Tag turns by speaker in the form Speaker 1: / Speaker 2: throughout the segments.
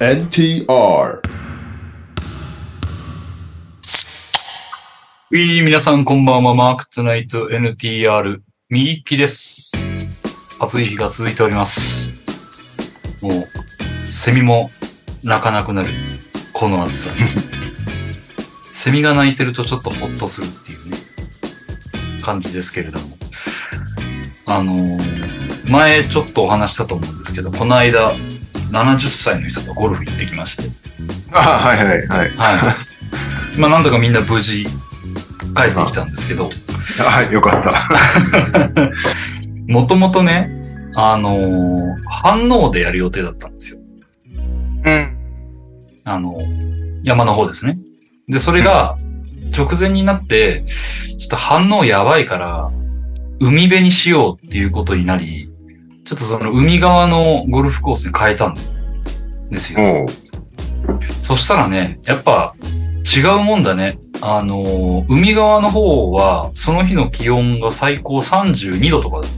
Speaker 1: NTR
Speaker 2: ウィー皆さんこんばんは、マークツナイト NTR、みいきです。暑い日が続いております。もう、セミも鳴かなくなる、この暑さ。 セミが鳴いてるとちょっとホッとするっていうね、感じですけれども。あのー前ちょっとお話したと思うんですけど、この間、70歳の人とゴルフ行ってきまして、
Speaker 3: あはいはいはい。
Speaker 2: はい。まあ、なんとかみんな無事、帰ってきたんですけど、
Speaker 3: あはい、よかった。
Speaker 2: もともとね、あのー、反応でやる予定だったんですよ。
Speaker 3: うん。
Speaker 2: あのー、山の方ですね。で、それが、直前になって、ちょっと反応やばいから、海辺にしようっていうことになり、ちょっとその海側のゴルフコースに変えたんですよ。
Speaker 3: もう、
Speaker 2: そしたらね、やっぱ違うもんだね。あのー、海側の方は、その日の気温が最高32度とかだっ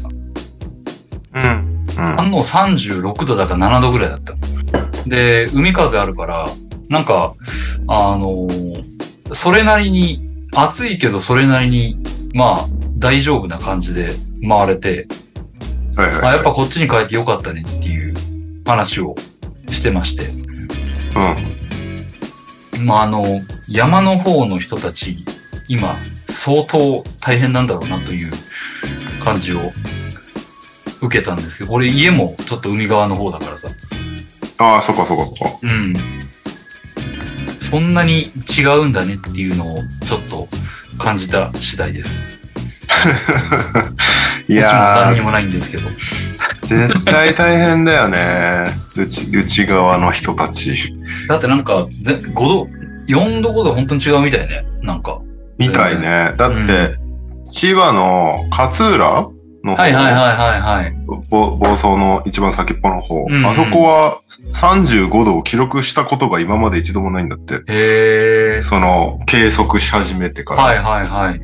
Speaker 2: た。
Speaker 3: うん。
Speaker 2: 反応36度だか7度ぐらいだった。で、海風あるから、なんか、あのーそれなりに、暑いけどそれなりに、まあ、大丈夫な感じで回れて、
Speaker 3: はいはい。
Speaker 2: あ、やっぱこっちに帰ってよかったねっていう話をしてまして。
Speaker 3: うん。
Speaker 2: まあ、あの、山の方の人たち、今、相当大変なんだろうなという感じを受けたんですけど、俺家もちょっと海側の方だからさ、
Speaker 3: ああ、そこそこそこ。
Speaker 2: うん。そんなに違うんだねっていうのをちょっと感じた次第です。
Speaker 3: い
Speaker 2: いも
Speaker 3: や
Speaker 2: 何に
Speaker 3: ー、
Speaker 2: もないんですけど。
Speaker 3: 絶対大変だよね。内、内側の人たち。
Speaker 2: だってなんか、ぜ5度、4度5度本当に違うみたいね。なんか。
Speaker 3: みたいね。だ
Speaker 2: 然
Speaker 3: って、千葉の勝浦の方、
Speaker 2: はいはいはいはいはい。
Speaker 3: ぼ房総の一番先っぽの方、
Speaker 2: うんうん
Speaker 3: あそこは35度を記録したことが今まで一度もないんだって。
Speaker 2: へー。
Speaker 3: その、計測し始めてから。
Speaker 2: はいは いはい。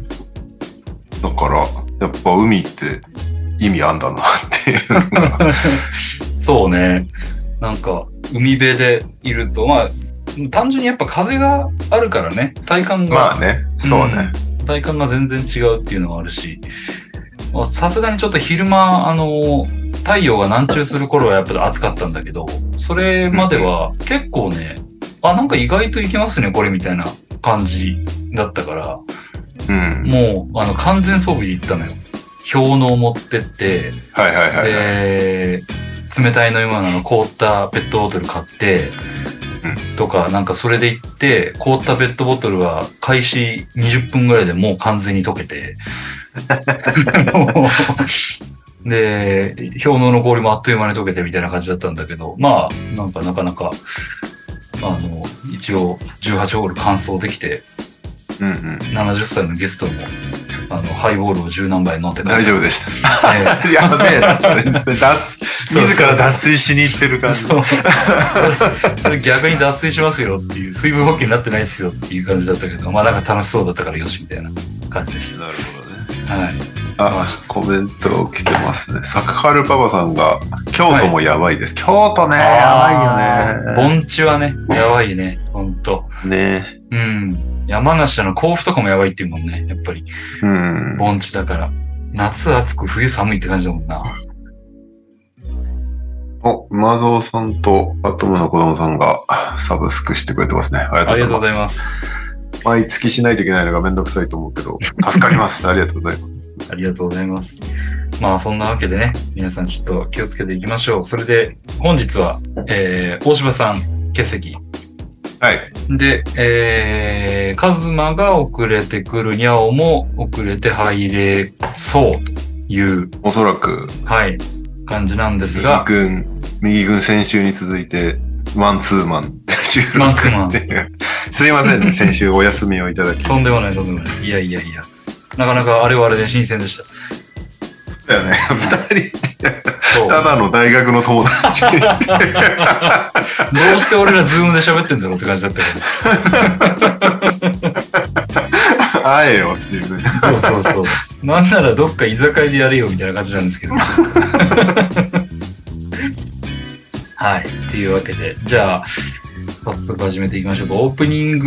Speaker 3: だから、やっぱ海って意味あんだなっていう のが。
Speaker 2: そうね。なんか、海辺でいると、まあ、単純にやっぱ風があるからね、体感が
Speaker 3: まあね、そうね。
Speaker 2: うん体感が全然違うっていうのはあるし、まあさすがにちょっと昼間、あの、太陽が南中する頃はやっぱり暑かったんだけど、それまでは結構ね、あ、なんか意外といけますね、これみたいな感じだったから、
Speaker 3: うん。
Speaker 2: もう、あの、完全装備で行ったのよ。氷のを持ってって、
Speaker 3: はいはいはいはい。
Speaker 2: で、冷たい飲み物の凍ったペットボトル買って、とか、なんかそれで行って、凍ったペットボトルが開始20分ぐらいでもう完全に溶けて、 もうで、氷のうの氷もあっという間に溶けてみたいな感じだったんだけど、まあ、なんかなかなか、あの、一応18ホール完走できて、
Speaker 3: うんうん。
Speaker 2: 70歳のゲストも、あの、ハイボールを十何杯飲んで帰って
Speaker 3: 大丈夫でした。
Speaker 2: ええ
Speaker 3: やべえな、それ。脱、自ら脱水しに行ってる感じ。
Speaker 2: そうそれそれ逆に脱水しますよっていう水分補給になってないですよっていう感じだったけどまあなんか楽しそうだったからよしみたいな感じでし
Speaker 3: なるほどね。
Speaker 2: たはい
Speaker 3: あ、コメント来てますね。サクハルパパさんが、京都もやばいです。京都ね、やばいよね。
Speaker 2: 盆地はねやばいねほんと
Speaker 3: ね。
Speaker 2: うん山梨の甲府とかもやばいっていうもんねやっぱり
Speaker 3: うん。
Speaker 2: 盆地だから夏暑く冬寒いって感じだもんな
Speaker 3: お、馬蔵さんとアトムの子供さんがサブスクしてくれてますね。あ
Speaker 2: あ
Speaker 3: り
Speaker 2: り
Speaker 3: がとうご
Speaker 2: がとうご
Speaker 3: ざ
Speaker 2: ざ
Speaker 3: い
Speaker 2: い
Speaker 3: ます。
Speaker 2: ます
Speaker 3: 毎月しないといけないのがめんどくさいと思うけ ど、助かります。ありがとうございます。
Speaker 2: ありがとうございますまあそんなわけでね皆さんちょっと気をつけていきましょうそれで本日は、えー、大柴さん欠席
Speaker 3: はい。
Speaker 2: で、えー、カズマが遅れてくる、ニャオも遅れて入れそうという、
Speaker 3: おそらく、
Speaker 2: はい、感じなんです
Speaker 3: 右
Speaker 2: が、
Speaker 3: 軍、右軍先週に続いて、マンツーマンで収
Speaker 2: マンツーマン
Speaker 3: 録っていう。 すいま せんね、先週お休みをいただき。
Speaker 2: とんでもない、とんでもない。いやいやいや。なかなかあれはあれで新鮮でした。
Speaker 3: だよね。二人、
Speaker 2: そう。
Speaker 3: ただの大学の友 達。
Speaker 2: どうして俺らズームで喋ってんだろうって感じだったけ
Speaker 3: 会えよっていうね。
Speaker 2: ど。そうそうそう。 なんならどっか居酒屋でやれよみたいな感じなんですけど。 はい。というわけで、じゃあ、早速始めていきましょうか。オープニン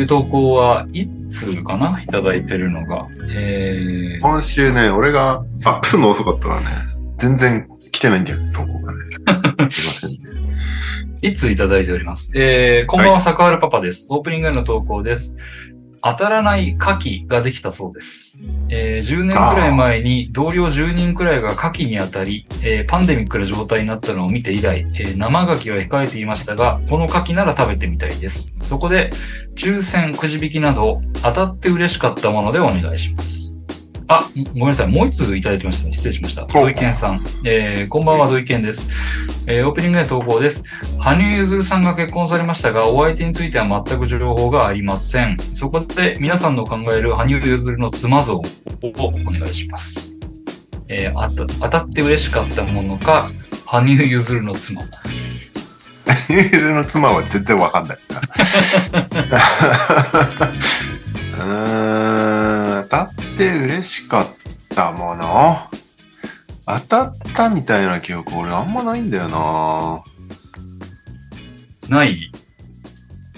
Speaker 2: グ投稿は1通かないただいてるのが。えー、
Speaker 3: 今週ね、俺がアップするの遅かったらね、全然来てないんだよ、投稿が ね。すいませんね。
Speaker 2: 1通いただいております。えー、こんばんは、サクハルパパです。オープニングへの投稿です。当たらない牡蠣ができたそうです。えー、10年くらい前に同僚10人くらいが牡蠣に当たり、えーパンデミックな状態になったのを見て以来、えー生牡蠣は控えていましたが、この牡蠣なら食べてみたいです。そこで、抽選くじ引きなど、当たって嬉しかったものでお願いします。あ、ごめんなさい。もう一通いただきましたね。失礼しました。土井健さん。えー、こんばんは、土井健です。えー、オープニングへの投稿です。羽生結弦さんが結婚されましたが、お相手については全く情報がありません。そこで皆さんの考える羽生結弦の妻像をお願いします。えーあた当たって嬉しかったものか、羽生結弦の妻。
Speaker 3: 友人の妻は全然わかんない。うーん、当たって嬉しかったもの当たったみたいな記憶俺あんまないんだよな
Speaker 2: ない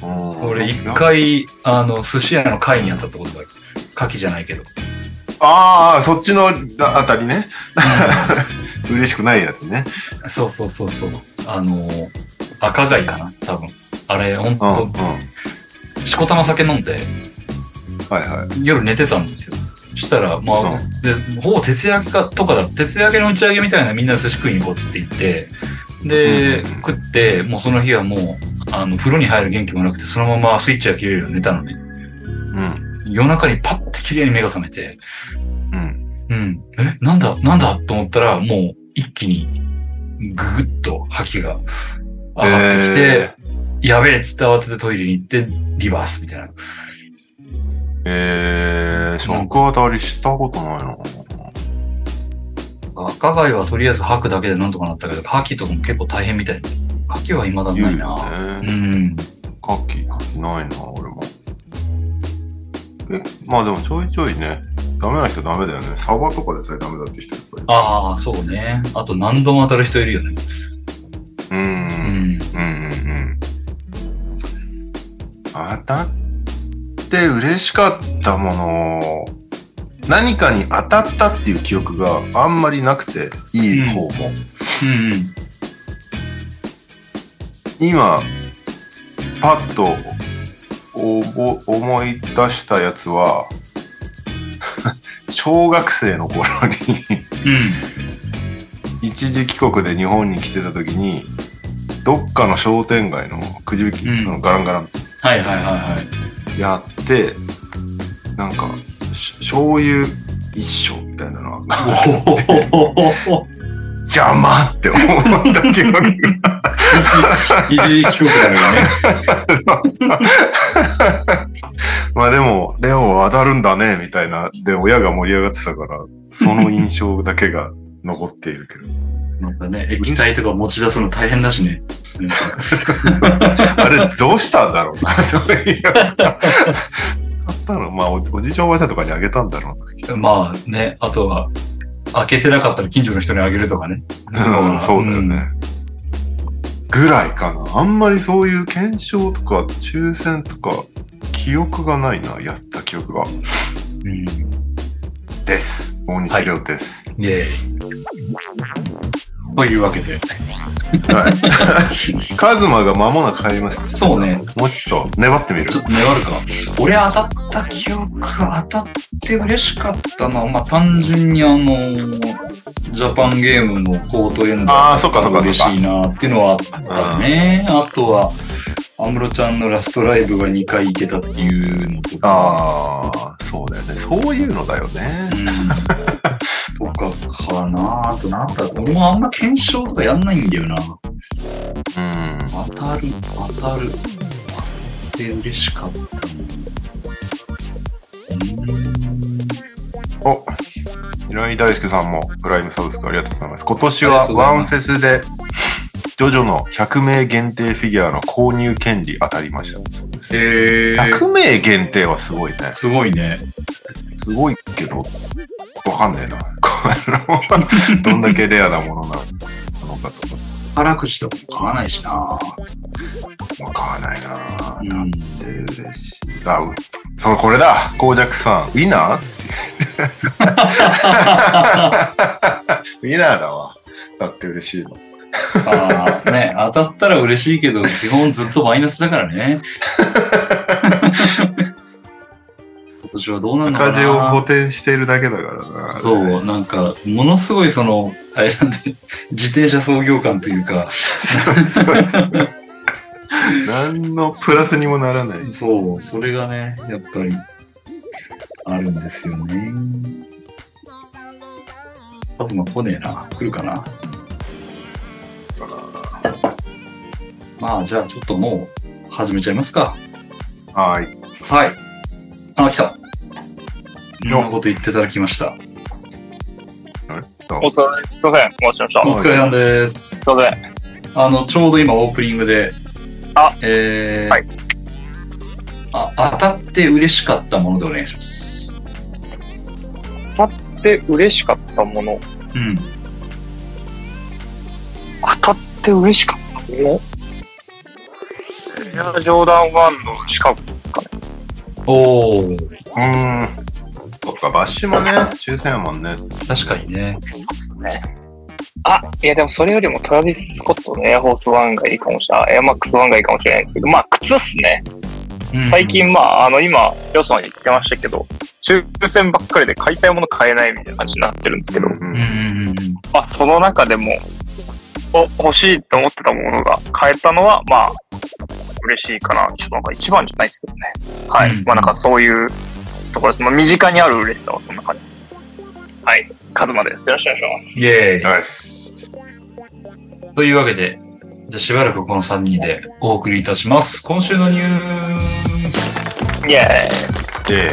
Speaker 3: うん
Speaker 2: 俺一回、あの、寿司屋の会にあったってことがある。牡蠣じゃないけど。
Speaker 3: ああ、そっちのあたりね。嬉しくないやつね。
Speaker 2: そうそうそうそう。あのー赤貝かな多分。あれ、ほん
Speaker 3: うん、うん。
Speaker 2: と、しこたま酒飲んで、
Speaker 3: はいはい。
Speaker 2: 夜寝てたんですよ。したら、まあ、
Speaker 3: う
Speaker 2: でほぼ徹夜かとかだ、徹夜明けの打ち上げみたいなみんなで寿司食いに行こうっつって行って、で、
Speaker 3: うん
Speaker 2: 食って、もうその日はもう、あの、風呂に入る元気もなくて、そのままスイッチが切れるように寝たのね。
Speaker 3: うん。
Speaker 2: 夜中にパッて綺麗に目が覚めて、
Speaker 3: うん。
Speaker 2: うん、え、なんだ、なんだと思ったら、もう一気にぐぐっと吐きが上がってきて、やべえっつって慌ててトイレに行って、リバースみたいな。
Speaker 3: えー、えー、食当たりしたことないな。
Speaker 2: 赤貝はとりあえず吐くだけでなんとかなったけど、吐きとかも結構大変みたいで。吐きは未だないな。
Speaker 3: 言うよ
Speaker 2: う
Speaker 3: ね。
Speaker 2: ん。
Speaker 3: カキ、カキないな、俺も。え、まあでもちょいちょいね、ダメな人ダメだよね。サバとかでさえダメだって人いっぱいいる。
Speaker 2: ああ、そうね。あと何度も当たる人いるよね。
Speaker 3: うん。う
Speaker 2: うんん。
Speaker 3: うんうん。当たって嬉しかったもの何かに当たったっていう記憶があんまりなくて、いい方も。
Speaker 2: うんうん。
Speaker 3: 今パッとおぼ思い出したやつは 小学生の頃に一時帰国で日本に来てた時にどっかの商店街のくじ引き、
Speaker 2: うん
Speaker 3: あのガランガラン
Speaker 2: はいはいはいはい。
Speaker 3: やってなんかし醤油一升みたいなのが
Speaker 2: おお
Speaker 3: 邪魔って思った記憶が
Speaker 2: 一時帰国だよね。
Speaker 3: まあでも、レオは当たるんだね、みたいな。で、親が盛り上がってたから、その印象だけが残っているけど。
Speaker 2: またね、液体とか持ち出すの大変だしね。
Speaker 3: あれ、どうしたんだろうな、 そういう。使ったのまあお、おじいちゃんおばあちゃんとかにあげたんだろ
Speaker 2: まあね、あとは、開けてなかったら近所の人にあげるとかね。
Speaker 3: うな。うん、そうだよね。ぐらいかな。あんまりそういう検証とか、抽選とか、記憶がないな、やった記憶が。
Speaker 2: うん。うん。
Speaker 3: です。大西亮です。
Speaker 2: イェーイというわけで。
Speaker 3: はい。カズマが間もなく入りました。
Speaker 2: そうね。
Speaker 3: もうちょっと粘ってみる
Speaker 2: ちょっと粘るか。俺当たった記憶、当たって嬉しかったのは、まあ単純にあの、ジャパンゲームのコートエンド
Speaker 3: ああ、そっかそっかそ
Speaker 2: 嬉
Speaker 3: っ
Speaker 2: し
Speaker 3: か。
Speaker 2: いなっていうのはあったね。あとは、安室ちゃんのラストライブが2回行けたっていうのと か、
Speaker 3: ああ、そうだよね。そういうのだよね。
Speaker 2: うん、とかかなあとなんだろう。俺もあんま検証とかやんないんだよな。
Speaker 3: うん。
Speaker 2: 当たる、当たる。当たって嬉しかったもん。うん
Speaker 3: お平井大輔さんもプライムサブスクありがとうございます。今年
Speaker 2: あ
Speaker 3: は
Speaker 2: りがとうござい
Speaker 3: ワン
Speaker 2: ます
Speaker 3: フェスで、ジョジョの100名限定フィギュアの購入権利当たりました。
Speaker 2: えー、
Speaker 3: 100名限定はすごいね。
Speaker 2: すごいね。
Speaker 3: すごいけど、わかんないな。このどんだけレアなものなのかとか。
Speaker 2: 宝くじとかも買わないしな。
Speaker 3: もう買わないなぁ
Speaker 2: うん
Speaker 3: だって嬉しい。あ、うそのこれだコージャックさん。ウィナーってウィナーだわ。だって嬉しいの。
Speaker 2: あーね、当たったら嬉しいけど、基本ずっとマイナスだからね。 今年はどうなんだろう
Speaker 3: 赤
Speaker 2: な。
Speaker 3: 字を補填してるだけだからな。
Speaker 2: そう、なんか、ものすごいその、あれなんで、自転車操業感とい うか、
Speaker 3: そうですね。 何のプラスにもならない。
Speaker 2: そう、それがね、やっぱり、あるんですよね。カズマ来ねえな。来るかな。まあ、じゃあちょっともう、始めちゃいますか。
Speaker 3: はい。
Speaker 2: はい。あ、来た。いろんなこと言っていただきました。
Speaker 1: お疲れです。すいません。お待ちしました。
Speaker 2: お
Speaker 1: す
Speaker 2: 疲れさんです。
Speaker 1: いません。
Speaker 2: あの、ちょうど今オープニングで、
Speaker 1: あ、
Speaker 2: えー
Speaker 1: はい
Speaker 2: あ、当たって嬉しかったものでお願いします。
Speaker 1: で、嬉しかったもの。
Speaker 2: うん。
Speaker 1: 当たって嬉しかったものいや、ジョーダン1の近くですかね。
Speaker 2: おー、
Speaker 3: うーん。そっか、バッシュもね、抽選やもんね。
Speaker 2: 確かにね。
Speaker 1: そうですね。あ、いや、でもそれよりもトラビス・スコットのエアフォース1がいいかもしれない。エアマックス1がいいかもしれないんですけど、まあ、靴っすね。
Speaker 2: うん
Speaker 1: 最近、まあ、あの、今、よそに言ってましたけど、抽選ばっかりで買いたいもの買えないみたいな感じになってるんですけど、
Speaker 2: う
Speaker 3: うんん
Speaker 2: うんうんうん。
Speaker 1: まあ、その中でも、お、欲しいと思ってたものが買えたのは、まあ、嬉しいかな。ちょっとなんか一番じゃないですけどね。はい。
Speaker 2: うん
Speaker 1: まあなんかそういうところです。まあ身近にある嬉しさはそんな感じです。はい。カズマです。よろしくお願いし
Speaker 2: イェー
Speaker 3: ナイス。
Speaker 2: イ。というわけで、じゃあしばらくこの3人でお送りいたします。今週のニュース。
Speaker 1: ます。イエーイ。
Speaker 3: で、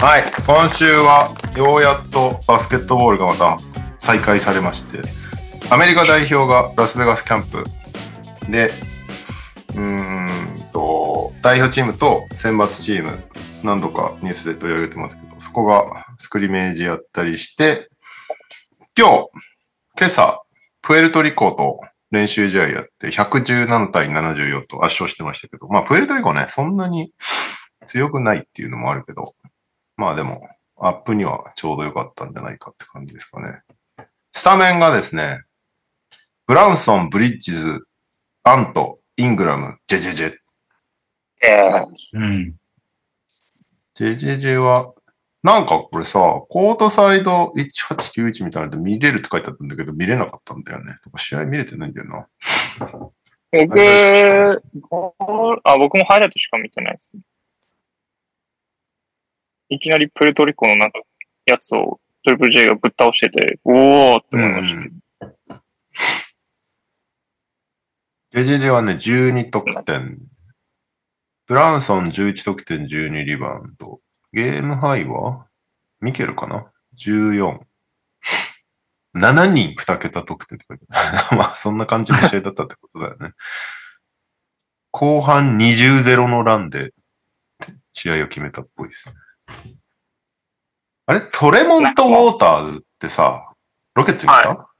Speaker 3: はい。今週は、ようやっとバスケットボールがまた再開されまして、アメリカ代表がラスベガスキャンプで、うーんと、代表チームと選抜チーム、何度かニュースで取り上げてますけど、そこがスクリメージやったりして、今日、今朝、プエルトリコと練習試合やって、117対74と圧勝してましたけど、まあ、プエルトリコね、そんなに強くないっていうのもあるけど、まあでも、アップにはちょうど良かったんじゃないかって感じですかね。スタメンがですね、ブランソン、ブリッジズ、アント、イングラム、ジェジェジェ。
Speaker 1: イエ
Speaker 2: うん。
Speaker 3: ジェジェジェは、なんかこれさ、コートサイド1891みたいなので見れるって書いてあったんだけど、見れなかったんだよね。試合見れてないんだよな。
Speaker 1: ーイ。僕、ゴールあ、僕もハイライトしか見てないですね。いきなりプエルトリコのなんかやつをトリプル J がぶっ倒してて、おーって思いましたけど。
Speaker 3: ジェジェジェはね、12得点。ブランソン11得点、12リバウンド。ゲームハイはミケルかな ?14。7人2桁得点って書いてある。ま あ、そんな感じの試合だったってことだよね。後半20-0のランで試合を決めたっぽいですね。あれトレモント・ウォーターズってさ、ロケッツにいた、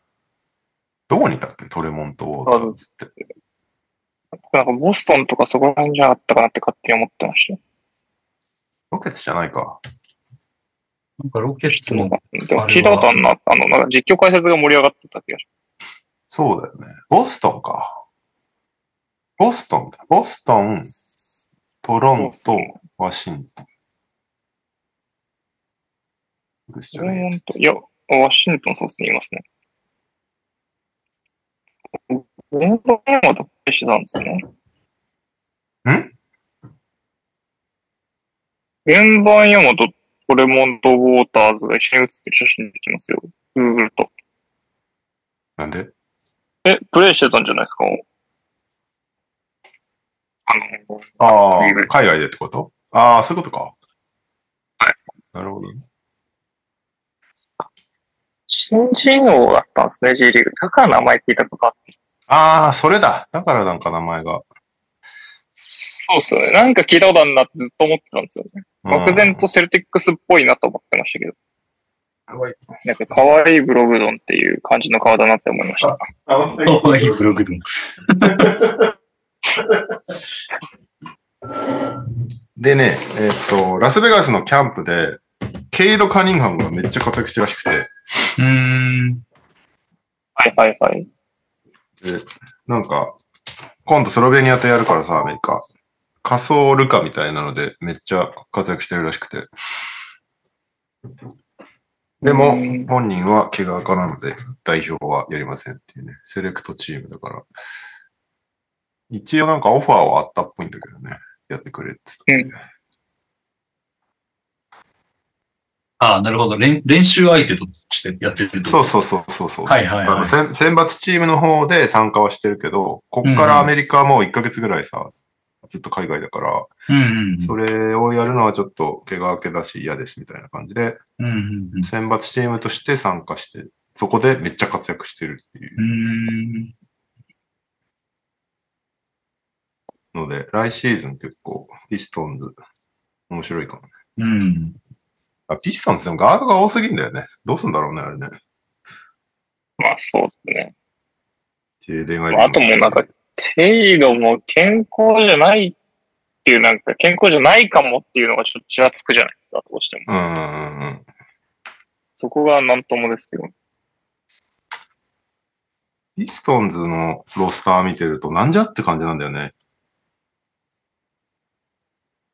Speaker 3: どこにいたっけトレモント・ウォーターズ
Speaker 1: そうですなんかボストンとかそこら辺じゃなかったかなって勝手に思ってました。
Speaker 3: ロケッツじゃないか。
Speaker 2: なんかロケッ
Speaker 1: 質
Speaker 2: ツ
Speaker 1: 問
Speaker 2: の
Speaker 1: が。でも聞いたことあるな。あの、なんか実況解説が盛り上がってた気がし
Speaker 3: そうだよね。ボストンか。ボストンだ。ボストン
Speaker 1: ま、す。
Speaker 3: トロント、ワシントン。ブルースじ
Speaker 1: ト
Speaker 3: ゃ
Speaker 1: レ
Speaker 3: ね
Speaker 1: モント、いや、ワシントンそうですね、言いますね。ゴールドランはどっかしてたんですね。
Speaker 3: ん
Speaker 1: 現場山とトレモント・ウォーターズが一緒に写ってる写真できますよ。Google と。
Speaker 3: えなんで
Speaker 1: え、プレイしてたんじゃないですかあの、
Speaker 3: ああ、海外でってことああ、そういうことか。
Speaker 1: はい。
Speaker 3: なるほどね。
Speaker 1: 新人王だったんですね、G リーグ。だから名前聞いたとか
Speaker 3: ああ、それだ。だからなんか名前が。
Speaker 1: そうっすよね。なんか聞いたことあるなってずっと思ってたんですよね。
Speaker 3: うん
Speaker 1: 漠然とセルティックスっぽいなと思ってましたけど。なんか可愛いブログドンっていう感じの顔だなって思いました。
Speaker 3: あ
Speaker 2: 可愛いブログでも。
Speaker 3: でね、えっ、と、ラスベガスのキャンプで、ケイド・カニンハムがめっちゃ活躍してるらしくて、
Speaker 2: うーん。
Speaker 1: はいはいはい。
Speaker 3: なんか、今度スロベニアとやるからさ、アメリカ。仮想ルカみたいなので、めっちゃ活躍してるらしくて。でも、本人は怪我家なので、代表はやりませんっていうね、セレクトチームだから。一応なんかオファーはあったっぽいんだけどね、やってくれって言って。
Speaker 2: ああ、なるほど。練練習相手としてやってると。。
Speaker 3: そううそうそうそうそう。
Speaker 2: はいはいはい
Speaker 3: あのせん選抜チームの方で参加はしてるけど、こっからアメリカはもう1ヶ月ぐらいさ、ずっと海外だから、
Speaker 2: うんうん
Speaker 3: それをやるのはちょっと怪我明けだし嫌ですみたいな感じで、
Speaker 2: うん。うんうんうん
Speaker 3: 選抜チームとして参加して、そこでめっちゃ活躍してるっていう
Speaker 2: うーん。
Speaker 3: ので、来シーズン結構ピストンズ面白いかもね。
Speaker 2: うん。
Speaker 3: あピストンズでもガードが多すぎんだよね。どうすんだろうね、あれね。
Speaker 1: まあそうですね。
Speaker 3: JD がいる
Speaker 1: まあ、あともうなんか、テイがもう健康じゃないっていう、なんか健康じゃないかもっていうのがちょっとちらつくじゃないですか、どうしても。
Speaker 3: うんうんうんうん。
Speaker 1: そこがなんともですけど。
Speaker 3: ピストンズのロスター見てると、なんじゃって感じなんだよね。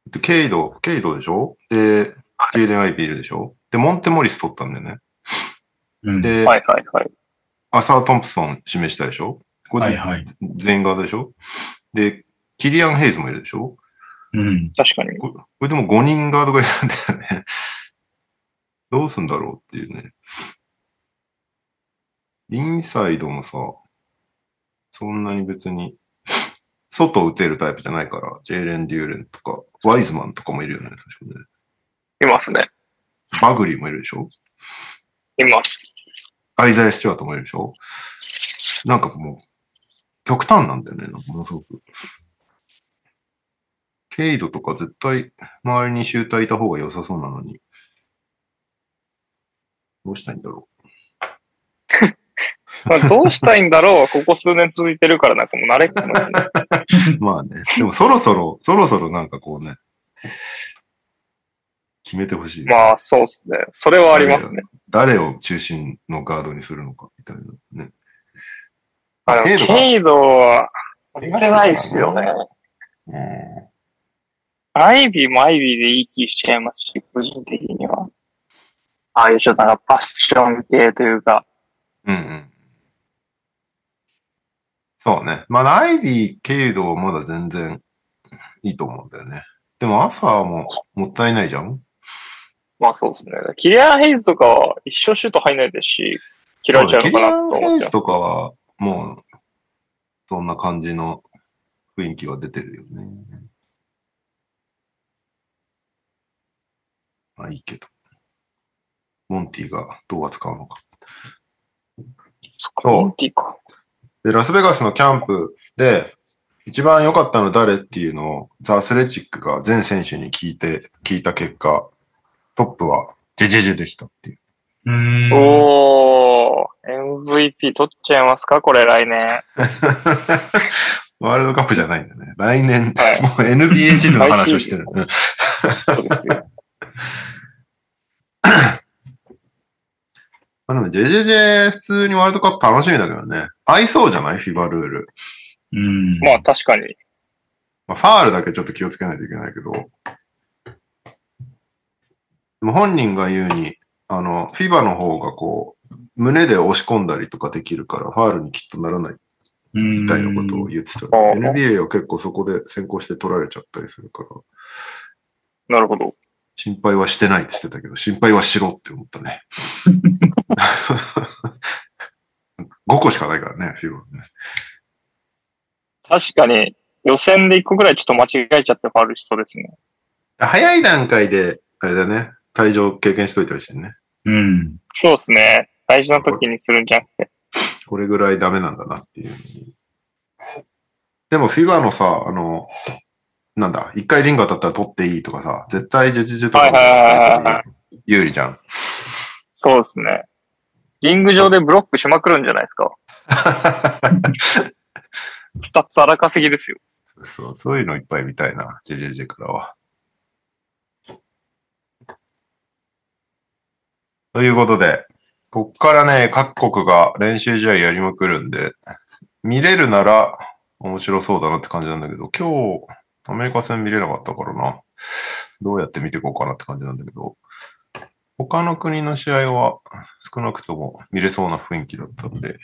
Speaker 3: でケイド、ケイドでしょで、ジェイデン・アイビールでしょで、モンテ・モリス取ったんだよね。
Speaker 2: うん。
Speaker 3: で、
Speaker 1: はいはいはい。
Speaker 3: アサー・トンプソン示したでしょこ
Speaker 2: は
Speaker 3: れ
Speaker 2: い
Speaker 3: で
Speaker 2: はい。
Speaker 3: 全側でしょで、キリアン・ヘイズもいるでしょ
Speaker 2: うん。
Speaker 1: 確かに。
Speaker 3: ここれでも5人ガードがいるんですよね。どうすんだろうっていうね。インサイドもさ、そんなに別に、外を打てるタイプじゃないから、ジェイレン・デューレンとか、ワイズマンとかもいるよね、確かね。
Speaker 1: いますね。
Speaker 3: バグリーもいるでしょ
Speaker 1: います。
Speaker 3: アイザイア・スチュワートもいるでしょなんかもう、極端なんだよね、なんかものすごく。ケイドとか絶対周りに集体いた方が良さそうなのに。どうしたいんだろ
Speaker 1: まあ、どうしたいんだろうは ここ数年続いてるからなんかもう慣れっこな い、ね。
Speaker 3: う。まあね。でもそろそろ、そろそろなんかこうね、決めてほしい。
Speaker 1: まあそうですね。それはありますね。
Speaker 3: 誰を中心のガードにするのか、みたいなね。
Speaker 1: あの
Speaker 3: 程度が
Speaker 1: 軽度は、足りてないですよね。アイビーもアイビーでいい気しちゃいますし、個人的には。ああいうちょっとなんかパッション系というか、
Speaker 3: うんうん。そうね。まだアイビー、ケイドはまだ全然いいと思うんだよね。でも朝はもうもったいないじゃん
Speaker 1: まあそうですね。キリアン・ヘイズとかは一生シュート入んないですし、嫌いちゃうのかなと
Speaker 3: そうねキリアン・
Speaker 1: 思
Speaker 3: ヘ
Speaker 1: っ
Speaker 3: イ
Speaker 1: ちゃ
Speaker 3: ズ
Speaker 1: う。
Speaker 3: とかはもうそんな感じの雰囲気が出てるよね。まあいいけど。モンティがどう扱うのか。
Speaker 1: コミュニティか。
Speaker 3: で、ラスベガスのキャンプで、一番良かったの誰っていうのを、ザ・アスレチックが全選手に聞いて、聞いた結果、トップは、ジェジェジェでしたっていう。
Speaker 2: うーん。
Speaker 1: おー、MVP 取っちゃいますかこれ 来年。
Speaker 3: ワールドカップじゃないんだね。来年、
Speaker 1: はい
Speaker 3: もう NBA シーズンの話をして る。うん
Speaker 1: そうですよ。
Speaker 3: まあでも、ジェジェジェ、普通にワールドカップ楽しみだけどね。合いそうじゃないフィバルール。
Speaker 2: うん。
Speaker 1: まあ確かに。
Speaker 3: まあ、ファールだけちょっと気をつけないといけないけど。でも本人が言うに、あの、フィバの方がこう、胸で押し込んだりとかできるから、ファールにきっとならないみ
Speaker 2: み
Speaker 3: たいなことを言ってた。
Speaker 1: うん
Speaker 3: NBA は結構そこで先行して取られちゃったりするから、
Speaker 1: なるほど。
Speaker 3: 心配はしてないって言ってたけど、心配はしろって思ったね。5個しかないからね、フィバはね。
Speaker 1: 確かに、予選で一個ぐらいちょっと間違えちゃってファウルしそうですね。
Speaker 3: 早い段階で、あれだね、退場経験しといてほしいね。
Speaker 2: うん。
Speaker 1: そうですね。大事な時にするんじゃなくて。
Speaker 3: これぐらいダメなんだなっていうのに。でも FIBA のさ、あの、なんだ、一回リング当たったら取っていいとかさ、絶対ジェジェジェと
Speaker 1: はいはいはいはいは
Speaker 3: か有利じゃん。
Speaker 1: そうですね。リング上でブロックしまくるんじゃないです か。スタッツ荒稼ぎですよ。
Speaker 3: そう、そういうのいっぱい見たいな、JJJ からは。ということで、こっからね、各国が練習試合やりまくるんで、見れるなら面白そうだなって感じなんだけど、今日、アメリカ戦見れなかったからな、どうやって見ていこうかなって感じなんだけど、他の国の試合は少なくとも見れそうな雰囲気だったんで、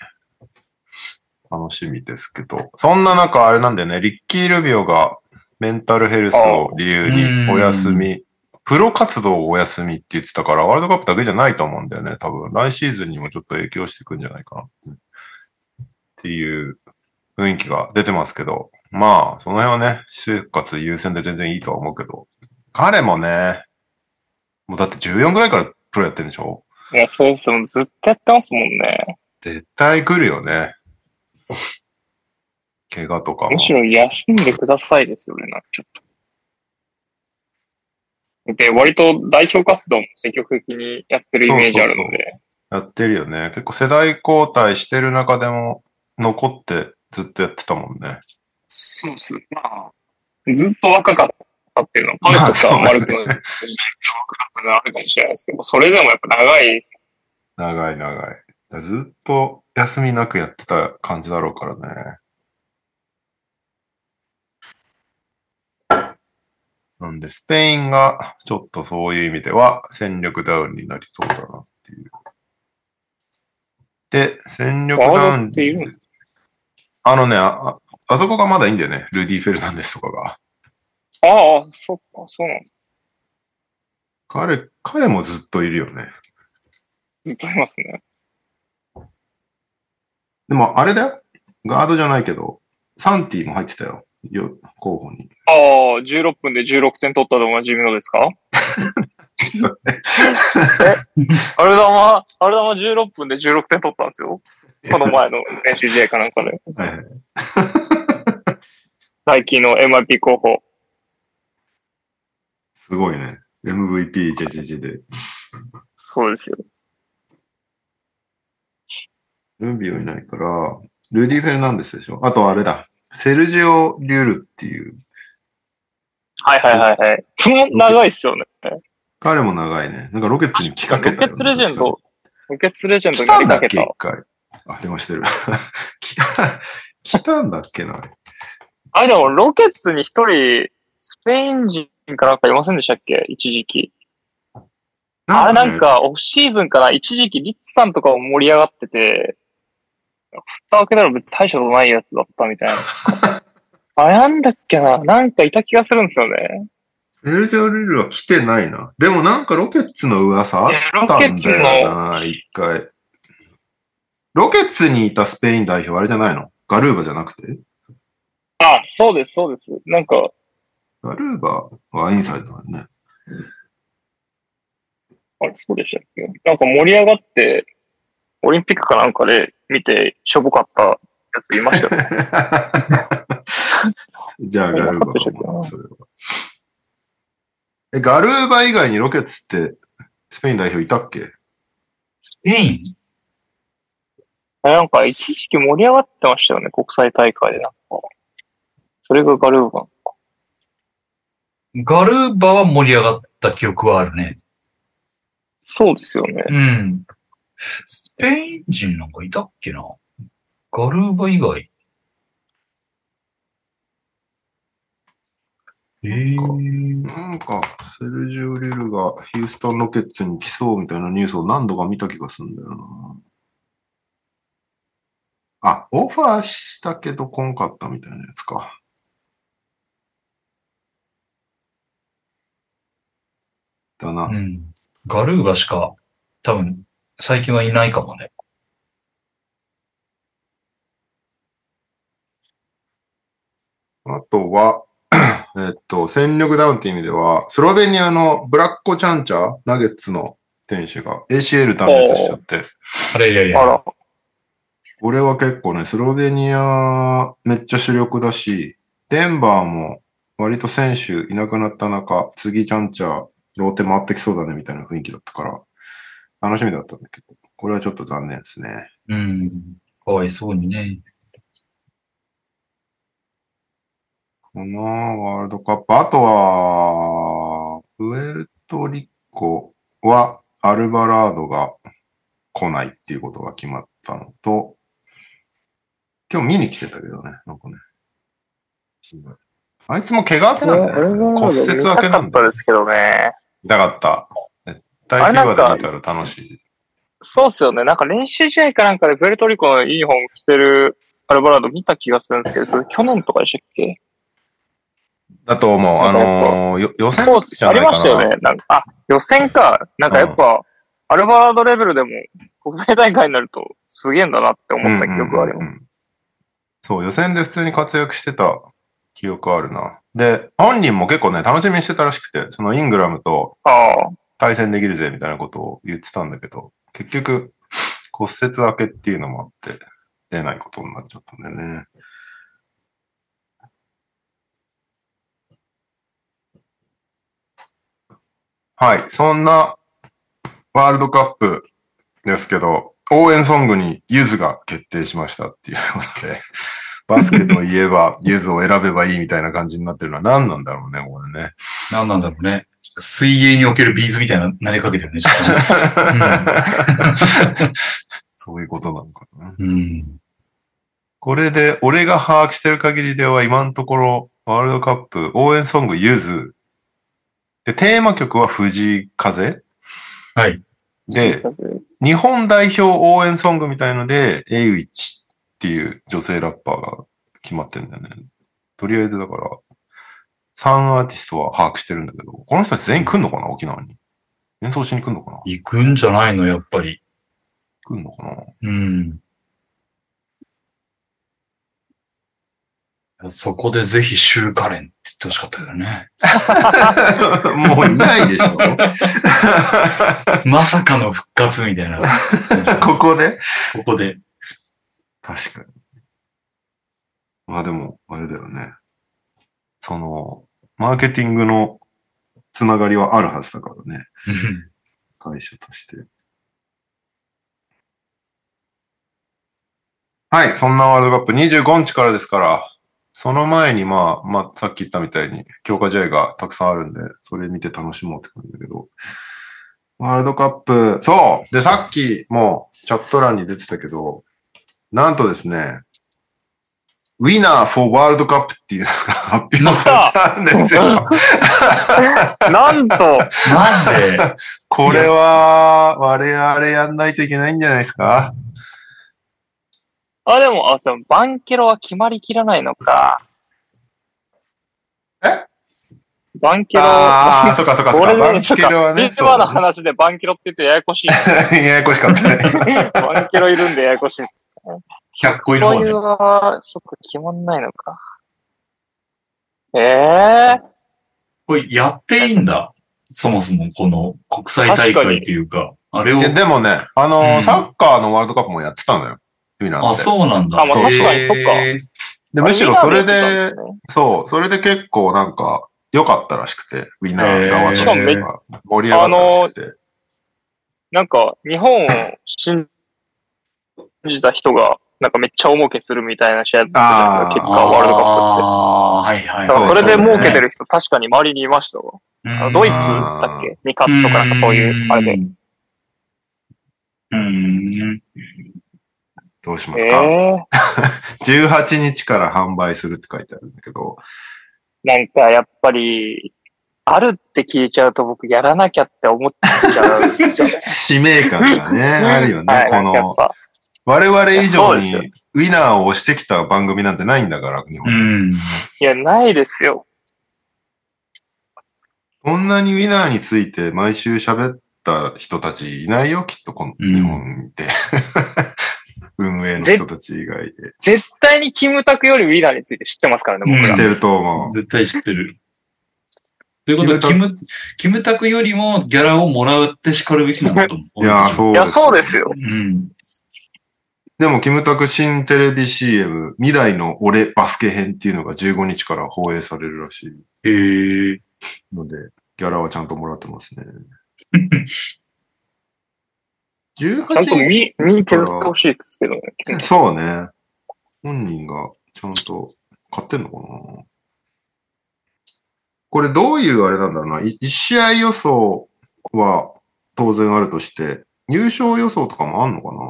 Speaker 3: 楽しみですけど。そんな中、あれなんだよね、リッキー・ルビオがメンタルヘルスを理由にお休み、プロ活動をお休みって言ってたから、ワールドカップだけじゃないと思うんだよね、多分。来シーズンにもちょっと影響してくんじゃないかな。っていう雰囲気が出てますけど、まあ、その辺はね、私生活優先で全然いいとは思うけど、彼もね、もうだって14ぐらいからプロやってるんでしょ
Speaker 1: いや、そうですよ。ずっとやってますもんね。
Speaker 3: 絶対来るよね。怪我とかも
Speaker 1: むしろ休んでくださいですよね、なんかちょっと。で、割と代表活動も積極的にやってるイメージあるので。
Speaker 3: やってるよね。結構世代交代してる中でも残ってずっとやってたもんね。
Speaker 1: そうっす。まあ、ずっと若かったっていうのは、パルとかは
Speaker 3: まあ
Speaker 1: 悪くない。若かったのはあるかもしれないですけど、それでもやっぱ長いですね。
Speaker 3: 長い長い。だずっと休みなくやってた感じだろうからね。なんで、スペインがちょっとそういう意味では戦力ダウンになりそうだなっていう。で、戦力ダウ
Speaker 1: ワード
Speaker 3: ン
Speaker 1: っているんで
Speaker 3: あのねあ、あそこがまだいいんだよね。ルディ・フェルナンデスとかが。
Speaker 1: ああ、そっか、そうなんです。
Speaker 3: 彼、彼もずっといるよね。
Speaker 1: ずっといますね。
Speaker 3: でも、あれだよ。ガードじゃないけど、サンティも入ってたよ。よ候補に。
Speaker 1: ああ、16分で16点取ったでおなじみのですか
Speaker 3: そ
Speaker 1: えあれだま、あれだま16分で16点取ったんですよ。この前の練習試合かなんかで。
Speaker 3: はいはい
Speaker 1: 最近の MIP 候補。
Speaker 3: すごいね。MVP、JJJ で。
Speaker 1: そうですよ。
Speaker 3: ルビオいないから、ルディ・フェルナンデスでしょ。あとあれだ。セルジオ・リュールっていう。
Speaker 1: はいはいはいはい。その長いっすよね。
Speaker 3: 彼も長いね。なんかロケッツに来かけたよ、
Speaker 1: ロ
Speaker 3: ね。
Speaker 1: ケッツレジェンド、ロケッツレジェンド
Speaker 3: 来
Speaker 1: にや
Speaker 3: た
Speaker 1: り
Speaker 3: んだっ
Speaker 1: かけ
Speaker 3: け、
Speaker 1: た
Speaker 3: 一。回。あ、電話してる。 来た、来たんだっけな。
Speaker 1: あれでも、ロケッツに一人、スペイン人かなんかいませんでしたっけ一時期。あれなんか、オフシーズンから一時期リッツさんとかも盛り上がってて、蓋開けたら別に大したことないやつだったみたいな。 あれなんだっけななんかいた気がするんですよね。
Speaker 3: セルジオ・リュールは来てないな。でもなんかロケッツの噂あったんだよな、一回。ロケッツにいたスペイン代表あれじゃないのガルーバじゃなくて
Speaker 1: あ、そうです、そうです。なんか、
Speaker 3: ガルーバはインサイドだね。
Speaker 1: あれ、そうでしたっけなんか盛り上がって、オリンピックかなんかで見て、しょぼかったやついましたよね。
Speaker 3: じゃあ、ガルーバかもそれは。え、ガルーバ以外にロケッツってスペイン代表いたっけ
Speaker 2: スペイン
Speaker 1: あれなんか一時期盛り上がってましたよね、国際大会でなんか。それがガルーバン。
Speaker 2: ガルーバは盛り上がった記憶はあるね。
Speaker 1: そうですよね。
Speaker 2: うん。スペイン人なんかいたっけなガルーバ以外。えー、
Speaker 3: なんか、セルジオ・リルがヒューストンロケッツに来そうみたいなニュースを何度か見た気がするんだよな。あ、オファーしたけど来んかったみたいなやつか。だな
Speaker 2: う。ん。ガルーバしか、多分、最近はいないかもね。
Speaker 3: あとは、 えっと、戦力ダウンっていう意味では、スロベニアのブラッコチャンチャー、ナゲッツの選手が ACL 断裂しちゃって、
Speaker 2: あれいやい
Speaker 1: あら、
Speaker 3: 俺は結構ね、スロベニアめっちゃ主力だし、デンバーも割と選手いなくなった中、次チャンチャー、ローテ回ってきそうだねみたいな雰囲気だったから、楽しみだったんだけど、これはちょっと残念ですね。
Speaker 2: うん。かわいそうにね。
Speaker 3: このワールドカップ、あとは、プエルトリコはアルバラードが来ないっていうことが決まったのと、今日見に来てたけどね、なんかね。あいつも怪我明けなんだよね。骨折明け
Speaker 1: か
Speaker 3: なんだ
Speaker 1: った
Speaker 3: よ
Speaker 1: ですけどね。
Speaker 3: 痛かった。絶対
Speaker 1: あれ
Speaker 3: フ
Speaker 1: な
Speaker 3: ィ
Speaker 1: んか
Speaker 3: バで見たら楽しい。
Speaker 1: そうっすよね。なんか練習試合かなんかでプエルトリコのユニフォーム着てるアルバラード見た気がするんですけど、それ去年とかでしたっけ
Speaker 3: だと思う。あ
Speaker 1: なんかやっぱ
Speaker 3: のーよ予選
Speaker 1: そうっす
Speaker 3: じゃ
Speaker 1: あ
Speaker 3: ない
Speaker 1: り
Speaker 3: かな。
Speaker 1: ましたよね。なんか、あ、予選か。なんかやっぱ、アルバラードレベルでも国際大会になるとすげえんだなって思った記憶があり
Speaker 3: うんう
Speaker 1: ま
Speaker 3: んうんうんそう、予選で普通に活躍してた記憶あるな。で、本人も結構ね、楽しみにしてたらしくて、そのイングラムと
Speaker 1: す。ああ。
Speaker 3: 対戦できるぜみたいなことを言ってたんだけど、結局、骨折明けっていうのもあって、出ないことになっちゃったんだよね。はい、そんなワールドカップですけど、応援ソングにユズが決定しましたっていうことで、バスケといえばユズを選べばいいみたいな感じになってるのは何なんだろうね、これね。
Speaker 2: なんなんだろうね。水泳におけるビーズみたいな慣れかけてるね、ちょっ
Speaker 3: そういうことなのかな。
Speaker 2: とね うん。
Speaker 3: これで、俺が把握してる限りでは、今のところ、ワールドカップ、応援ソング、ゆず。で、テーマ曲は藤井風。
Speaker 2: はい。
Speaker 3: で、日本代表応援ソングみたいので、エイウイチっていう女性ラッパーが決まってんだよね。とりあえずだから、3アーティストは把握してるんだけど、この人たち全員来んのかな沖縄に。演奏しに来んのかな
Speaker 2: 行くんじゃないの、やっぱり。
Speaker 3: 来んのかな
Speaker 2: うん。そこでぜひシューカレンって言ってほしかったよね。
Speaker 3: もういないでしょ
Speaker 2: まさかの復活みたいな。
Speaker 3: ここで
Speaker 2: ここで。
Speaker 3: 確かに。まあでも、あれだよね。その、マーケティングのつながりはあるはずだからね。
Speaker 2: うん
Speaker 3: 会社として。はい、そんなワールドカップ25日からですから、その前にまあ、まあ、さっき言ったみたいに強化試合がたくさんあるんで、それ見て楽しもうって感じだけど、ワールドカップ、そうで、さっきもうチャット欄に出てたけど、なんとですね、ウィナー for ワールドカップっていうのが 発表されたんですよ。
Speaker 1: なんと、
Speaker 2: マジで。
Speaker 3: これは、我々やんないといけないんじゃないですか
Speaker 1: あ、でも、あ、そう、バンケロは決まりきらないのか。
Speaker 3: え
Speaker 1: バンケロ、
Speaker 3: ああ、そっかそっかそっ
Speaker 1: 俺
Speaker 3: か。バ
Speaker 1: ね
Speaker 3: ンケロはね。
Speaker 1: ビーバーの話でバンケロって言うとややこし い。
Speaker 3: そうねややこしかったね。
Speaker 1: バンケロいるんでややこしいです。
Speaker 2: 100個入り
Speaker 1: そうい
Speaker 2: の
Speaker 1: う
Speaker 2: 方ね。
Speaker 1: は、そっか、決まんないのか。ええ
Speaker 2: これやっていいんだ。そもそもこの国際大会というか、あれを
Speaker 3: いや、でもね、あのー
Speaker 2: うん
Speaker 3: サッカーのワールドカップもやってたのよ。ウィナー
Speaker 2: あ、
Speaker 3: って
Speaker 2: そうなんだ。
Speaker 1: あまあ
Speaker 2: へー
Speaker 1: 確かにそっか
Speaker 3: でむしろそれで、
Speaker 1: し
Speaker 3: そう、それで結構なんか、良かったらしくて、ウィナー側とし
Speaker 1: へ
Speaker 3: て
Speaker 1: ー
Speaker 3: は盛り上がったらしくて。
Speaker 1: なんか、日本を信じた人が、なんかめっちゃ大儲けするみたいな試合だったじゃないですか、結果、
Speaker 2: あー
Speaker 1: ワールドカップって。
Speaker 2: はいはい。
Speaker 1: だからそれで儲けて
Speaker 2: る。
Speaker 1: る人、確かに周りにいましたわ。あのドイツだっけに勝つとか、なんかそういう、あれで。
Speaker 2: うん。
Speaker 3: どうします
Speaker 1: え
Speaker 3: か、
Speaker 1: え
Speaker 3: ?18 日から販売するって書いてあるんだけど、。
Speaker 1: なんかやっぱり、あるって聞いちゃうと僕やらなきゃって思っちゃうんですよね
Speaker 3: 使命感がね、あるよね。
Speaker 1: はい、
Speaker 3: こ
Speaker 1: なんかやっ
Speaker 3: の、
Speaker 1: ぱ、
Speaker 3: 我々以上
Speaker 1: いや
Speaker 3: に
Speaker 1: そうで
Speaker 3: ウィナーを押してきた番組なんてないんだから、日本
Speaker 2: う
Speaker 3: に
Speaker 2: ん。
Speaker 1: いや、ないですよ。
Speaker 3: こんなにウィナーについて毎週喋った人たちいないよ、きっとこの
Speaker 2: うん
Speaker 3: 日本で。 運営の人たち以外で。
Speaker 1: 絶対にキムタクよりウィナーについて知ってますからね、
Speaker 2: うん
Speaker 1: 僕
Speaker 3: し
Speaker 1: ら。
Speaker 3: てると思う。
Speaker 2: 絶対知ってる。ということは、キム、キムタクよりもギャラをもらって叱るべきなのと思う。
Speaker 3: いやー、そう
Speaker 1: い
Speaker 3: で
Speaker 1: や、
Speaker 3: す。
Speaker 1: そうですよ。
Speaker 2: うん。
Speaker 3: でも、キムタク新テレビ CM、未来の俺バスケ編っていうのが15日から放映されるらしい
Speaker 2: へえ。
Speaker 3: ので、ギャラはちゃんともらってますね。 18
Speaker 1: ちゃんと身、身削ってほしいですけどね。
Speaker 3: そうね。本人がちゃんと買ってんのかなこれどういうあれなんだろうな。い一試合予想は当然あるとして、優勝予想とかもあんのかな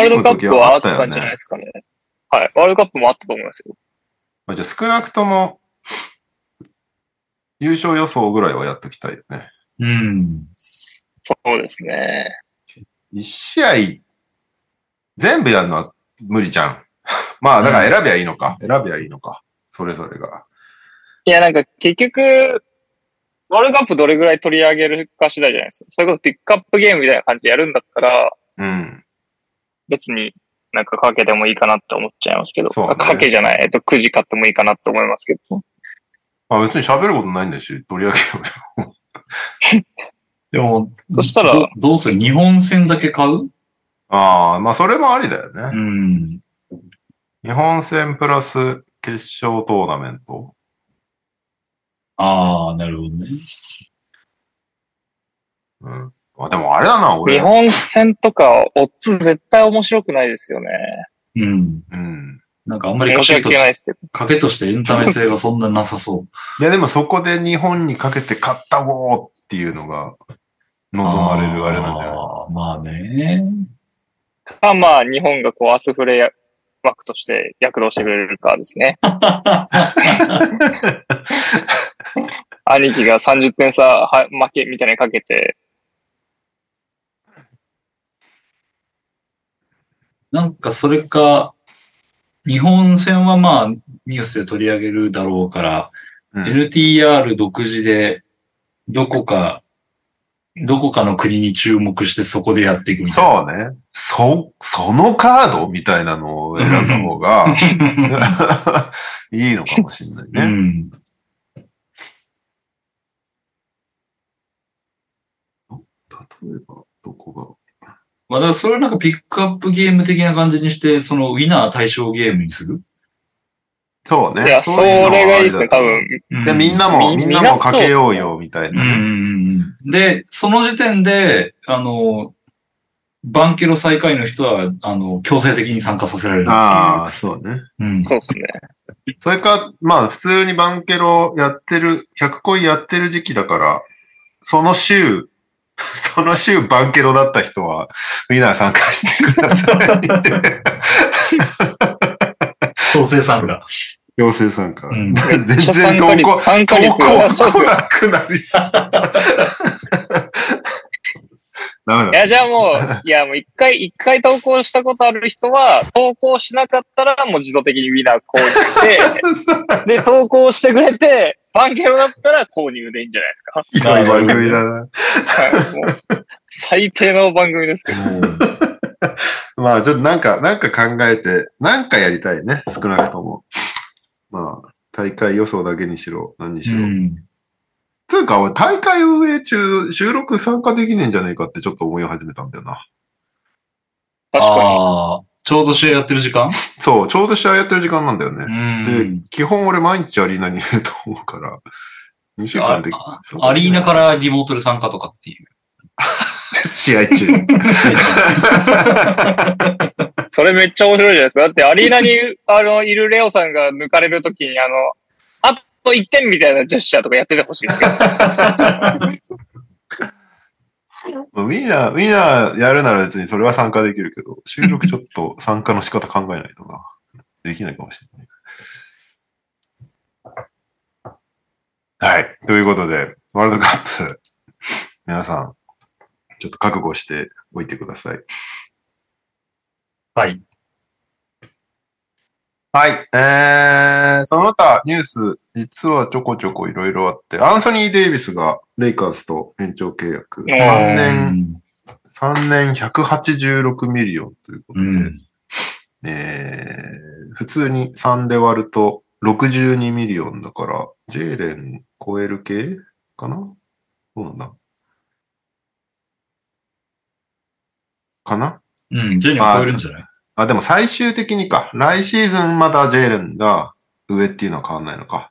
Speaker 1: ワールドカッ
Speaker 3: リ
Speaker 1: プ
Speaker 3: ーグの時
Speaker 1: はあっ
Speaker 3: った
Speaker 1: たんじゃな
Speaker 3: ね
Speaker 1: いですかね。はい。ワールドカップもあったと思いますよ。
Speaker 3: まあ、じゃあ少なくとも優勝予想ぐらいはやっときたいよね。
Speaker 2: うん。
Speaker 1: そうですね。
Speaker 3: 一試合全部やるのは無理じゃん。 まあだから選べばいいのか。選べばいいのか。それぞれが。
Speaker 1: いや、なんか結局、ワールドカップどれぐらい取り上げるか次第じゃないですか。それこそピックアップゲームみたいな感じでやるんだったら、
Speaker 3: うん。
Speaker 1: 別になんかかけてもいいかなって思っちゃいますけど、
Speaker 3: そうね
Speaker 1: かけじゃない、えっと、くじ買ってもいいかなって思いますけど。
Speaker 3: まあ別に喋ることないんだし、取り上げようよ。
Speaker 2: でも、
Speaker 1: そしたら
Speaker 2: ど、どうする日本戦だけ買う
Speaker 3: ああ、まあそれもありだよね。
Speaker 2: うん。
Speaker 3: 日本戦プラス決勝トーナメント。
Speaker 2: ああ、なるほどね。
Speaker 3: うん。あでもあれだな、俺。
Speaker 1: 日本戦とか、オッズ絶対面白くないですよね。
Speaker 2: うん。
Speaker 3: うん。
Speaker 2: なんかあんまり
Speaker 1: 申
Speaker 2: 賭
Speaker 1: し
Speaker 2: け
Speaker 1: 訳
Speaker 2: と
Speaker 1: ない
Speaker 2: し
Speaker 1: ですけど。
Speaker 2: 賭けとしてエンタメ性がそんななさそう。
Speaker 3: いやでもそこで日本にかけて勝ったおーっていうのが望まれるあれなんだよ
Speaker 2: あーまあね。
Speaker 1: か、まあ、日本がこう、アスフレ枠として躍動してくれるかですね。兄貴が30点差は負けみたいにかけて、
Speaker 2: なんかそれか、日本戦はまあニュースで取り上げるだろうから、
Speaker 3: うん
Speaker 2: NTR 独自でどこか、どこかの国に注目してそこでやっていくみたいな。
Speaker 3: そうね。そ、そのカードみたいなのを選んだ方 が いいのかもしれないうね。
Speaker 2: ん。
Speaker 3: 例えば、どこ
Speaker 2: まあだからそれはなんかピックアップゲーム的な感じにして、そのウィナー対象ゲームにする。
Speaker 3: が。そうね。
Speaker 1: いや、そう
Speaker 3: うのは
Speaker 1: れがいいです
Speaker 3: あ
Speaker 1: ね、
Speaker 3: りだと
Speaker 1: 多
Speaker 3: 思う
Speaker 1: 分。
Speaker 2: う
Speaker 3: で、みんなも、み
Speaker 1: み
Speaker 3: んなも
Speaker 1: みんなそう
Speaker 3: か
Speaker 1: っすね
Speaker 3: けようよ、みたい
Speaker 2: うん
Speaker 3: な
Speaker 2: うん
Speaker 3: ね。
Speaker 2: うん。で、その時点で、あの、バンケロ最下位の人は、あの、強制的に参加させられるっていう。
Speaker 3: ああ、そうね。
Speaker 2: うん。
Speaker 1: そうですね。
Speaker 3: それか、まあ、普通にバンケロやってる、100恋やってる時期だから、その週、 その週バンケロだった人は、みんな参加してくだ さいって。
Speaker 2: 強制参加。
Speaker 3: 強制参加。
Speaker 2: うん。
Speaker 3: 全
Speaker 1: めっちゃ
Speaker 3: 然
Speaker 1: 参
Speaker 3: 投
Speaker 1: 加率
Speaker 3: 稿、
Speaker 1: 参
Speaker 3: 投
Speaker 1: 加率がそ
Speaker 3: 稿
Speaker 1: うっす
Speaker 3: 来
Speaker 1: よ
Speaker 3: なくなり そう。ダメ
Speaker 1: い
Speaker 3: だ。
Speaker 1: や、じゃあもう、いや、もう一回、一回投稿したことある人は、投稿しなかったらもう自動的にウィナー購 入で、で、投稿してくれて、バンケロだったら購入でいいんじゃないですか。
Speaker 3: ひどい番組だな。
Speaker 1: はい、もう最低の番組ですけど。
Speaker 3: まあ、ちょっとなんか、なんか考えて、なんかやりたいね、少なくとも。まあ、大会予想だけにしろ、何にし
Speaker 2: う
Speaker 3: ろ。
Speaker 2: ん。
Speaker 3: つうか、俺、大会運営中、収録参加できねえんじゃねえかってちょっと思い始めたんだよな。
Speaker 1: 確か
Speaker 2: ああ、ちょうど試合やってる時間
Speaker 3: そう、ちょうど試合やってる時間なんだよ
Speaker 2: う
Speaker 3: ね。
Speaker 2: ん。
Speaker 3: 基本俺毎日アリーナにいると思うから、2週間
Speaker 2: あ
Speaker 3: で、
Speaker 2: あアリーナからリモートで参加とかっ ていう。
Speaker 3: 試合中。
Speaker 1: に。それめっちゃ面白いじゃないですか。だって、アリーナに、あの、いるレオさんが抜かれるときに、あの、あと1点みたいなジェスチャーとかやっててほしいですけど。
Speaker 3: ウィーナー、ウィーナーやるなら別にそれは参加できるけど、収録ちょっと参加の仕方考えないとな。できないかもしれない。はい。ということで、ワールドカップ、皆さん、ちょっと覚悟しておいてください。
Speaker 2: はい。
Speaker 3: はい。えー、その他ニュース、実はちょこちょこいろいろあって、アンソニー・デイビスがレイカーズと延長契約。3
Speaker 1: ー
Speaker 3: 年
Speaker 2: 年。
Speaker 3: 3年186ミリオンということ
Speaker 2: う
Speaker 3: で、
Speaker 2: ん。
Speaker 3: えー普通に3で割ると62ミリオンだから、ジェーレン超える系かなそうなんだ。かな
Speaker 2: うん。ジェニー超えるんじゃない
Speaker 3: あ、でも最終的にか。来シーズンまだジェーレンが上っていうのは変わんないのか。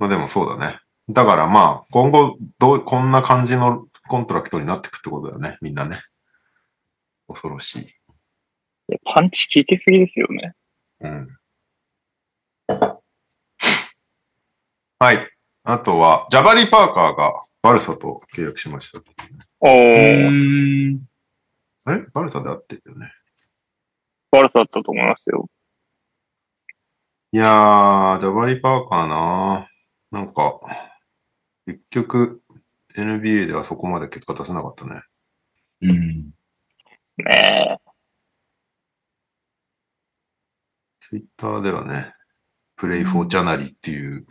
Speaker 3: まあでもそうだね。だからまあ、今後、どう、こんな感じのコントラクトになってくってことだよね、みんなね。恐ろしい。
Speaker 1: いや パンチ効きすぎですよね。
Speaker 3: うん。はい。あとは、ジャバリ・パーカーがバルサと契約しました。
Speaker 1: お
Speaker 2: う
Speaker 1: ー、
Speaker 2: ーん。
Speaker 3: あれバルサで合ってるよね。
Speaker 1: 悪さだったと思いますよ。
Speaker 3: いやー、ジャバリ・パーカーなーなんか、結局、NBA ではそこまで結果出せなかったね。
Speaker 2: うん。
Speaker 1: ね
Speaker 3: ツイッターではね、プレイフォージャナリっていう、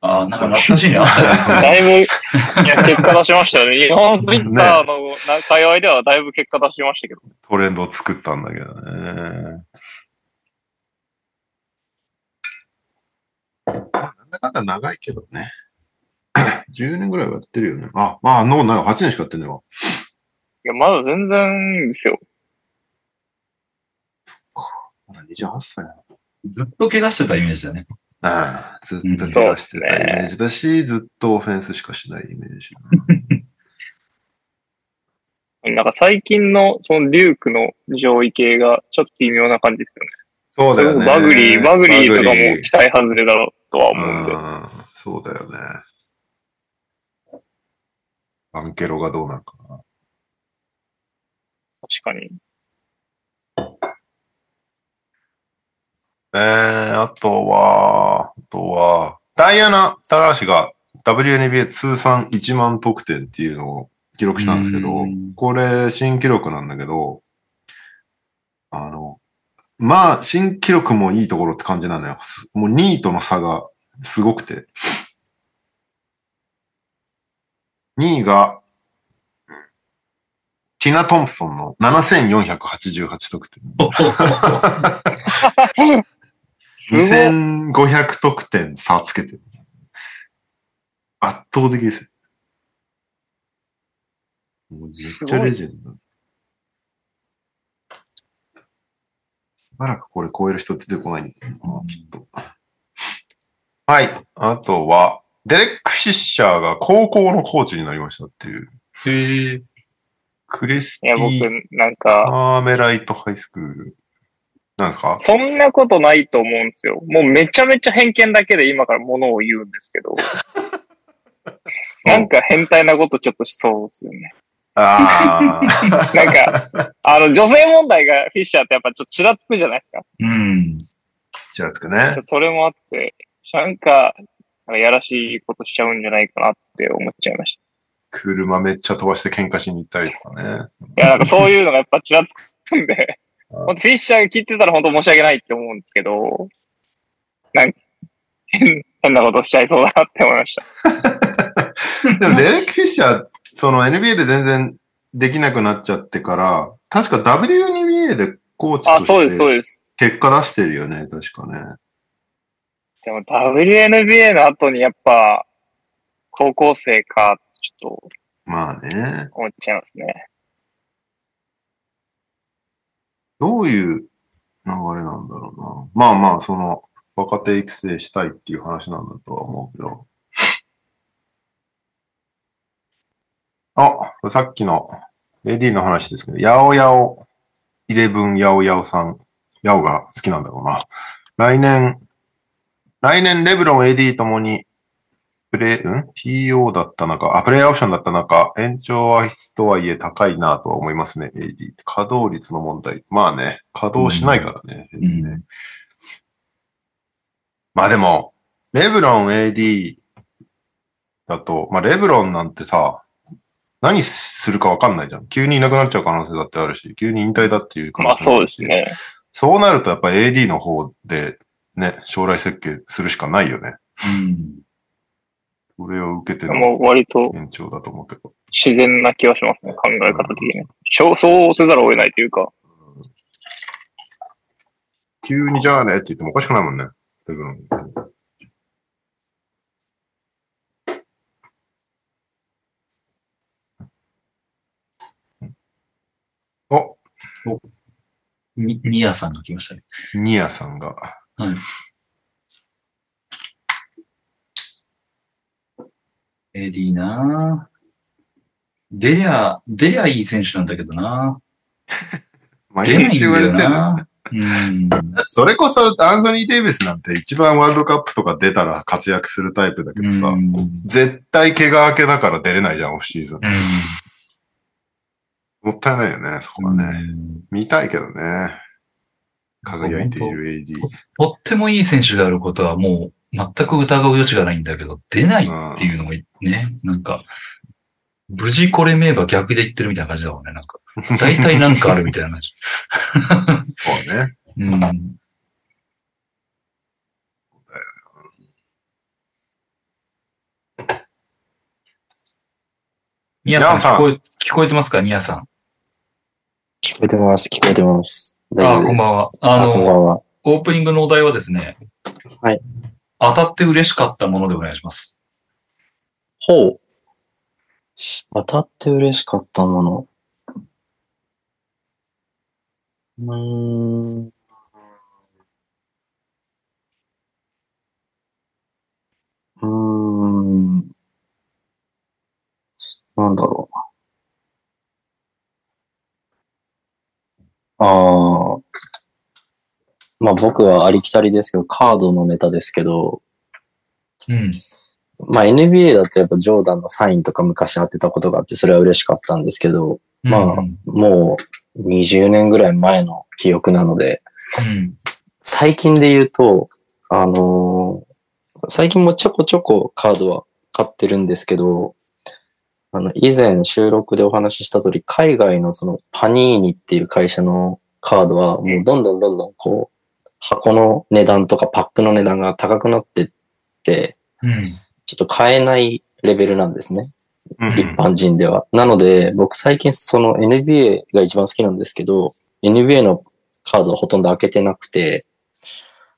Speaker 2: ああ、なんか懐かしいね。あったよ
Speaker 1: え。だいぶ、いや、結果出しましたよね。日本ツイッターのな界隈ではだいぶ結果出しましたけど。
Speaker 3: トレンドを作ったんだけどね。なんだかんだ長いけどね。10年ぐらいはやってるよね。あ、まあ、あんなことないわ。8年しかやってないわ。
Speaker 1: いや、まだ全然ですよ。
Speaker 3: まだ28歳なの。
Speaker 2: ずっと怪我してたイメージだね。
Speaker 3: ああ、ずっと怪我してたイメージだし、ずっとオフェンスしかしないイメージ。
Speaker 1: なんか最近の、そのリュークの上位系がちょっと微妙な感じですよね。
Speaker 3: そうだ
Speaker 1: す
Speaker 3: よ
Speaker 1: ごく
Speaker 3: ね。
Speaker 1: バグリー、バグリーとか
Speaker 3: バグリ
Speaker 1: も期待外れだろうとは思うんで。
Speaker 3: うんそうだよね。アンケロがどうなるかな。
Speaker 1: 確かに。
Speaker 3: えー、あとは、あとは、ダイアナ・タラーシが WNBA 通算1万得点っていうのを記録したんですけど
Speaker 2: うん、
Speaker 3: これ新記録なんだけど、あの、まあ、新記録もいいところって感じなのよ。すもう2位との差がすごくて。2位が、ティナ・トンプソンの7488得 点。
Speaker 1: すごい。
Speaker 3: 2500得点差つけてる。圧倒的ですよ。もうめっちゃレジェンド。しばらくこれ超える人出てこないんだよな、きっと。はい。あとは、デレック・シッシャーが高校のコーチになりましたっていう。
Speaker 2: へえ。
Speaker 3: クリス
Speaker 1: い
Speaker 3: ピ
Speaker 1: や、
Speaker 3: ー・
Speaker 1: 僕、なん
Speaker 3: カ
Speaker 1: か、
Speaker 3: ーメライト・ハイスクール。なんですか
Speaker 1: そんなことないと思うんですよ。もうめちゃめちゃ偏見だけで今からものを言うんですけど。なんか変態なことちょっとしそうですよね。
Speaker 3: ああ。
Speaker 1: なん か、あの、女性問題がフィッシャーってやっぱちょっとちらつくじゃないですか。
Speaker 2: うん。
Speaker 3: ちらつくね。
Speaker 1: それもあって、なんか、なんかやらしいことしちゃうんじゃないかなって思っちゃいました。
Speaker 3: 車めっちゃ飛ばして喧嘩しに行ったりとかね。
Speaker 1: いや、なんかそういうのがやっぱちらつくん で、ほんとフィッシャーが聞いてたら本当申し訳ないって思うんですけど、なんか、変変なことしちゃいそうだなって思いました。
Speaker 3: でもデレック・フィッシャー、その NBA で全然できなくなっちゃってから、確か WNBA でコーチ
Speaker 1: あ、そう
Speaker 3: と
Speaker 1: です、
Speaker 3: し
Speaker 1: そう
Speaker 3: て
Speaker 1: です。
Speaker 3: 結果出してるよね、確かね。
Speaker 1: でも WNBA の後にやっぱ、高校生か、ちょっ
Speaker 3: まあね。
Speaker 1: と思っちゃいますね。
Speaker 3: どういう流れなんだろうな。まあまあ、その、若手育成したいっていう話なんだとは思うけど。あ、さっきの AD の話ですけど、ヤオヤオ、イレブンヤオヤオさん、ヤオが好きなんだろうな。来年、来年レブロン AD ともに、プレイ、ん ?PO だった中、あ、プレイヤーオプションだった中、延長は必須とはいえ高いなとは思いますね、AD って。稼働率の問題。まあね、稼働しないからね、
Speaker 2: ん
Speaker 3: AD ね。まあでも、レブロン AD だと、まあレブロンなんてさ、何するかわかんないじゃん。急にいなくなっちゃう可能性だってあるし、急に引退だっていう可
Speaker 1: ま
Speaker 3: 能
Speaker 1: あ
Speaker 3: 性もあ
Speaker 1: そう
Speaker 3: る
Speaker 1: で
Speaker 3: し
Speaker 1: すね。
Speaker 3: そうなるとやっぱ AD の方でね、将来設計するしかないよね。
Speaker 2: うん。
Speaker 3: それを受けての
Speaker 1: もう割と
Speaker 3: 延長だと思うけど。
Speaker 1: 自然な気はしますね、考え方的にね。そうそうせざるを得ないというか。
Speaker 3: 急にじゃあねって言ってもおかしくないもんね。レブロンお、
Speaker 2: み、みやさんが来ましたね。
Speaker 3: ニアさんが。
Speaker 2: AD なぁ。出りゃ、出りゃいい選手なんだけどな。
Speaker 3: 毎
Speaker 2: 出ない
Speaker 3: 日
Speaker 2: ん
Speaker 3: 言わ
Speaker 2: だ
Speaker 3: れ
Speaker 2: よ
Speaker 3: てる。
Speaker 2: な。うん。
Speaker 3: それこそアンソニー・デイビスなんて一番ワールドカップとか出たら活躍するタイプだ けどさ、
Speaker 2: うん
Speaker 3: 絶対怪我明けだから出れないじゃん、オフシーズン。もったいないよね、そこはね。
Speaker 2: うん
Speaker 3: 見たいけどね。輝いている AD。
Speaker 2: とってもいい選手であることはもう全く疑う余地がないんだけど、出ないっていうのがね、なんか、無事これ名ば逆で言ってるみたいな感じだもんね、なんか。大体なんかあるみたいな感じ。
Speaker 3: そうね。
Speaker 2: うん。ニアさん
Speaker 3: ニアさん
Speaker 2: 聞こえ、聞こえてますかニアさん。
Speaker 4: 聞こえてます、聞こえてます。
Speaker 2: あ
Speaker 4: 大丈夫です
Speaker 2: こんばんはあの
Speaker 4: こんばんは。
Speaker 2: オープニングのお題はですね。
Speaker 4: はい。
Speaker 2: 当たって嬉しかったものでお願いします。
Speaker 4: ほう。当たって嬉しかったもの。うーん。うーん。なんだろうな。ああ。まあ僕はありきたりですけど、カードのネタですけど、
Speaker 2: うん。
Speaker 4: まあ NBA だとやっぱジョーダンのサインとか昔当てたことがあって、それは嬉しかったんですけど、まあ
Speaker 2: うん
Speaker 4: もう20年ぐらい前の記憶なので、
Speaker 2: うん。
Speaker 4: 最近で言うと、あのー最近もちょこちょこカードは買ってるんですけど、あの、以前収録でお話しした通り、海外のそのパニーニっていう会社のカードは、もうどんどんどんどんこう、箱の値段とかパックの値段が高くなってって、
Speaker 2: うん。
Speaker 4: ちょっと買えないレベルなんですね。
Speaker 3: うん
Speaker 4: 一 般人では。なので、僕最近その NBA が一番好きなんですけど、NBA のカードをほとんど開けてなくて、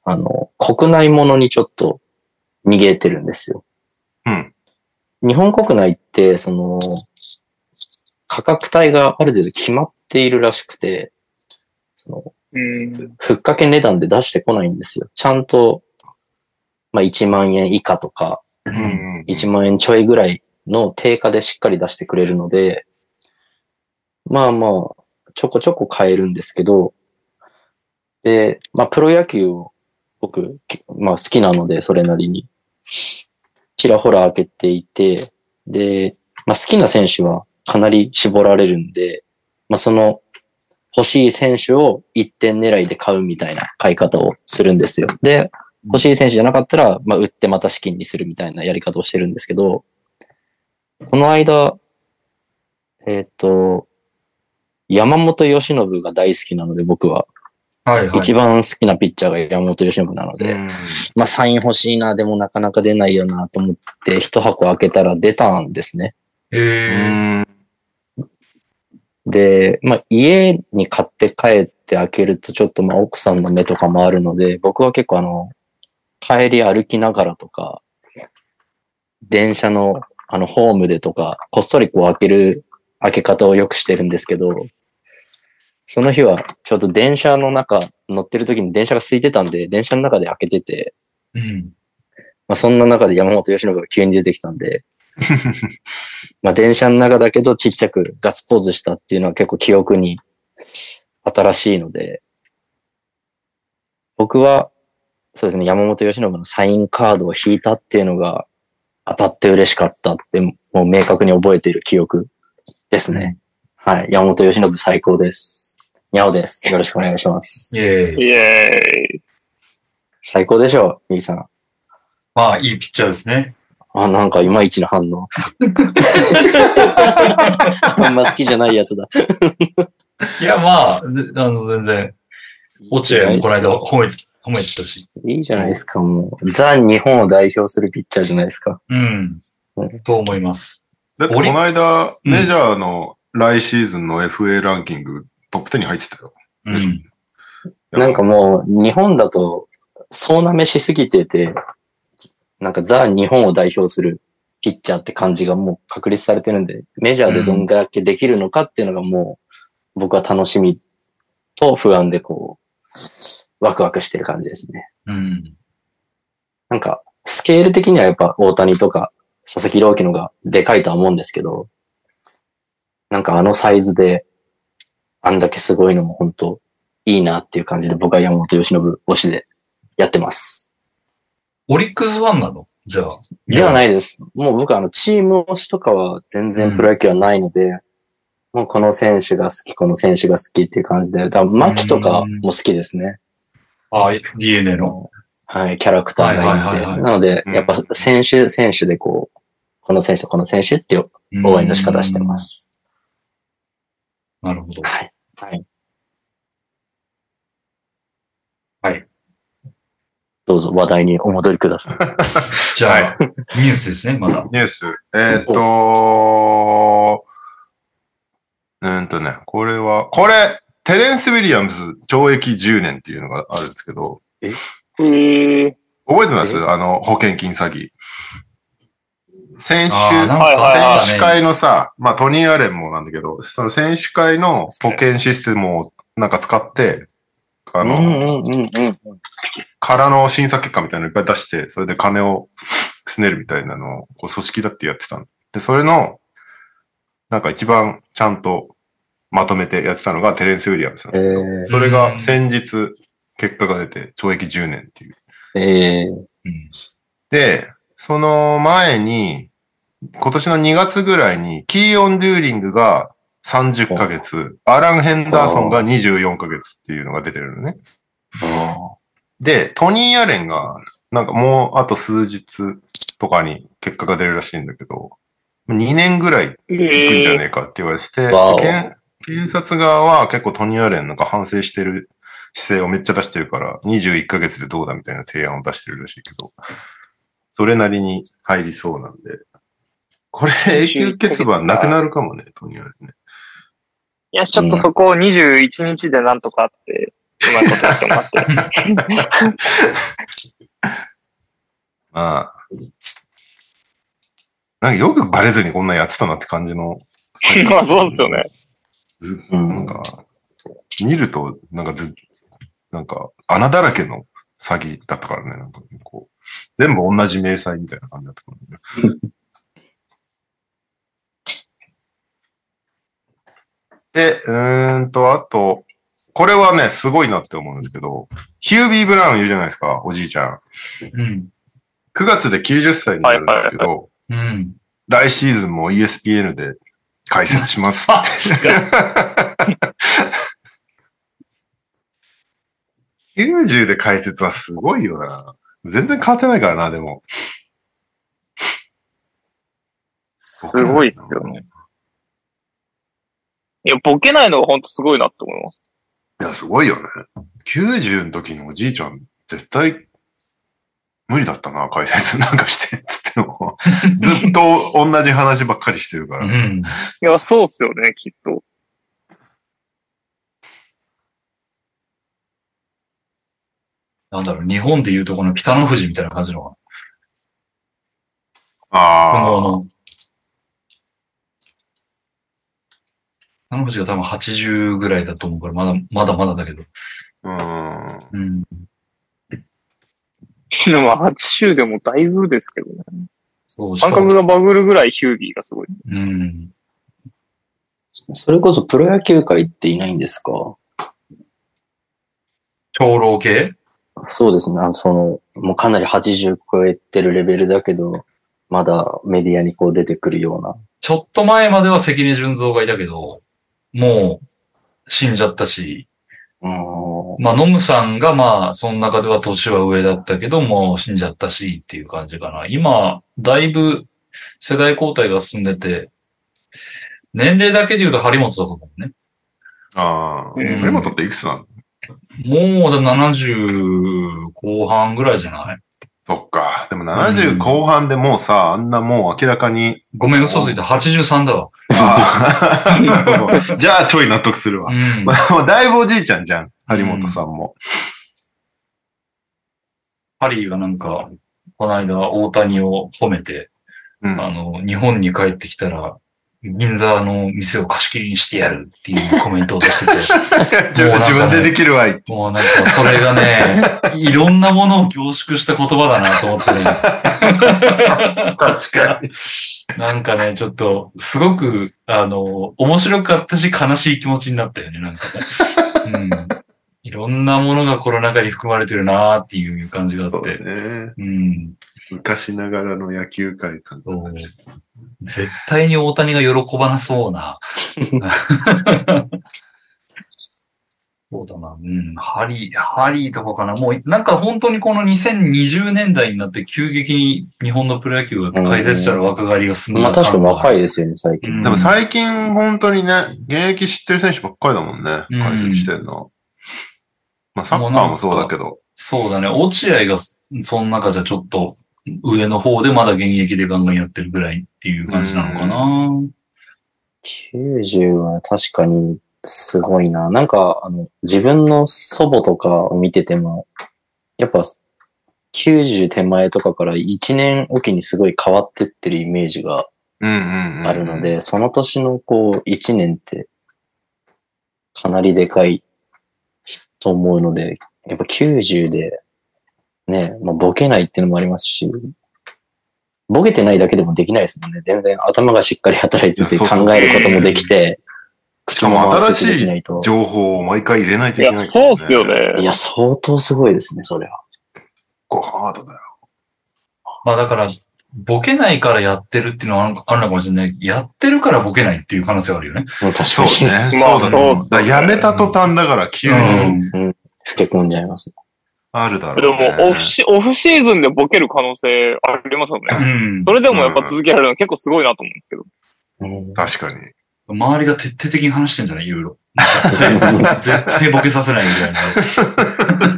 Speaker 4: あの、国内ものにちょっと逃げてるんですよ。
Speaker 3: うん。
Speaker 4: 日本国内って、その、価格帯がある程度決まっているらしくて、その、
Speaker 1: うん。
Speaker 4: ふっかけ値段で出してこないんですよ。ちゃんと、まあ、1万円以下とか、
Speaker 2: う。
Speaker 3: うんん。
Speaker 4: 1万円ちょいぐらいの定価でしっかり出してくれるので、まあまあ、ちょこちょこ買えるんですけど、で、まあプロ野球を僕、きまあ好きなので、それなりに、ちらほら開けていて、で、まあ好きな選手はかなり絞られるんで、まあその欲しい選手を1点狙いで買うみたいな買い方をするんですよ。で、欲しい選手じゃなかったら、まあ、売ってまた資金にするみたいなやり方をしてるんですけど、この間、えっ、と、山本由伸が大好きなので、僕は。
Speaker 2: はいはい。
Speaker 4: 一番好きなピッチャーが山本由伸なので、まあ、サイン欲しいな、でもなかなか出ないよなと思って、一箱開けたら出たんですね。
Speaker 3: う
Speaker 2: え
Speaker 3: ん。
Speaker 4: で、まあ、家に買って帰って開けると、ちょっとまあ、奥さんの目とかもあるので、僕は結構あの、帰り歩きながらとか、電車の、あの、ホームでとか、こっそりこう開ける、開け方をよくしてるんですけど、その日は、ちょっと電車の中、乗ってる時に電車が空いてたんで、電車の中で開けてて、
Speaker 2: ー。うん。
Speaker 4: まあ、そんな中で山本由伸が急に出てきたんで、まあ、電車の中だけどちっちゃくガッツポーズしたっていうのは結構記憶に新しいので、僕は、そうですね、山本由伸のサインカードを引いたっていうのが当たって嬉しかったって、もう明確に覚えている記憶ですね。はい。山本由伸最高です。にゃおです。よろしくお願いします。
Speaker 2: イェーイ。
Speaker 1: イエーイ。
Speaker 4: 最高でしょう、兄さん。
Speaker 2: まあ、いいピッチャーですね。
Speaker 4: あ、なんかいまいちの反応。あんま好きじゃないやつだ。
Speaker 2: いや、まあ、ぜあの、全然、落合もこの間褒めて、褒めてたし。
Speaker 4: いいじゃないですか、もう。ザ・日本を代表するピッチャーじゃないですか。
Speaker 2: うん。と思います。
Speaker 3: だってこの間、メジャーの来シーズンの FA ランキングトップ10に入ってたよ。
Speaker 2: うん。
Speaker 4: なんかもう、日本だと、そうなめしすぎてて、なんかザ・日本を代表するピッチャーって感じがもう確立されてるんで、メジャーでどんだけできるのかっていうのがもう、僕は楽しみと不安でこう、ワクワクしてる感じですね。
Speaker 2: うん。
Speaker 4: なんか、スケール的にはやっぱ大谷とか佐々木朗希のがでかいとは思うんですけど、なんかあのサイズで、あんだけすごいのも本当いいなっていう感じで、僕は山本由伸推しでやってます。
Speaker 2: オリックスファンなのじゃあ。
Speaker 4: ではないです。もう僕あの、チーム推しとかは全然プロ野球はないので、もうこの選手が好き、この選手が好きっていう感じで、多分牧とかも好きですね。
Speaker 2: あ、DNA の。
Speaker 4: はい、キャラクターが
Speaker 2: はい
Speaker 4: い
Speaker 2: はい
Speaker 4: て
Speaker 2: はいはい。
Speaker 4: なので
Speaker 3: う、ん
Speaker 4: やっぱ選手、選手でこう、この選手とこの選手っていう応援の仕方してま。す。
Speaker 2: なるほど。
Speaker 4: はい。はい。
Speaker 2: はい。
Speaker 4: どうぞ話題にお戻りください。
Speaker 2: じゃあ、ニュースですね、まだ。
Speaker 3: ニュース。えーっ、とうーんとね、これは、これ、テレンス・ウィリアムズ懲役10年っていうのがあるんですけど、
Speaker 1: へえ。
Speaker 3: 覚えてます
Speaker 4: え
Speaker 3: あの、保険金詐欺。先週、
Speaker 2: あーなん
Speaker 1: はいはいは
Speaker 2: か
Speaker 1: い
Speaker 3: 選手会のさ、まあトニー・アレンもなんだけど、その選手会の保険システムをなんか使って、あ
Speaker 4: うん
Speaker 3: の、
Speaker 4: うんうんうん。
Speaker 3: 空の審査結果みたいなのいっぱい出して、それで金をすねるみたいなのを、こう組織だってやってたの。で、それの、なんか一番ちゃんとまとめてやってたのがテレンス・ウィリアムさん。
Speaker 4: えー
Speaker 3: それが先日、結果が出て、懲役10年っていう。
Speaker 4: えー
Speaker 2: うん
Speaker 3: で、その前に、今年の2月ぐらいに、キーオン・デューリングが30ヶ月、アラン・ヘンダーソンが24ヶ月っていうのが出てるのね。で、トニー・アレンが、なんかもうあと数日とかに結果が出るらしいんだけど、2年ぐらい行くんじゃねえかって言われてて、
Speaker 4: わお
Speaker 3: 検検察側は結構トニー・アレンなんか反省してる姿勢をめっちゃ出してるから、21ヶ月でどうだみたいな提案を出してるらしいけど、それなりに入りそうなんで、これ永久欠番なくなるかもね、トニー・アレンね。
Speaker 1: いや、ちょっとそこを21日でなんとかって、うまいことやっても らって。
Speaker 3: まあ、なんかよくバレずにこんなんやってたなって感じの。
Speaker 1: まあそうっすよね。
Speaker 3: ず
Speaker 4: うん
Speaker 3: なんか、見ると、なんかず、なんか、穴だらけの詐欺だったからね、なんかこう、全部同じ明細みたいな感じだったからね。 で、うーんと、あと、これはね、すごいなって思うんですけど、ヒュービー・ブラウンいるじゃないですか、おじいちゃん。
Speaker 2: うん。
Speaker 3: 9月で90歳になるんですけど、
Speaker 2: うん。
Speaker 3: 来シーズンも ESPN で解説します。
Speaker 2: マジか。
Speaker 3: 90で解説はすごいよな。全然変わってないからな、でも。
Speaker 1: すごいっすよね。いや、ボケないのがほんとすごいなって思います。
Speaker 3: いや、すごいよね。90の時のおじいちゃん、絶対、無理だったな、解説 なんかして、つって も。ずっと同じ話ばっかりしてるか
Speaker 2: う
Speaker 3: ら。
Speaker 2: ん。
Speaker 1: いや、そうっすよね、きっと。
Speaker 2: なんだろう、日本でいうとこの北の富士みたいな感じのかな。
Speaker 3: あ
Speaker 2: こ
Speaker 3: あ。
Speaker 2: の、北の富士が多分80ぐらいだと思うから、まだ、まだまだだけど。
Speaker 3: うん。
Speaker 2: うん。
Speaker 1: でも、8週でもだいぶですけどね。
Speaker 2: そう、し
Speaker 1: 感
Speaker 2: かも、
Speaker 1: 覚がバグるぐらいヒュービーがすごい。
Speaker 2: うん。
Speaker 4: それこそプロ野球界っていないんですか
Speaker 2: 長老系
Speaker 4: そうですね。あのその、もうかなり80超えてるレベルだけど、まだメディアにこう出てくるような。
Speaker 2: ちょっと前までは関根純三がいたけど、もう死んじゃったし、
Speaker 4: うん
Speaker 2: まあ、ノムさんがまあ、その中では年は上だったけど、もう死んじゃったしっていう感じかな。今、だいぶ世代交代が進んでて、年齢だけで言うと張本とかもね。
Speaker 3: ああ。
Speaker 1: うん
Speaker 3: 森本っていくつなの
Speaker 2: もうでも70後半ぐらいじゃない
Speaker 3: そっか。でも
Speaker 2: う
Speaker 3: 70
Speaker 2: ん
Speaker 3: 後半でもうさ、あんなもう明らかに。
Speaker 2: ごめん、嘘ついた。83だわ。
Speaker 3: ああ なるほどじゃあちょい納得するわ
Speaker 2: う。ん
Speaker 3: ま。 あ、もうだいぶおじいちゃんじゃん。張本さんも。
Speaker 2: ハリーがなんか、この間大谷を褒めて、
Speaker 3: うん。
Speaker 2: あの、日本に帰ってきたら、銀座の店を貸し切りにしてやるっていうコメントを出してて。
Speaker 3: 自分自分でできるわい。
Speaker 2: もうなんか、それがね、いろんなものを凝縮した言葉だなと思ってね。
Speaker 3: 確かに。
Speaker 2: なんかね、ちょっと、すごく、あの、面白かったし、悲しい気持ちになったよね、なんか、ね。うん。いろんなものがコロナ禍に含まれてるなーっていう感じがあ
Speaker 3: そ
Speaker 2: っ
Speaker 3: う
Speaker 2: て。
Speaker 3: ね。
Speaker 2: うん。
Speaker 3: 昔ながらの野球界感が
Speaker 2: そう絶対に大谷が喜ばなそうな。そうだな。うん。ハリー、ハリーとかかな。もう、なんか本当にこの2020年代になって急激に日本のプロ野球が解説者の若返りが進んだ。
Speaker 4: まあ確かに若い
Speaker 2: い。
Speaker 4: ですよね、最近。
Speaker 3: でも最近本当にね、現役知ってる選手ばっかりだもんね。
Speaker 2: うん
Speaker 3: 解説してるの。まあサッカーもそうだけど。
Speaker 2: そうだね。落合がそその中じゃちょっと上の方でまだ現役でガンガンやってるぐらいっていう感じなのかな。
Speaker 4: 90は確かにすごいな。なんか、あの、自分の祖母とかを見てても、やっぱ、90手前とかから1年おきにすごい変わってってるイメージが
Speaker 3: うんうんうん。
Speaker 4: あるの。で、その年のこう、1年って、かなりでかいと思うので、やっぱ90で、ね、まあ、ボケないっていうのもありますし、ボケてないだけでもできないですもんね。全然頭がしっかり働いてて
Speaker 3: いや
Speaker 4: 考
Speaker 3: そうそう
Speaker 4: えることもできて、
Speaker 3: しかも新し
Speaker 4: 口も回ってきてできないと
Speaker 3: 情報を毎回入れないと
Speaker 1: い
Speaker 3: いけない、
Speaker 1: や、そうっすよ。ね。
Speaker 4: いや、相当すごいですね、それは。
Speaker 3: こうハードだよ。
Speaker 2: まあだから、ボケないからやってるっていうのはあるあるのかもしれない。やってるからボケないっていう可能性はあるよね。
Speaker 4: うん確
Speaker 3: そ
Speaker 4: か
Speaker 3: う
Speaker 4: に。
Speaker 3: ね。
Speaker 1: まあ
Speaker 3: そうだね。
Speaker 1: そうっすね
Speaker 3: だからやめた途端だから急
Speaker 2: う
Speaker 3: に
Speaker 2: ん
Speaker 4: 吹け込んじゃいます。
Speaker 3: あるだ
Speaker 1: で
Speaker 3: ろう、ね。
Speaker 1: も、オフシ、オフシーズンでボケる可能性ありますよね。
Speaker 2: うん。
Speaker 1: それでもやっぱ続けられるの結構すごいなと思うんですけど。
Speaker 4: うん
Speaker 3: 確かに。
Speaker 2: 周りが徹底的に話してんじゃないいろいろ。絶対ボケさせないみたいな。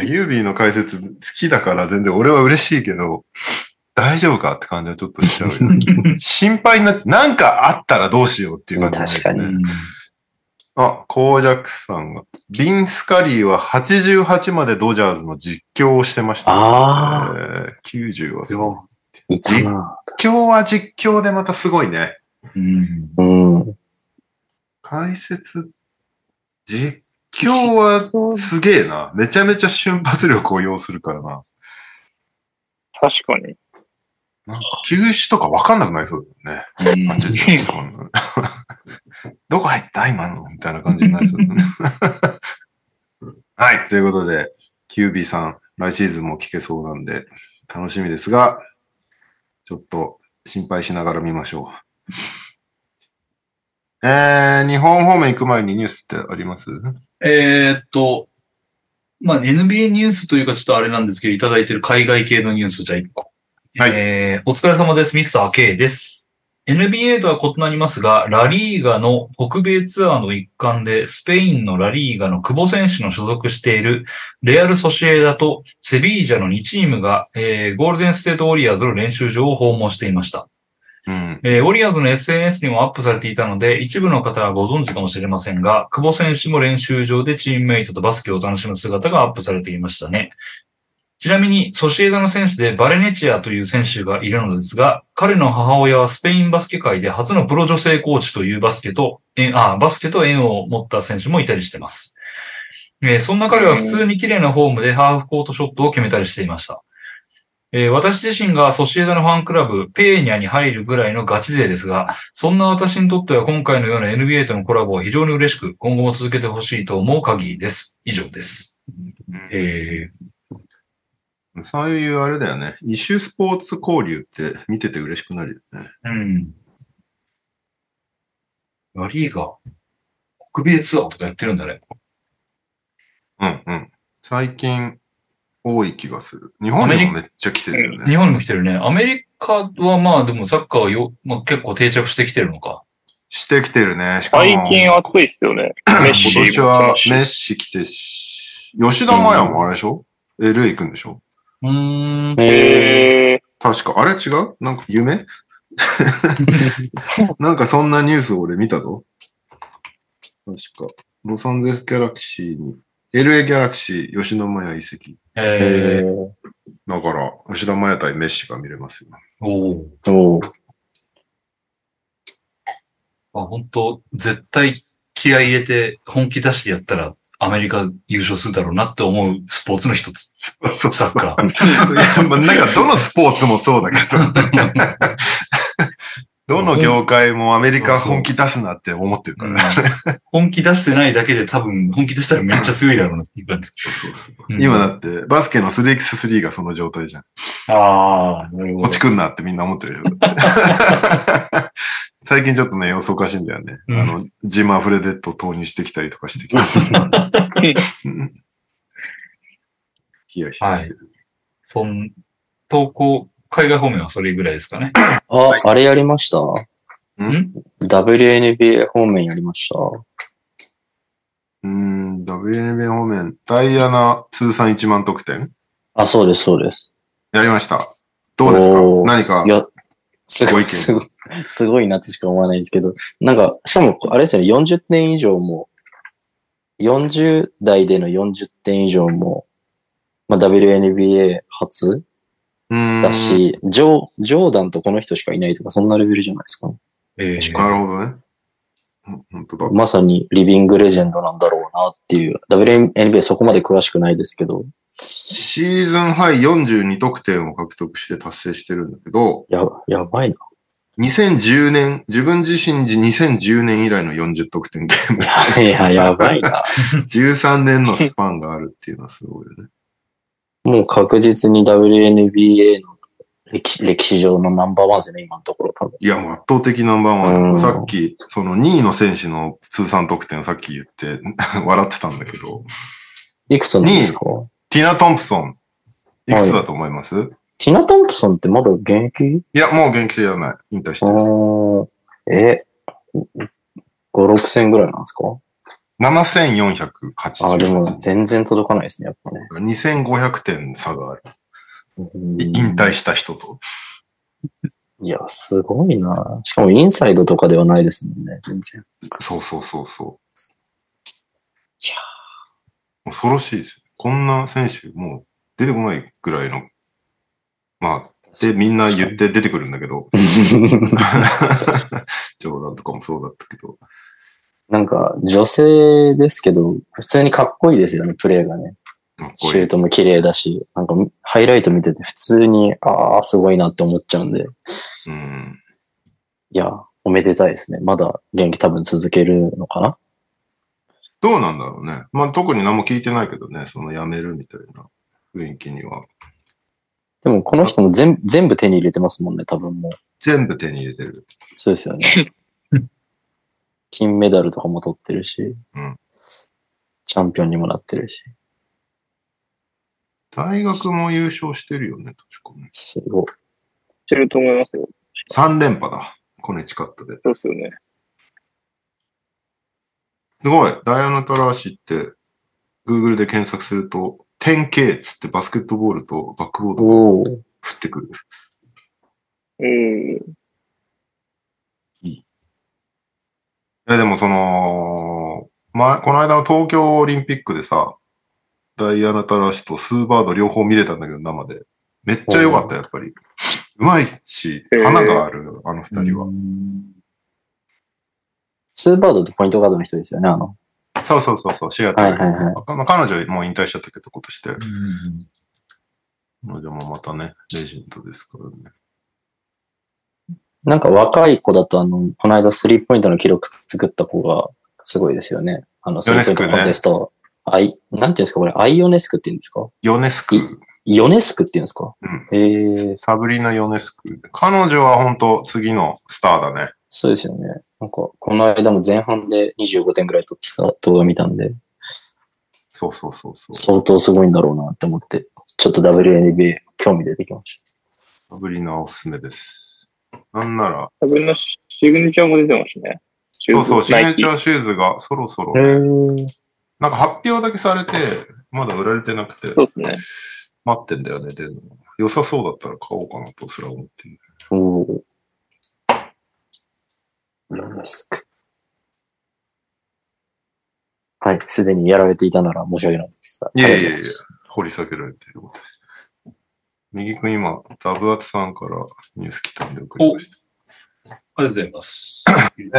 Speaker 3: ユービーの解説好きだから全然俺は嬉しいけど、大丈夫かって感じはちょっとしちゃうよ。心配になって、なんかあったらどうしようっていう感じ、
Speaker 4: 確かに
Speaker 2: うん
Speaker 3: あ、コージャックスさんが。ビン・スカリーは88までドジャーズの実況をしてました、
Speaker 4: あ
Speaker 3: えー90は。
Speaker 2: でも
Speaker 4: いたな
Speaker 3: 実況は実況でまたすごいね。
Speaker 2: うん
Speaker 4: うん。
Speaker 3: 解説、実況はすげえな。めちゃめちゃ瞬発力を要するからな。
Speaker 1: 確かに。
Speaker 3: なんか球種とかわかんなくなりそうだよね。マジでちょっとわかん ないどこ入った今のみたいな感じになりそうだね。はい。ということで、キュービーさん、来シーズンも聞けそうなんで、楽しみですが、ちょっと心配しながら見ましょう。えー、日本方面行く前にニュースってあります
Speaker 2: えーっと、まあ、NBA ニュースというかちょっとあれなんですけど、いただいてる海外系のニュースじゃあ1個。
Speaker 3: はい
Speaker 2: えーお疲れ様です。ミスター K です。NBA とは異なりますが、ラリーガの北米ツアーの一環で、スペインのラリーガの久保選手の所属しているレアル・ソシエダとセビージャの2チームが、えーゴールデン・ステート・ウォリアーズの練習場を訪問していました。
Speaker 3: うん。
Speaker 2: えーウォリアーズの SNS にもアップされていたので、一部の方はご存知かもしれませんが、久保選手も練習場でチームメイトとバスケを楽しむ姿がアップされていましたね。ちなみに、ソシエダの選手でバレネチアという選手がいるのですが、彼の母親はスペインバスケ界で初のプロ女性コーチというバスケと、縁あバスケと縁を持った選手もいたりしてます。えーそんな彼は普通に綺麗なフォームでハーフコートショットを決めたりしていました。えー私自身がソシエダのファンクラブ、ペーニャに入るぐらいのガチ勢ですが、そんな私にとっては今回のような NBA とのコラボは非常に嬉しく、今後も続けてほしいと思う限りです。以上です。え
Speaker 3: そういうあれだよね。異種スポーツ交流って見てて嬉しくなるよね。
Speaker 2: ー、うん。ラリーガ、北米ツアーとかやってるんだね。
Speaker 3: うんうん。最近多い気がする。日本にもめっちゃ来てるよね。
Speaker 2: 日本にも来てるね。アメリカはまあでもサッカーはよ、まあ、結構定着してきてるのか。
Speaker 3: してきてるね。しかも
Speaker 1: 最近暑いっすよね。メッシ
Speaker 3: 今
Speaker 1: ーも
Speaker 3: 年
Speaker 1: 来て
Speaker 3: は
Speaker 1: ますし
Speaker 3: メッシ来てし、吉田麻也もあれでしょ、?LA 行くんでしょ
Speaker 2: うーん。
Speaker 4: え
Speaker 1: へえ
Speaker 3: 確か。あれ違うなんか 夢なんかそんなニュース俺見たぞ。確か。ロサンゼルスギャラクシーに、LA ギャラクシー、吉田麻也移籍。
Speaker 2: えー、
Speaker 4: ー。
Speaker 3: だから、吉田麻也対メッシが見れます よ。
Speaker 2: おー。
Speaker 4: おう
Speaker 2: まあ、本当絶対気合い入れて本気出してやったらアメリカ優勝するだろうなって思うスポーツの一つ。
Speaker 3: そう
Speaker 2: サ
Speaker 3: そう
Speaker 2: ッカー。
Speaker 3: いやまあなんかどのスポーツもそうだけど。どの業界もアメリカ本気出すなって思ってるか
Speaker 2: うん
Speaker 3: ら。
Speaker 2: 本気出してないだけで多分、本気出したらめっちゃ強いだろうなっていう感じ。うん
Speaker 3: 今だって、バスケの 3x3 がその状態じゃん。
Speaker 2: ああ、なるほど。
Speaker 3: 落ちくんなってみんな思って るよ。最近ちょっとね、様子おかしいんだよね。
Speaker 2: うん
Speaker 3: あの、ジムアフレデッド投入してきたりとかしてきて。うんヒヤヒヤしてる。
Speaker 2: そん、投稿、海外方面はそれぐらいですかね。
Speaker 4: あ、あれやりました
Speaker 3: ん
Speaker 4: ?WNBA 方面やりました。
Speaker 3: うーん、WNBA 方面、ダイアナ通算1万得点
Speaker 4: あ、そうです、そうです。
Speaker 3: やりました。どうですか
Speaker 4: おー
Speaker 3: 何か
Speaker 4: い。や、す
Speaker 3: ご
Speaker 4: ご
Speaker 3: 意
Speaker 4: い、
Speaker 3: 見
Speaker 4: すごい、すごいなってしか思わないですけど、なんか、しかも、あれですね、40点以上も、40代での40点以上も、まあ、WNBA 初
Speaker 3: うーん
Speaker 4: だし、ジョー、ジョーダンとこの人しかいないとか、そんなレベルじゃないですか、
Speaker 2: えー
Speaker 3: なるほどね。うん本当だ。
Speaker 4: まさにリビングレジェンドなんだろうなっていう、WNBA そこまで詳しくないですけど、
Speaker 3: シーズンハイ42得点を獲得して達成してるんだけど、
Speaker 4: や、やばいな。
Speaker 3: 2010年、自分自身自2010年以来の40得点ゲーム。
Speaker 4: いや、やばいな。
Speaker 3: 13年のスパンがあるっていうのはすごいよね。
Speaker 4: もう確実に WNBA の歴歴史上のナンバーワンですね、今のところ多分。
Speaker 3: いや、もう圧倒的ナンバーワン
Speaker 4: う
Speaker 3: よ。
Speaker 4: ん
Speaker 3: さっき、その2位の選手の通算得点をさっき言って 笑ってたんだけど、
Speaker 4: いくつなんですか
Speaker 3: ティナ・トンプソン、いくつだと思います、い、
Speaker 4: ティナ・トンプソンってまだ現役
Speaker 3: や、もう元気じゃない。引退し
Speaker 4: う
Speaker 3: てる。
Speaker 4: ーん。え、5、6千ぐらいなんですかあ、でも
Speaker 3: 7488。
Speaker 4: 全然届かないですね、やっぱね。
Speaker 3: 2500点差がある。
Speaker 4: うん
Speaker 3: い引退した人と。
Speaker 4: いや、すごいな。しかもインサイドとかではないですもんね、全然。
Speaker 3: そうそうそうそう。
Speaker 4: いや
Speaker 3: 恐ろしいですよ。こんな選手、もう出てこないぐらいの。まあ、で、みんな言って出てくるんだけ ど。冗談とかもそうだったけど。
Speaker 4: なんか、女性ですけど、普通にかっこいいですよね、プレーがね。
Speaker 3: かっこ
Speaker 4: シ
Speaker 3: い
Speaker 4: ュー
Speaker 3: い。
Speaker 4: トも綺麗だし、なんか、ハイライト見てて普通に、ああ、すごいなって思っちゃうんで。
Speaker 3: うん。
Speaker 4: いや、おめでたいですね。まだ元気多分続けるのかな
Speaker 3: どうなんだろうね。まあ、特に何も聞いてないけどね、その辞めるみたいな雰囲気には。
Speaker 4: でもこの人も全全部手に入れてますもんね、多分もう。
Speaker 3: 全部手に入れてる。
Speaker 4: そうですよ ね。金メダルとかも取ってるし、
Speaker 3: うん
Speaker 4: チャンピオンにもなってるし、
Speaker 3: 大学も優勝してるよね、確かね。
Speaker 4: すごい。
Speaker 1: してると思いますよ。
Speaker 3: 3連覇だ。コネチカットで。
Speaker 1: そうですよね。
Speaker 3: すごい。ダイアナ・タラーシって、Google で検索すると、10K っつってバスケットボールとバックボードが
Speaker 4: おお。
Speaker 3: 降ってくる。
Speaker 1: うん。
Speaker 3: え、でもその、前、この間の東京オリンピックでさ、ダイアナ・タラーシとスーバード両方見れたんだけど、生で。めっちゃ良かった、やっぱり。うまいし、
Speaker 1: へー
Speaker 3: 花がある、あの二人は。
Speaker 4: スーバードってポイントガードの人ですよね、あの。
Speaker 3: そうそうそう、そうシェア
Speaker 4: はい
Speaker 3: て
Speaker 4: はいはい。
Speaker 3: まあ彼女もう引退しちゃったけど、今年で。
Speaker 2: うん
Speaker 3: 彼女もまたね、レジェンドですからね。
Speaker 4: なんか若い子だと、あの、この間スリーポイントの記録作った子がすごいですよね。あの、スリーポイントコンテスト。アイ、なんていうんですか、これ、アイオネスクって言うんですか
Speaker 3: ヨネスク。
Speaker 4: いヨネスクって言うんですか
Speaker 3: うん
Speaker 4: ええー、
Speaker 3: サブリナ・ヨネスク。彼女は本当次のスターだね。
Speaker 4: そうですよね。なんか、この間も前半で25点ぐらい取ってた動画見たんで、
Speaker 3: そうそうそうそう。
Speaker 4: 相当すごいんだろうなって思って、ちょっと WNBA 興味出てきまし
Speaker 3: サブリナおすすめです。なんなら、
Speaker 1: 自分のシシグニチャーも出てますしね。
Speaker 3: そうそう、シグ
Speaker 1: ナイ
Speaker 3: ネ
Speaker 1: キ
Speaker 3: チャーシューズがそろそろ
Speaker 4: た。、ー。
Speaker 3: なんか発表だけされて、まだ売られてなくて、
Speaker 1: そうですね。
Speaker 3: 待ってんだよね、出るの。良さそうだったら買おうかなとすら思ってる。
Speaker 4: おーヨネスク。はい、すでにやられていたなら申し訳ないです。
Speaker 3: いやいやいや
Speaker 4: ありがとうござます
Speaker 3: 掘り下げられてることです。右くん今、ダブアツさんからニュース来たんで送りました。
Speaker 2: ありがとうございます。
Speaker 3: え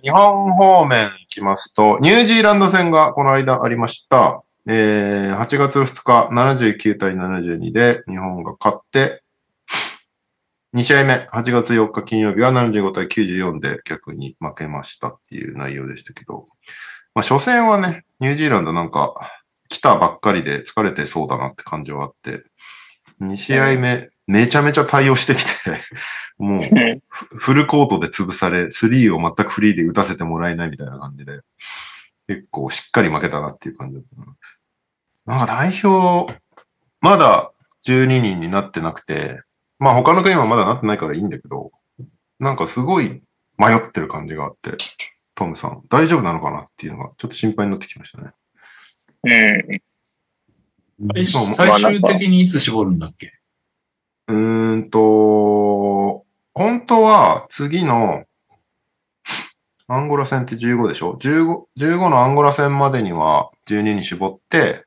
Speaker 3: ー日本方面行きますと、ニュージーランド戦がこの間ありました。えー8月2日、79対72で日本が勝って、2試合目、8月4日金曜日は75対94で逆に負けましたっていう内容でしたけど、まあ、初戦はね、ニュージーランドなんか来たばっかりで疲れてそうだなって感じはあって、2試合目、めちゃめちゃ対応してきて、もう
Speaker 1: うん
Speaker 3: フルコートで潰され、スリーを全くフリーで打たせてもらえないみたいな感じで、結構しっかり負けたなっていう感じだったな。なんか代表、まだ12人になってなくて、まあ他の国はまだなってないからいいんだけど、なんかすごい迷ってる感じがあって、トムさん、大丈夫なのかなっていうのがちょっと心配になってきましたね。
Speaker 1: うん。
Speaker 2: 最
Speaker 3: そう
Speaker 2: 終最終的にいつ絞るんだっけ
Speaker 3: うーんと、本当は次のアンゴラ戦って15でしょ ?15、15のアンゴラ戦までには12に絞って、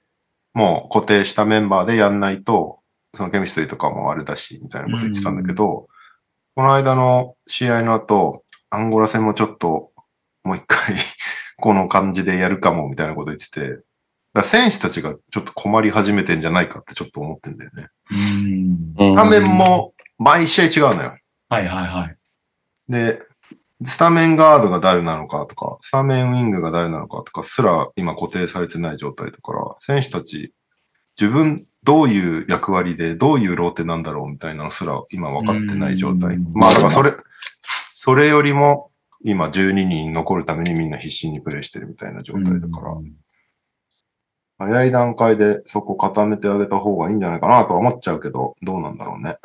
Speaker 3: もう固定したメンバーでやんないと、そのケミストリーとかもあれだし、みたいなこと言ってたんだけど、この間の試合の後、アンゴラ戦もちょっと、もう一回、 この感じでやるかも、みたいなこと言ってて、だから選手たちがちょっと困り始めてんじゃないかってちょっと思ってんだよね。
Speaker 2: うーん。
Speaker 4: ス
Speaker 3: スタメン。も毎試合違うのよ。
Speaker 2: はいはいはい。
Speaker 3: で、スタメンガードが誰なのかとか、スタメンウィングが誰なのかとかすら今固定されてない状態だから、選手たち自分どういう役割でどういうローテなんだろうみたいなのすら今分かってない状態。
Speaker 2: うん
Speaker 3: まあだからそれ、それよりも今12人残るためにみんな必死にプレイしてるみたいな状態だから、
Speaker 2: うん
Speaker 3: 早い段階でそこ固めてあげた方がいいんじゃないかなとは思っちゃうけど、どうなんだろうね。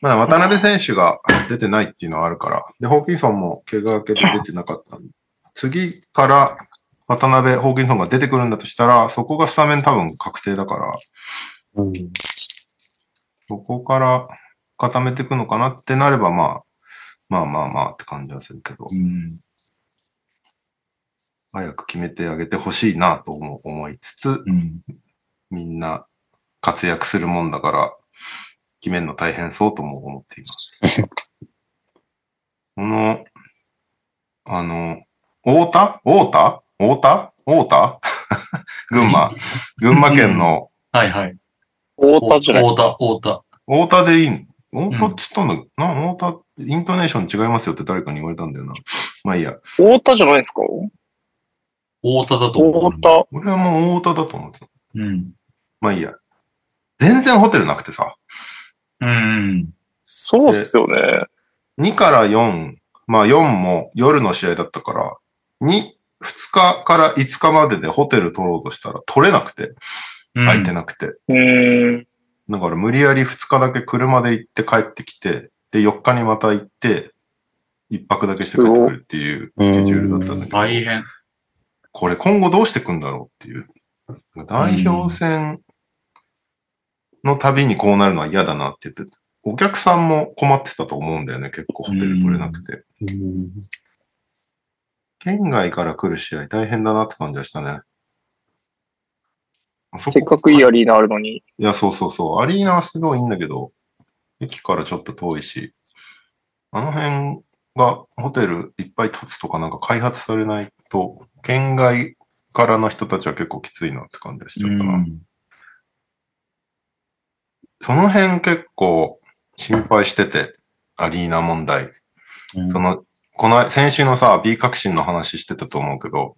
Speaker 3: まあ、渡辺選手が出てないっていうのはあるから、で、ホーキンソンも怪我明けで出てなかったんで次から渡辺、ホーキンソンが出てくるんだとしたら、そこがスタメン多分確定だから、
Speaker 4: うん
Speaker 3: そこから固めていくのかなってなれば、まあ、まあまあまあって感じはするけど、
Speaker 2: うん
Speaker 3: 早く決めてあげてほしいなとも思いつつ、
Speaker 2: うん
Speaker 3: みんな活躍するもんだから、決めるの大変そうとも思っています。 この、あの、太田太田太田太田 群馬。群馬県の、
Speaker 2: はいはい。
Speaker 1: 大
Speaker 2: 太
Speaker 1: 田じゃない。
Speaker 2: 田、太田。
Speaker 3: 太田でいいの太田っつったんだ、な、太田、イントネーション違いますよって誰かに言われたんだよな。まあいいや。
Speaker 1: 大田じゃないですか
Speaker 2: 太田だと思
Speaker 1: 大
Speaker 2: う。
Speaker 1: 田。
Speaker 3: 俺はもう太田だと思ってた。
Speaker 2: うん。
Speaker 3: まあいいや。全然ホテルなくてさ。
Speaker 2: うん。
Speaker 1: そうっすよね。
Speaker 3: 2から4、まあ4も夜の試合だったから、2、2日から5日まででホテル取ろうとしたら取れなくて、
Speaker 2: うん
Speaker 3: 空いてなくて。
Speaker 1: うーん。
Speaker 3: だから無理やり2日だけ車で行って帰ってきて、で、4日にまた行って、1泊だけして帰ってくるっていうスケジュールだったんだけど、
Speaker 2: 大変。
Speaker 3: これ今後どうしてくんだろうっていう。代表戦の度にこうなるのは嫌だなって言ってて、お客さんも困ってたと思うんだよね、結構ホテル取れなくて。県外から来る試合大変だなって感じはしたね。あそこ
Speaker 1: せっかくいいアリーナあるのに。
Speaker 3: いや、そうそうそう。アリーナはすごいいいんだけど、駅からちょっと遠いし、あの辺がホテルいっぱい建つとかなんか開発されないと、県外からの人たちは結構きついなって感じがしちゃったな。
Speaker 2: うん
Speaker 3: その辺結構心配してて、アリーナ問題。その、この、先週のさ、B 革新の話してたと思うけど、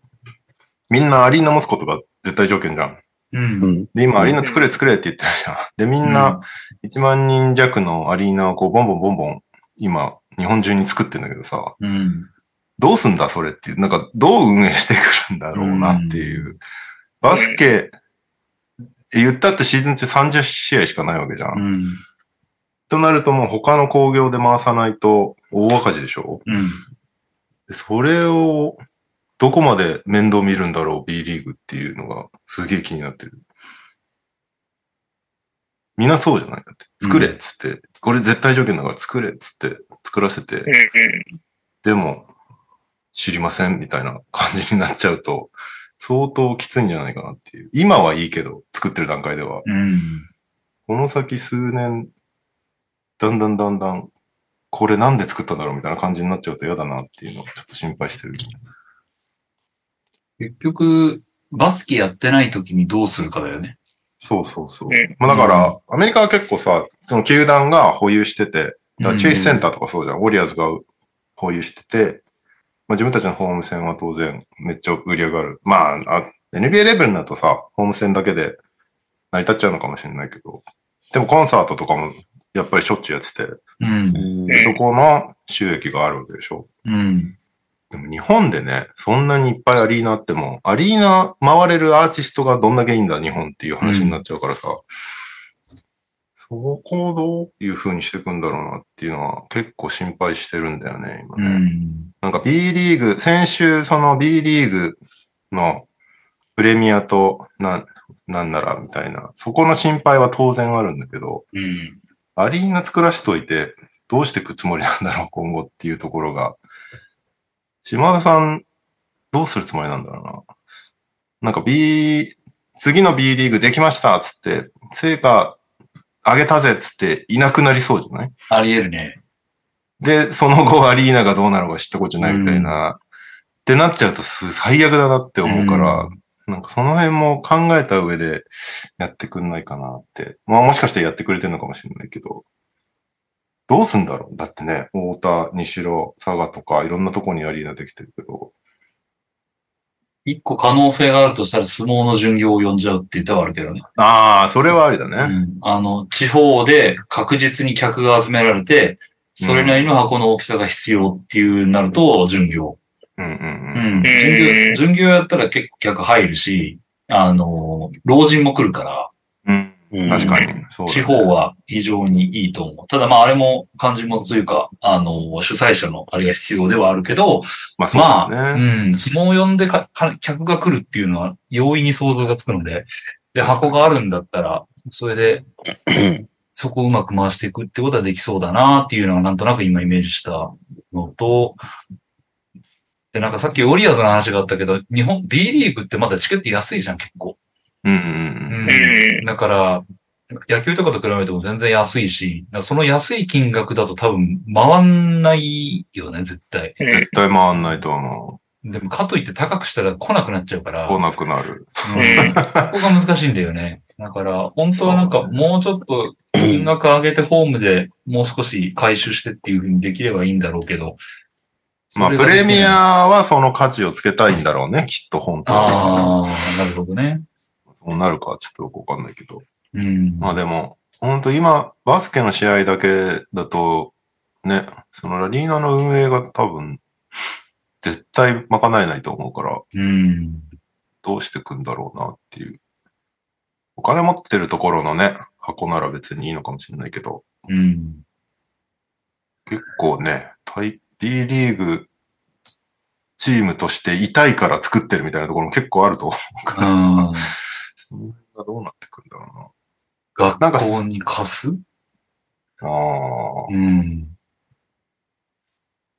Speaker 3: みんなアリーナ持つことが絶対条件じゃん。
Speaker 2: う。
Speaker 4: うんん。
Speaker 3: で、今、アリーナ作れ作れって言ってるじゃん。で、みんな、1万人弱のアリーナをこう、ボンボンボンボン、今、日本中に作ってんだけどさ、
Speaker 2: うん。
Speaker 3: どうすんだ、それっていう。なんか、どう運営してくるんだろうなっていう。バスケ、言ったってシーズン中30試合しかないわけじゃ。
Speaker 2: うんん。
Speaker 3: となるともう他の工業で回さないと大赤字でしょ
Speaker 2: うん。
Speaker 3: でそれを、どこまで面倒見るんだろう、B リーグっていうのが、すげえ気になってる。みんなそうじゃないだって。作れっつって、これ絶対条件だから作れっつって、作らせ
Speaker 1: う
Speaker 3: て、
Speaker 1: んうん。
Speaker 3: でも、知りませんみたいな感じになっちゃうと、相当きついんじゃないかなっていう。今はいいけど、作ってる段階では。
Speaker 2: うん。
Speaker 3: この先数年、だんだんだんだん、これなんで作ったんだろうみたいな感じになっちゃうと嫌だなっていうのをちょっと心配してる。
Speaker 2: 結局、バスケやってない時にどうするかだよね。
Speaker 3: そうそうそう
Speaker 1: うん。
Speaker 3: まあだから、アメリカは結構さ、その球団が保有してて、だからチェイスセンターとかそうじゃん。ウォリアーズが保有してて、まあ自分たちのホーム戦は当然めっちゃ売り上がる。まあ、あ NBA レベルになるとさ、ホーム戦だけで成り立っちゃうのかもしれないけど、でもコンサートとかもやっぱりしょっちゅうやってて、
Speaker 2: うん。
Speaker 4: うん
Speaker 1: ええ
Speaker 3: そこの収益があるわけでしょ。
Speaker 2: うん。
Speaker 3: でも日本でね、そんなにいっぱいアリーナあっても、アリーナ回れるアーティストがどんだけいいんだ、日本っていう話になっちゃうからさ、そこをどういう風にしていくんだろうなっていうのは結構心配してるんだよね、今
Speaker 2: う
Speaker 3: ね。
Speaker 2: ん。
Speaker 3: なんか B リーグ、先週その B リーグのプレミアとなん、なんならみたいな、そこの心配は当然あるんだけど、
Speaker 2: うん。
Speaker 3: アリーナ作らしといて、どうしていくつもりなんだろう、今後っていうところが。島田さん、どうするつもりなんだろうな。なんか B、次の B リーグできましたっつって、成果上げたぜっつっていなくなりそうじゃない
Speaker 2: あり得るね。
Speaker 3: で、その後アリーナがどうなるか知ったことじゃないみたいな、ってなっちゃうとす最悪だなって思うから、なんかその辺も考えた上でやってくんないかなって。まあもしかしてやってくれてるのかもしれないけど、どうすんだろうだってね、太田、西郎、佐賀とかいろんなとこにアリーナできてるけど、
Speaker 2: 一個可能性があるとしたら相撲の巡業を呼んじゃうって言ったはあるけどね。
Speaker 3: ああ、それはありだ
Speaker 2: う
Speaker 3: ね。
Speaker 2: ん。あの、地方で確実に客が集められて、それなりの箱の大きさが必要っていうなると、巡業。
Speaker 3: うんうん
Speaker 2: う
Speaker 3: うん。
Speaker 2: ん。巡業
Speaker 1: えー、
Speaker 2: 巡業やったら結構客入るし、あの、老人も来るから、
Speaker 3: うん確かに。そうだね
Speaker 2: 地方は非常にいいと思う。ただまああれも肝心元というか、あの、主催者のあれが必要ではあるけど、
Speaker 3: まあそう
Speaker 2: ま
Speaker 3: だ
Speaker 2: あ、
Speaker 3: ね。
Speaker 2: うん、相撲を呼んでかか客が来るっていうのは容易に想像がつくので、で、箱があるんだったら、そ れで、そこをうまく回していくってことはできそうだなっていうのはなんとなく今イメージしたのと、で、なんかさっきオリアーズの話があったけど、日本、B リーグってまだチケット安いじゃん、結構。
Speaker 3: うん
Speaker 2: う
Speaker 3: うん
Speaker 2: ん
Speaker 1: え
Speaker 2: だから、野球とかと比べても全然安いし、だからその安い金額だと多分回んないよね、絶対。
Speaker 1: ー、
Speaker 3: うん。絶対回んないと思
Speaker 2: でもかといって高くしたら来なくなっちゃうから。
Speaker 3: う。来なくなる。
Speaker 2: うんここが難しいんだよね。だから、本当はなんか、もうちょっと金額上げてホームでもう少し回収してっていうふうにできればいいんだろうけど。
Speaker 3: まあ、
Speaker 2: それ
Speaker 3: プ
Speaker 2: ができな
Speaker 3: レ
Speaker 2: い
Speaker 3: ミ。アはその価値をつけたいんだろうね、きっと、本当は。
Speaker 2: ああ、なるほどね。
Speaker 3: そうなるか、ちょっとよくわかんないけど。
Speaker 2: うん。
Speaker 3: まあでも、本当今、バスケの試合だけだと、ね、そのラリーナの運営が多分、絶対賄えないと思うから、
Speaker 2: うん。
Speaker 3: どうしてくんだろうなっていう。お金持ってるところのね、箱なら別にいいのかもしれないけど、
Speaker 2: うん。
Speaker 3: 結構ね、タイ、B リーグ、チームとして痛いから作ってるみたいなところも結構あると思うから。
Speaker 2: あー
Speaker 3: その辺がどうなってくんだろなん
Speaker 2: 学
Speaker 3: か
Speaker 2: 校に貸す
Speaker 3: うな。ああ。
Speaker 2: うん。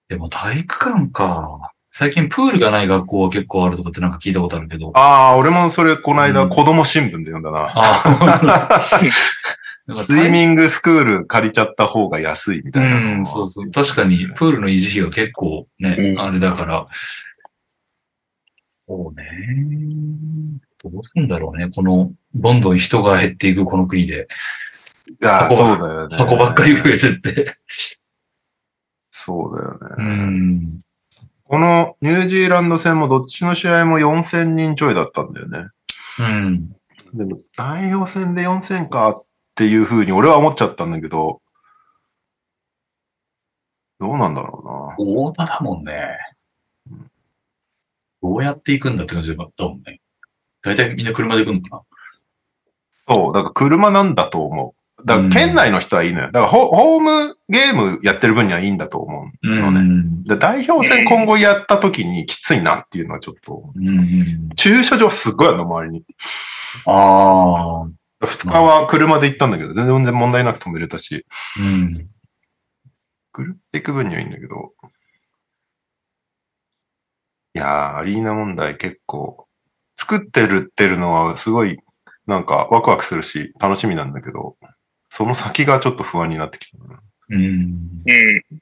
Speaker 2: でも体育館か。最近プールがない学校は結構あるとかってなんか聞いたことあるけど。
Speaker 3: ああ、俺もそれこの間、
Speaker 2: うん
Speaker 3: 子供新聞で読んだな。
Speaker 2: あ
Speaker 3: スイミングスクール借りちゃった方が安いみたいなの
Speaker 2: う
Speaker 3: は。
Speaker 2: ん、そうそう。確かに、プールの維持費は結構ね、
Speaker 4: うん
Speaker 2: あれだから。そうね。どうすんだろうね。この、どんどん人が減っていくこの国で、
Speaker 3: いや、
Speaker 2: 箱
Speaker 3: そ
Speaker 2: ば
Speaker 3: うだよね。
Speaker 2: 箱ばっかり増えてって。
Speaker 3: そうだよ
Speaker 2: う
Speaker 3: ね。
Speaker 2: ん。
Speaker 3: このニュージーランド戦もどっちの試合も4000人ちょいだったんだよね。
Speaker 2: うん。
Speaker 3: でも、代表戦で4000かっていうふうに俺は思っちゃったんだけど、どうなんだろ
Speaker 2: 大田だもんね。どうやって行くんだって感じだったもんね。大体みんな車で行くのか
Speaker 3: うな。そう、だから車なんだと思う。だから県内の人はいいのよ。だからホホームゲームやってる分にはいいんだと思う。
Speaker 2: な。
Speaker 3: そうね
Speaker 2: ん。
Speaker 3: で代表戦今後やった時にきついなっていうのはちょっと、
Speaker 2: うん。
Speaker 3: 駐車場すっごいあるの、周りに。
Speaker 2: ああ。
Speaker 3: 2日は車で行ったんだけど、全然問題なく止めれたし、
Speaker 2: うん。
Speaker 3: 車で行く分にはいいんだけど。いやー、アリーナ問題結構、作ってるってるのはすごい、なんかワクワクするし、楽しみなんだけど、その先がちょっと不安になってきたな。
Speaker 2: うん。
Speaker 1: うん。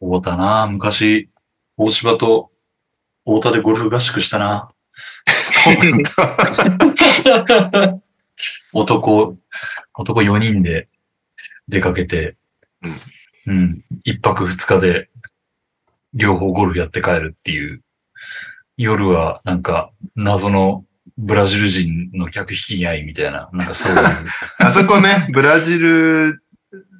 Speaker 2: 大田な昔、大芝と大田でゴルフ合宿したな。
Speaker 3: そうなんだ。
Speaker 2: 男、男4人で出かけて、うん。一泊二日で、両方ゴルフやって帰るっていう。夜は、なんか、謎のブラジル人の客引きに会いみたいな、なんかそういう、
Speaker 3: あそこね、ブラジル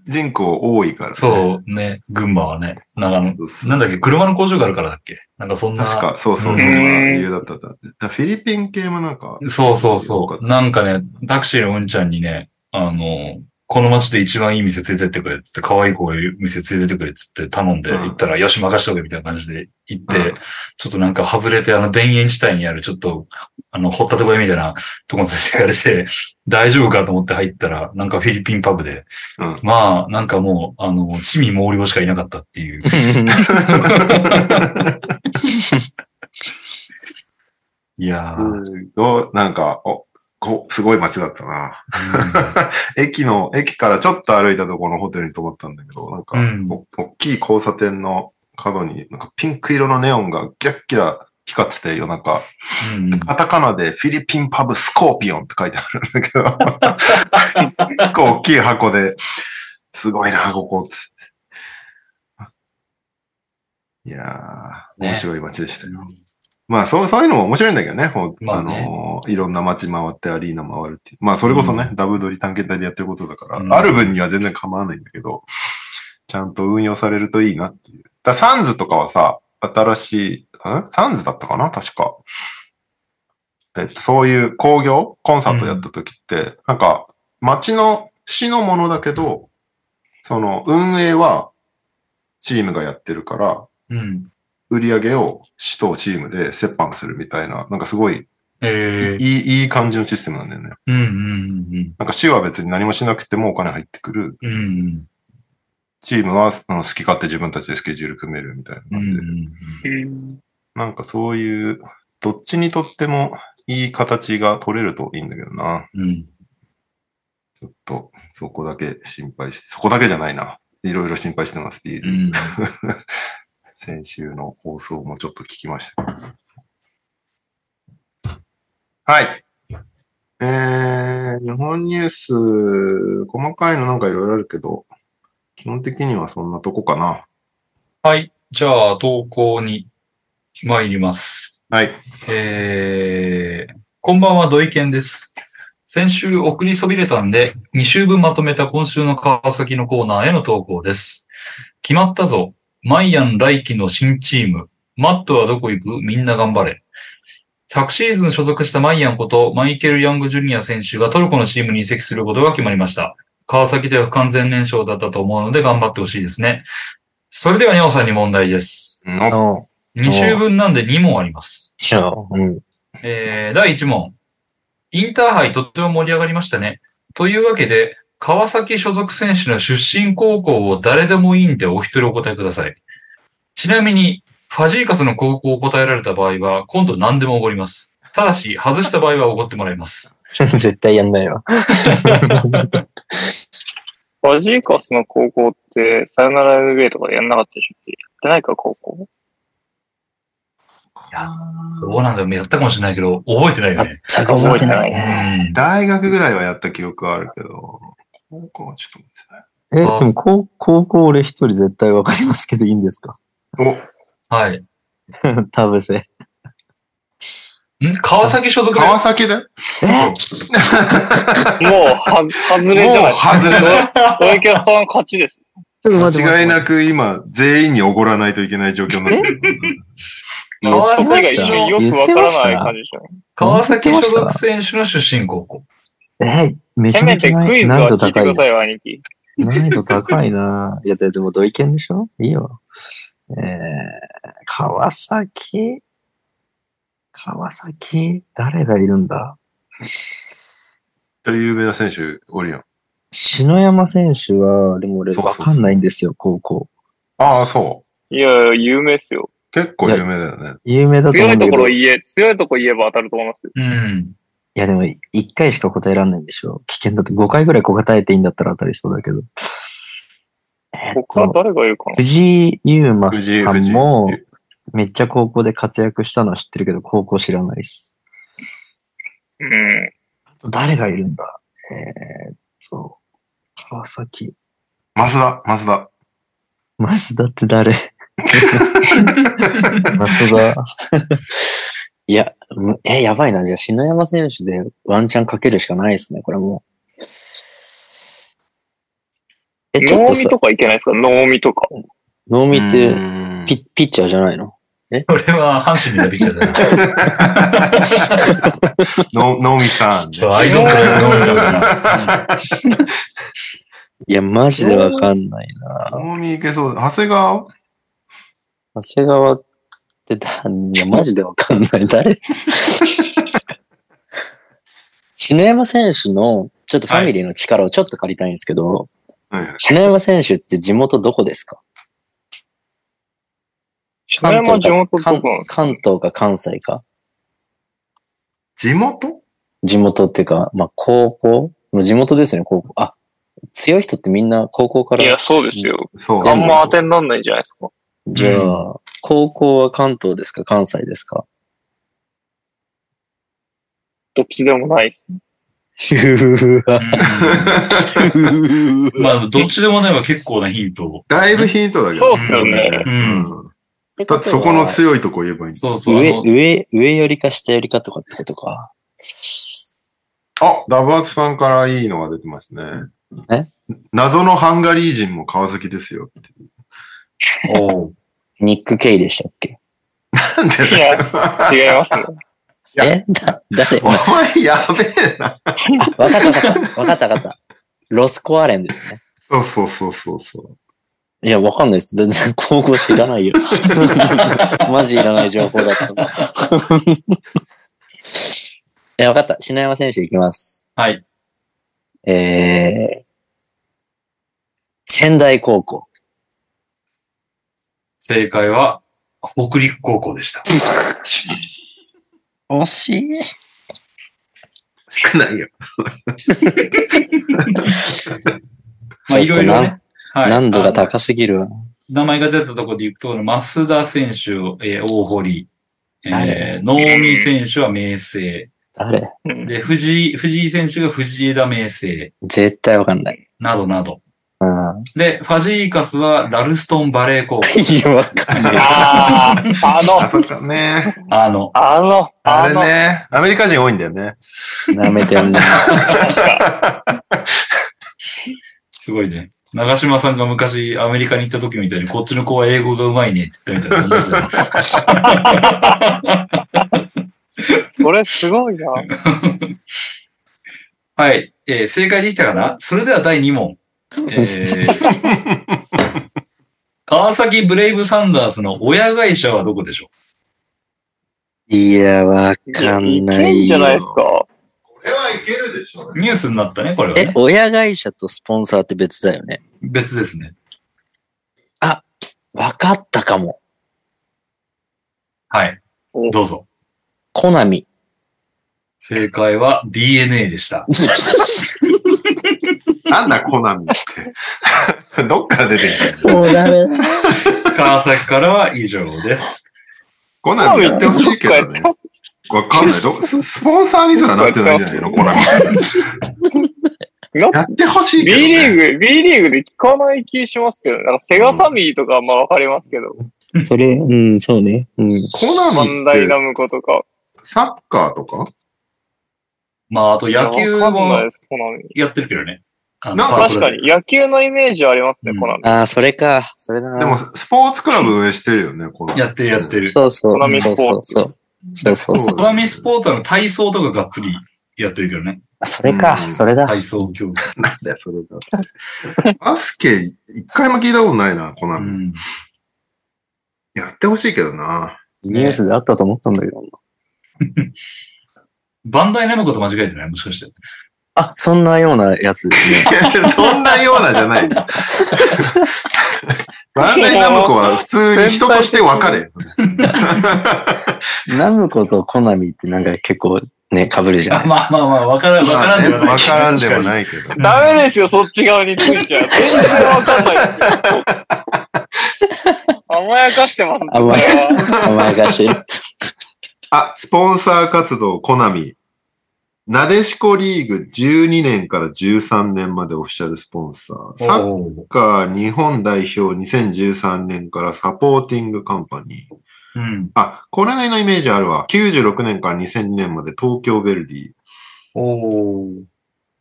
Speaker 3: 人口多いから、ね。
Speaker 2: そうね、群馬はね、長野。
Speaker 3: そうそう
Speaker 2: なんだっけ、車の工場があるからだっけなんかそんな。
Speaker 3: 確か、そうそう、そ
Speaker 2: うん
Speaker 3: んな理由だったんだ。だからフィリピン系もなんか、
Speaker 2: そうそう
Speaker 3: よか
Speaker 2: そ
Speaker 3: っ
Speaker 2: う。
Speaker 3: た
Speaker 2: なんかね、タクシーのうんちゃんにね、あの、この街で一番いい店連れてってくれっつって、可愛い子がいる店連れてってくれっつって頼んで
Speaker 3: うん
Speaker 2: 行ったら、よし任しとけみたいな感じで行って、
Speaker 3: うん
Speaker 2: ちょっとなんか外れて、あの、田園地帯にあるちょっと、あの、掘ったとこ屋みたいなとこに連れて行かれて、 大丈夫かと思って入ったら、なんかフィリピンパブで、
Speaker 3: うん
Speaker 2: まあ、なんかもう、あの、地味毛量しかいなかったっていう。 いやー、うん
Speaker 3: すごいなんか、おこすごい街だったな。駅の、駅からちょっと歩いたところのホテルに泊まったんだけど、なんか、
Speaker 2: うん
Speaker 3: お大きい交差点の角に、なんかピンク色のネオンがギラッギラ光ってて夜中、
Speaker 2: うんうん
Speaker 3: カタカナでフィリピンパブスコーピオンって書いてあるんだけど、 結構大きい箱で、すごいな、ここ、つって。いやー、
Speaker 2: ね
Speaker 3: 面白い街でしたよ。まあそう、そういうのも面白いんだけどね。ほん
Speaker 2: ま
Speaker 3: あ
Speaker 2: あね
Speaker 3: のーいろんな街回ってアリーナ回るっていう。まあそれこそね、ダブドリ探検隊でやってることだから、
Speaker 2: うん
Speaker 3: ある分には全然構わないんだけど、ちゃんと運用されるといいなっていう。だサンズとかはさ、新しい、んサンズだったかな確か。えっと、そういう工業コンサートやった時って、なんか街の市のものだけど、その運営はチームがやってるから、
Speaker 2: うん。
Speaker 3: 売り上げを市とチームで折半するみたいな、なんかすごい
Speaker 2: ええ
Speaker 3: いいいい感じのシステムなんだよね。
Speaker 2: うんうん
Speaker 3: なんか市は別に何もしなくてもお金入ってくる。
Speaker 2: うんうん。うん
Speaker 3: チームはあの好き勝手自分たちでスケジュール組めるみたいな
Speaker 2: うんう
Speaker 3: 感じで。
Speaker 2: ん。
Speaker 1: うん。
Speaker 3: なんかそういう、どっちにとってもいい形が取れるといいんだけどな。
Speaker 2: うん。
Speaker 3: ちょっとそこだけ心配して、そこだけじゃないな。いろいろ心配してます、ビー
Speaker 2: う
Speaker 3: ル。
Speaker 2: ん。
Speaker 3: 先週の放送もちょっと聞きましたけど。はい。えー、日本ニュース、細かいのなんかいろいろあるけど、基本的にはそんなとこかな。
Speaker 2: はい。じゃあ、投稿に参ります。
Speaker 3: はい。
Speaker 2: えー、こんばんは、土井健です。先週送りそびれたんで、2週分まとめた今週の川崎のコーナーへの投稿です。決まったぞ。マイアン来季の新チーム。マットはどこ行くみんな頑張れ。昨シーズン所属したマイアンことマイケル・ヤング・ジュニア選手がトルコのチームに移籍することが決まりました。川崎では不完全燃焼だったと思うので頑張ってほしいですね。それでは、ニャオさんに問題です。
Speaker 3: の
Speaker 4: の、
Speaker 2: 2週分なんで2問あります。
Speaker 4: じゃあ、うん。
Speaker 2: えー第1問。インターハイとっても盛り上がりましたね。というわけで、川崎所属選手の出身高校を誰でもいいんでお一人お答えください。ちなみに、ファジーカスの高校を答えられた場合は、今度何でもおごります。ただし、外した場合はおごってもらいます。
Speaker 4: 絶対やんないわ。
Speaker 1: ファジーカスの高校って、さよなら NBA とかでやんなかったでしょやってないか、高校。
Speaker 2: どうなんだろうやったかもしれないけど、覚えてないよね。
Speaker 4: 全く覚えてないね。
Speaker 2: う
Speaker 3: 大学ぐらいはやった記憶はあるけど、高校はちょっ
Speaker 4: え、でも高高校俺一人絶対わかりますけどいいんですか
Speaker 3: と待ってね。
Speaker 2: ん。はい。
Speaker 4: 田臥。え
Speaker 2: ん川崎所
Speaker 3: お、
Speaker 2: 属で
Speaker 3: 川崎で
Speaker 1: もう、 は、外れじゃない
Speaker 3: もう外 れ
Speaker 1: だ。ドイキャスさんの勝ちです。
Speaker 4: ちょっと待って
Speaker 3: 間違い
Speaker 4: 待っ
Speaker 3: なく今、全員におごらないといけない状況になって る。
Speaker 2: 川
Speaker 1: それが
Speaker 2: 崎
Speaker 1: 一
Speaker 4: 言っ
Speaker 1: 瞬
Speaker 2: 所
Speaker 1: よくわからない感じでしょ。
Speaker 2: 川崎所属選手の出身高校。
Speaker 4: て。え、めち
Speaker 1: せ
Speaker 4: ゃ
Speaker 1: め
Speaker 4: めち
Speaker 1: て
Speaker 4: ゃ
Speaker 1: クイズ
Speaker 4: 難
Speaker 1: は
Speaker 4: 度
Speaker 1: 聞いて
Speaker 4: 高
Speaker 1: く
Speaker 4: い
Speaker 1: だ。さいよ、兄貴。
Speaker 4: 難易度高 いな。いや、ででも、土井健でしょいいよ。えー、川崎川崎誰がいるんだ
Speaker 3: という有名な選手おるやん。
Speaker 4: 篠山選手は、でも俺、
Speaker 3: そうそ
Speaker 4: わ
Speaker 3: うそう
Speaker 4: かんないんですよ、高校。
Speaker 3: ああ、そう。
Speaker 1: いやいや、有名っすよ。
Speaker 3: 結構有名だよね。
Speaker 4: 有名だと
Speaker 1: 強
Speaker 4: 思う
Speaker 1: い
Speaker 4: んだ
Speaker 1: と
Speaker 4: け
Speaker 1: ころ、
Speaker 4: ど
Speaker 1: 言え、強いところ言えば当たると思いますよ。
Speaker 2: うん。
Speaker 4: いやでも、一回しか答えられないんでしょ危険だって5回ぐらい答えていいんだったら当たりそうだけど。えーっ
Speaker 1: 他
Speaker 4: と、
Speaker 1: 誰がいるかな
Speaker 4: 藤井優馬
Speaker 3: 藤井
Speaker 4: さん
Speaker 3: 藤井
Speaker 4: も、めっちゃ高校で活躍したのは知ってるけど、高校知らないっす。
Speaker 1: うん。
Speaker 4: 誰がいるんだえーっと、川崎。
Speaker 3: 増田、増田。
Speaker 4: 増田って誰増田。 いや、むえ、やばいな。じゃあ、篠山選手でワンチャンかけるしかないですね、これもう。え、ちょっ
Speaker 1: 脳
Speaker 4: と
Speaker 1: み
Speaker 4: さ、
Speaker 1: とかいけないですか脳みとか。
Speaker 4: 能見って、
Speaker 3: うん
Speaker 4: ピピッチャーじゃないの
Speaker 2: これは阪神のピッチャーだな。
Speaker 3: の、のみさんね。
Speaker 2: そう、アイドルのノーちゃんだな。
Speaker 4: いや、マジでわかんないな。
Speaker 3: のみいけそうだ。長谷川
Speaker 4: 長谷川ってだ、いや、マジでわかんな い。誰篠山選手の、ちょっとファミリーの力をちょっと借りたいんですけど、
Speaker 3: はい
Speaker 4: 篠山選手って地元どこですか
Speaker 1: 篠山地元どこなんですか
Speaker 4: 関東か関西か。
Speaker 3: 地元
Speaker 4: 地元っていうか、まあ、高校もう地元ですよね、高校。あ、強い人ってみんな高校か
Speaker 1: いや、
Speaker 4: ら。
Speaker 1: そうですよ。
Speaker 3: そう。
Speaker 1: あんま当てになんないんじゃないですか。
Speaker 4: じゃあ、高校は関東ですか関西で すか
Speaker 1: どっちでもないです。
Speaker 4: う わ
Speaker 2: うんまあ、どっちでもないは結構なヒントを。
Speaker 3: だいぶヒントだけど。
Speaker 1: そうっすよね
Speaker 2: うん
Speaker 3: うんだってそこの強いとこ言えばいい。
Speaker 2: そうそう。あ
Speaker 4: 上、
Speaker 2: の
Speaker 4: 上、上よりか下よりかとかってことか。
Speaker 3: あ、ダブアツさんからいいのが出てますね。
Speaker 4: え
Speaker 3: 謎のハンガリー人も川崎ですよ。
Speaker 2: おう
Speaker 4: ニック・ケイでしたっけ
Speaker 3: なんで
Speaker 1: いや、違いますね。
Speaker 3: や
Speaker 4: え だ、誰
Speaker 3: お
Speaker 4: わ
Speaker 3: 前やべえな。
Speaker 4: かったわかった。わかったわかった。ロスコアレンですね。
Speaker 3: そうそうそうそうそう。
Speaker 4: いや、わかんないです。全然、高校知らないよ。 マジいらない情報だった。 え、わかった。篠山選手いきます。
Speaker 2: はい。
Speaker 4: えー、仙台高校。
Speaker 2: 正解は、北陸高校でした。
Speaker 4: 惜しい。
Speaker 3: 少 ないよ。
Speaker 2: まあ、いろいろ
Speaker 4: ちょっ
Speaker 2: ね。はい。
Speaker 4: 難度が
Speaker 2: あの
Speaker 4: 高すぎるわ。
Speaker 2: 名前が出たところで行くと、増田選手を、えー大堀、え
Speaker 4: 誰
Speaker 2: ー、能見選手は明星。
Speaker 4: 誰
Speaker 1: うん
Speaker 2: で、藤井、藤井選手が藤枝明星。
Speaker 4: 絶対わかんない。
Speaker 2: などなど。
Speaker 4: うん。
Speaker 2: で、ファジーカスはラルストンバレー高校。
Speaker 4: いや、わかんない。
Speaker 1: あーあ
Speaker 3: あ、
Speaker 1: の、
Speaker 3: そっかね。
Speaker 2: あの、
Speaker 1: あの、
Speaker 3: あ
Speaker 1: あ
Speaker 3: れ
Speaker 1: の、
Speaker 3: ね。アメリカ人多いんだよね。
Speaker 4: 舐めてんな。
Speaker 2: すごいね。長島さんが昔アメリカに行った時みたいに、こっちの子は英語がうまいねって言ったみたいな感じだよね。
Speaker 1: これすごいな。
Speaker 2: はい。えー正解できたかなそれでは第2問。えー川崎ブレイブサンダースの親会社はどこでしょ
Speaker 4: いや、わかんないい
Speaker 1: けんじゃない
Speaker 4: よ
Speaker 1: ですか。
Speaker 3: これはいけるでしょ
Speaker 2: うニュースになったね、これは
Speaker 4: え
Speaker 2: ね。、
Speaker 4: 親会社とスポンサーって別だよね。
Speaker 2: 別ですね。
Speaker 4: わかったかも。
Speaker 2: はい
Speaker 1: お。
Speaker 2: どうぞ。
Speaker 4: コナミ。
Speaker 2: 正解は DNA でした。
Speaker 3: なんだ、コナミって。 どっから出てきたの
Speaker 4: もうダメだ。
Speaker 2: 川崎からは以上です。
Speaker 3: コナ
Speaker 1: コナ
Speaker 3: ミ
Speaker 1: ミ
Speaker 3: やってほしいけどね。わかんない。どススポンサーにすらなってないんじゃない のコナミ。やってほし
Speaker 1: B
Speaker 3: いけど、ね。
Speaker 1: リーグ、B リーグで聞かない気しますけど、なんかセガサミーとかはまあわかりますけど、
Speaker 4: それ、うん、そうね。うん。
Speaker 3: コナ
Speaker 1: マ
Speaker 3: ミ
Speaker 1: ン
Speaker 3: っ
Speaker 1: ダイナ
Speaker 3: て
Speaker 1: ムコとか。
Speaker 3: サッカーとか
Speaker 2: まあ、あと野球
Speaker 1: わかんない
Speaker 2: も
Speaker 1: です、コナミ。
Speaker 2: やってるけどね。あの
Speaker 3: なんか
Speaker 2: パープ
Speaker 1: 確
Speaker 2: ルで
Speaker 1: かに、野球のイメージはありますね、
Speaker 2: うん
Speaker 1: コナミ。
Speaker 4: ああ、それか。それだな。
Speaker 3: でも、スポーツクラブ運営してるよね、コナミ。
Speaker 2: やってるやってる。
Speaker 4: そうそう。
Speaker 1: コナミ
Speaker 4: そ
Speaker 1: ス
Speaker 4: う
Speaker 1: ポ
Speaker 4: そ
Speaker 1: ー
Speaker 4: うそう。そうそうそ。
Speaker 3: そう
Speaker 2: コナミスポーツの体操とかがっつりやってるけどね。
Speaker 4: それか。
Speaker 3: うん
Speaker 4: それだ。
Speaker 2: 体操競技。
Speaker 3: なんだよ、それだって。バスケ、一回も聞いたことないな、コナ
Speaker 2: う
Speaker 3: ミ。
Speaker 2: ん
Speaker 3: やってほしいけどな。
Speaker 4: ニュースであったと思ったんだけどな。
Speaker 2: バンダイナムコと間違えてないもしかして。
Speaker 4: あ、そんなようなや つですね。
Speaker 3: そんなようなじゃ ない。バンダイナムコは普通に人と して分かれ。
Speaker 4: ナムコとコナミってなんか結構、ね、被るじゃない
Speaker 2: あ まあまあまあ、わからん、わからんではない。
Speaker 3: わからんでもないけど。
Speaker 1: ダメですよ、そっち側についちゃ。全然わかんないです よ。甘やかしてますね。
Speaker 4: 甘や
Speaker 1: これ は
Speaker 4: 甘やかしてる。
Speaker 3: あ、スポンサー活動、コナミ。なでしこリーグ12年から13年までオフィシャルスポンサー。サッ
Speaker 2: おー
Speaker 3: カー日本代表2013年からサポーティングカンパニー。
Speaker 2: うん。
Speaker 3: あ、これのイメージあるわ。96年から2000年まで東京ベルディ。
Speaker 2: おー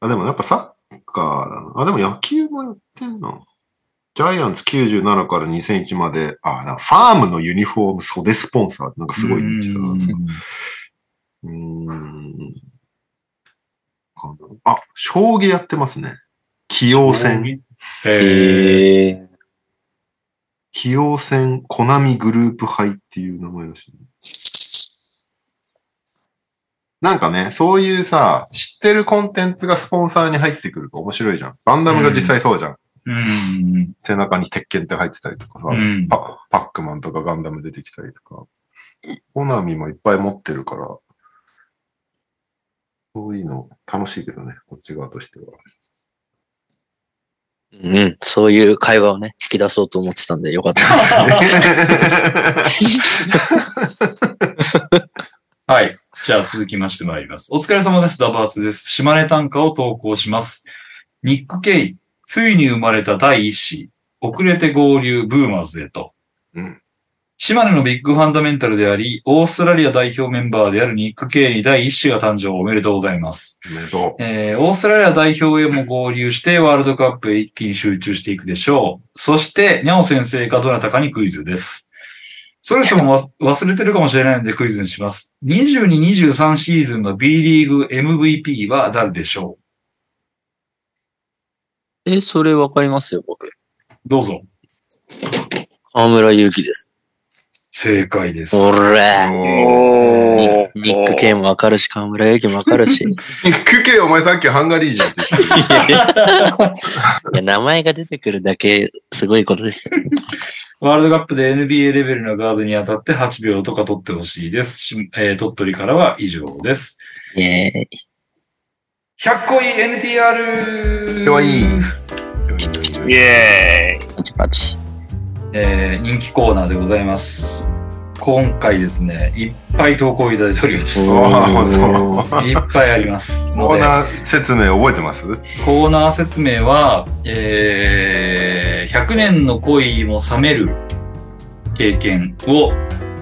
Speaker 3: あ、でもやっぱサッカーだな。あ、でも野球もやってんな。ジャイアンツ97から2001まで、あ、なんかファームのユニフォーム袖スポンサーなんかすごい人気だな。
Speaker 2: うん
Speaker 3: うーん。かなあ、将棋やってますね。棋王戦。
Speaker 2: へえ。
Speaker 4: へえ
Speaker 3: 棋王戦、コナミグループ杯っていう名前らしい。なんかね、そういうさ、知ってるコンテンツがスポンサーに入ってくると面白いじゃん。バンダムが実際そうじゃん。
Speaker 2: うん。
Speaker 3: 背中に鉄拳って入ってたりとかさ、
Speaker 2: うん。
Speaker 3: パパックマンとかガンダム出てきたりとか。コナミもいっぱい持ってるから、そういうの楽しいけどね、こっち側としては。
Speaker 4: うんうん、そういう会話をね、引き出そうと思ってたんでよかったです。
Speaker 2: はい。じゃあ続きまして参ります。お疲れ様です。ダバーツです。島根短歌を投稿します。ニック・ケイ、ついに生まれた第一子、遅れて合流ブーマーズへと。
Speaker 3: うん
Speaker 2: 島根のビッグファンダメンタルであり、オーストラリア代表メンバーであるニック・ケイに第一子が誕生おめでとうございます。
Speaker 3: おめでと
Speaker 2: えーオーストラリア代表へも合流して、ワールドカップへ一気に集中していくでしょう。そして、にゃお先生かどなたかにクイズです。そろそろわ忘れてるかもしれないのでクイズにします。22-23シーズンの B リーグ MVP は誰でしょ
Speaker 4: え、それわかりますよ、僕。
Speaker 2: うどうぞ。
Speaker 4: 河村祐希です。
Speaker 2: 正解です。
Speaker 4: おら
Speaker 3: う。
Speaker 1: おー
Speaker 4: ニック・系もわかるし、河村祐希もわかる し。い
Speaker 3: ニック系お前さっきハンガリー人って言ってた
Speaker 4: や、名前が出てくるだけ、すごいことですよ。
Speaker 2: ワールドカップで NBA レベルのガードに当たって8秒とか取ってほしいです。しえー鳥取からは以上です。
Speaker 4: イェーイ。
Speaker 2: 100個い NTR!
Speaker 3: かわいい。
Speaker 1: イエーイ。
Speaker 4: パチパチ。
Speaker 2: えー人気コーナーでございます。今回ですね、いっぱい投稿いただいております。
Speaker 3: おーそう
Speaker 2: いっぱいあります。の
Speaker 3: コー
Speaker 2: で、
Speaker 3: ナー説明覚えてます
Speaker 2: コーナー説明は、えー100年の恋も冷める経験を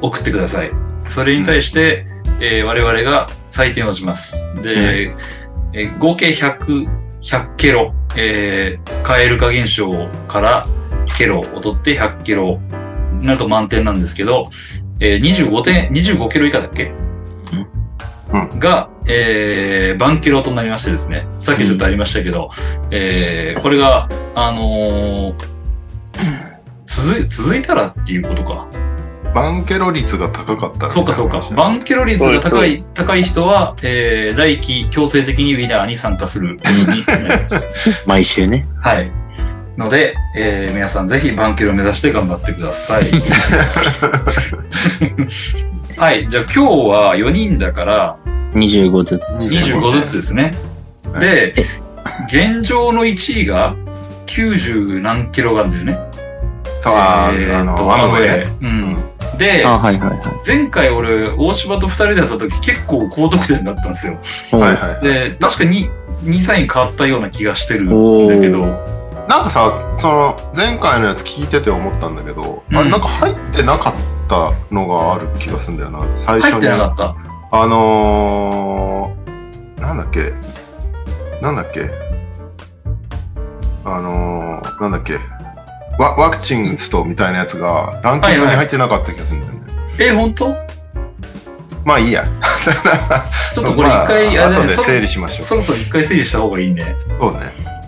Speaker 2: 送ってください。それに対して、えー我々が採点をします。で、えー合計100、100ケロ、えーカエル化現象からケロを取って100ケロになると満点なんですけど、えー25点、25キロ以下だっけ、
Speaker 3: う
Speaker 2: が、えー、バンキロとなりましてですね、さっきちょっとありましたけど、えーこれが、あのー続い、続いたらっていうことか。
Speaker 3: バンケロ率が高かったら
Speaker 2: そうかそうか。バンキロ率が高い、高い人は、えー来期強制的にウィナーに参加するようになります。
Speaker 4: 毎週ね。
Speaker 2: はい。ので、えー皆さんぜひバンキロ目指して頑張ってくだ さい。はい。じゃあ今日は4人だから、
Speaker 4: 25ずつ。
Speaker 2: 25ずつですね。
Speaker 3: はい
Speaker 2: で、現状の1位が90何キロがあるんだよね。
Speaker 3: そう、あ
Speaker 2: え
Speaker 3: ー
Speaker 2: ー
Speaker 3: あの、
Speaker 2: と
Speaker 3: ワンウェイ。
Speaker 2: イ。うん。で、
Speaker 4: あ、はいはいは
Speaker 2: 前回俺、大柴と2人でやった時結構高得点だったんですよ。
Speaker 4: い。
Speaker 3: はいはい。
Speaker 2: で、確かに2サイン変わったような気がしてるんだけど、
Speaker 3: なんかさ、その、前回のやつ聞いてて思ったんだけど、あ
Speaker 2: うん
Speaker 3: れなんか入ってなかったのがある気がするんだよな。最初
Speaker 2: 入って
Speaker 3: に。
Speaker 2: なかった。
Speaker 3: あのー、なんだっけなんだっけあのー、なんだっけワワクチン打つとみたいなやつがランキングに入ってなかった気がするんだよね。
Speaker 2: え、本当
Speaker 3: まあいい や。
Speaker 2: ちょっとこれ一回、
Speaker 3: まあ
Speaker 2: あれだ
Speaker 3: 後
Speaker 2: ね
Speaker 3: で
Speaker 2: そ
Speaker 3: 整理しましょ
Speaker 2: そろそろ一回整理した方がいいね。
Speaker 3: う。そうね。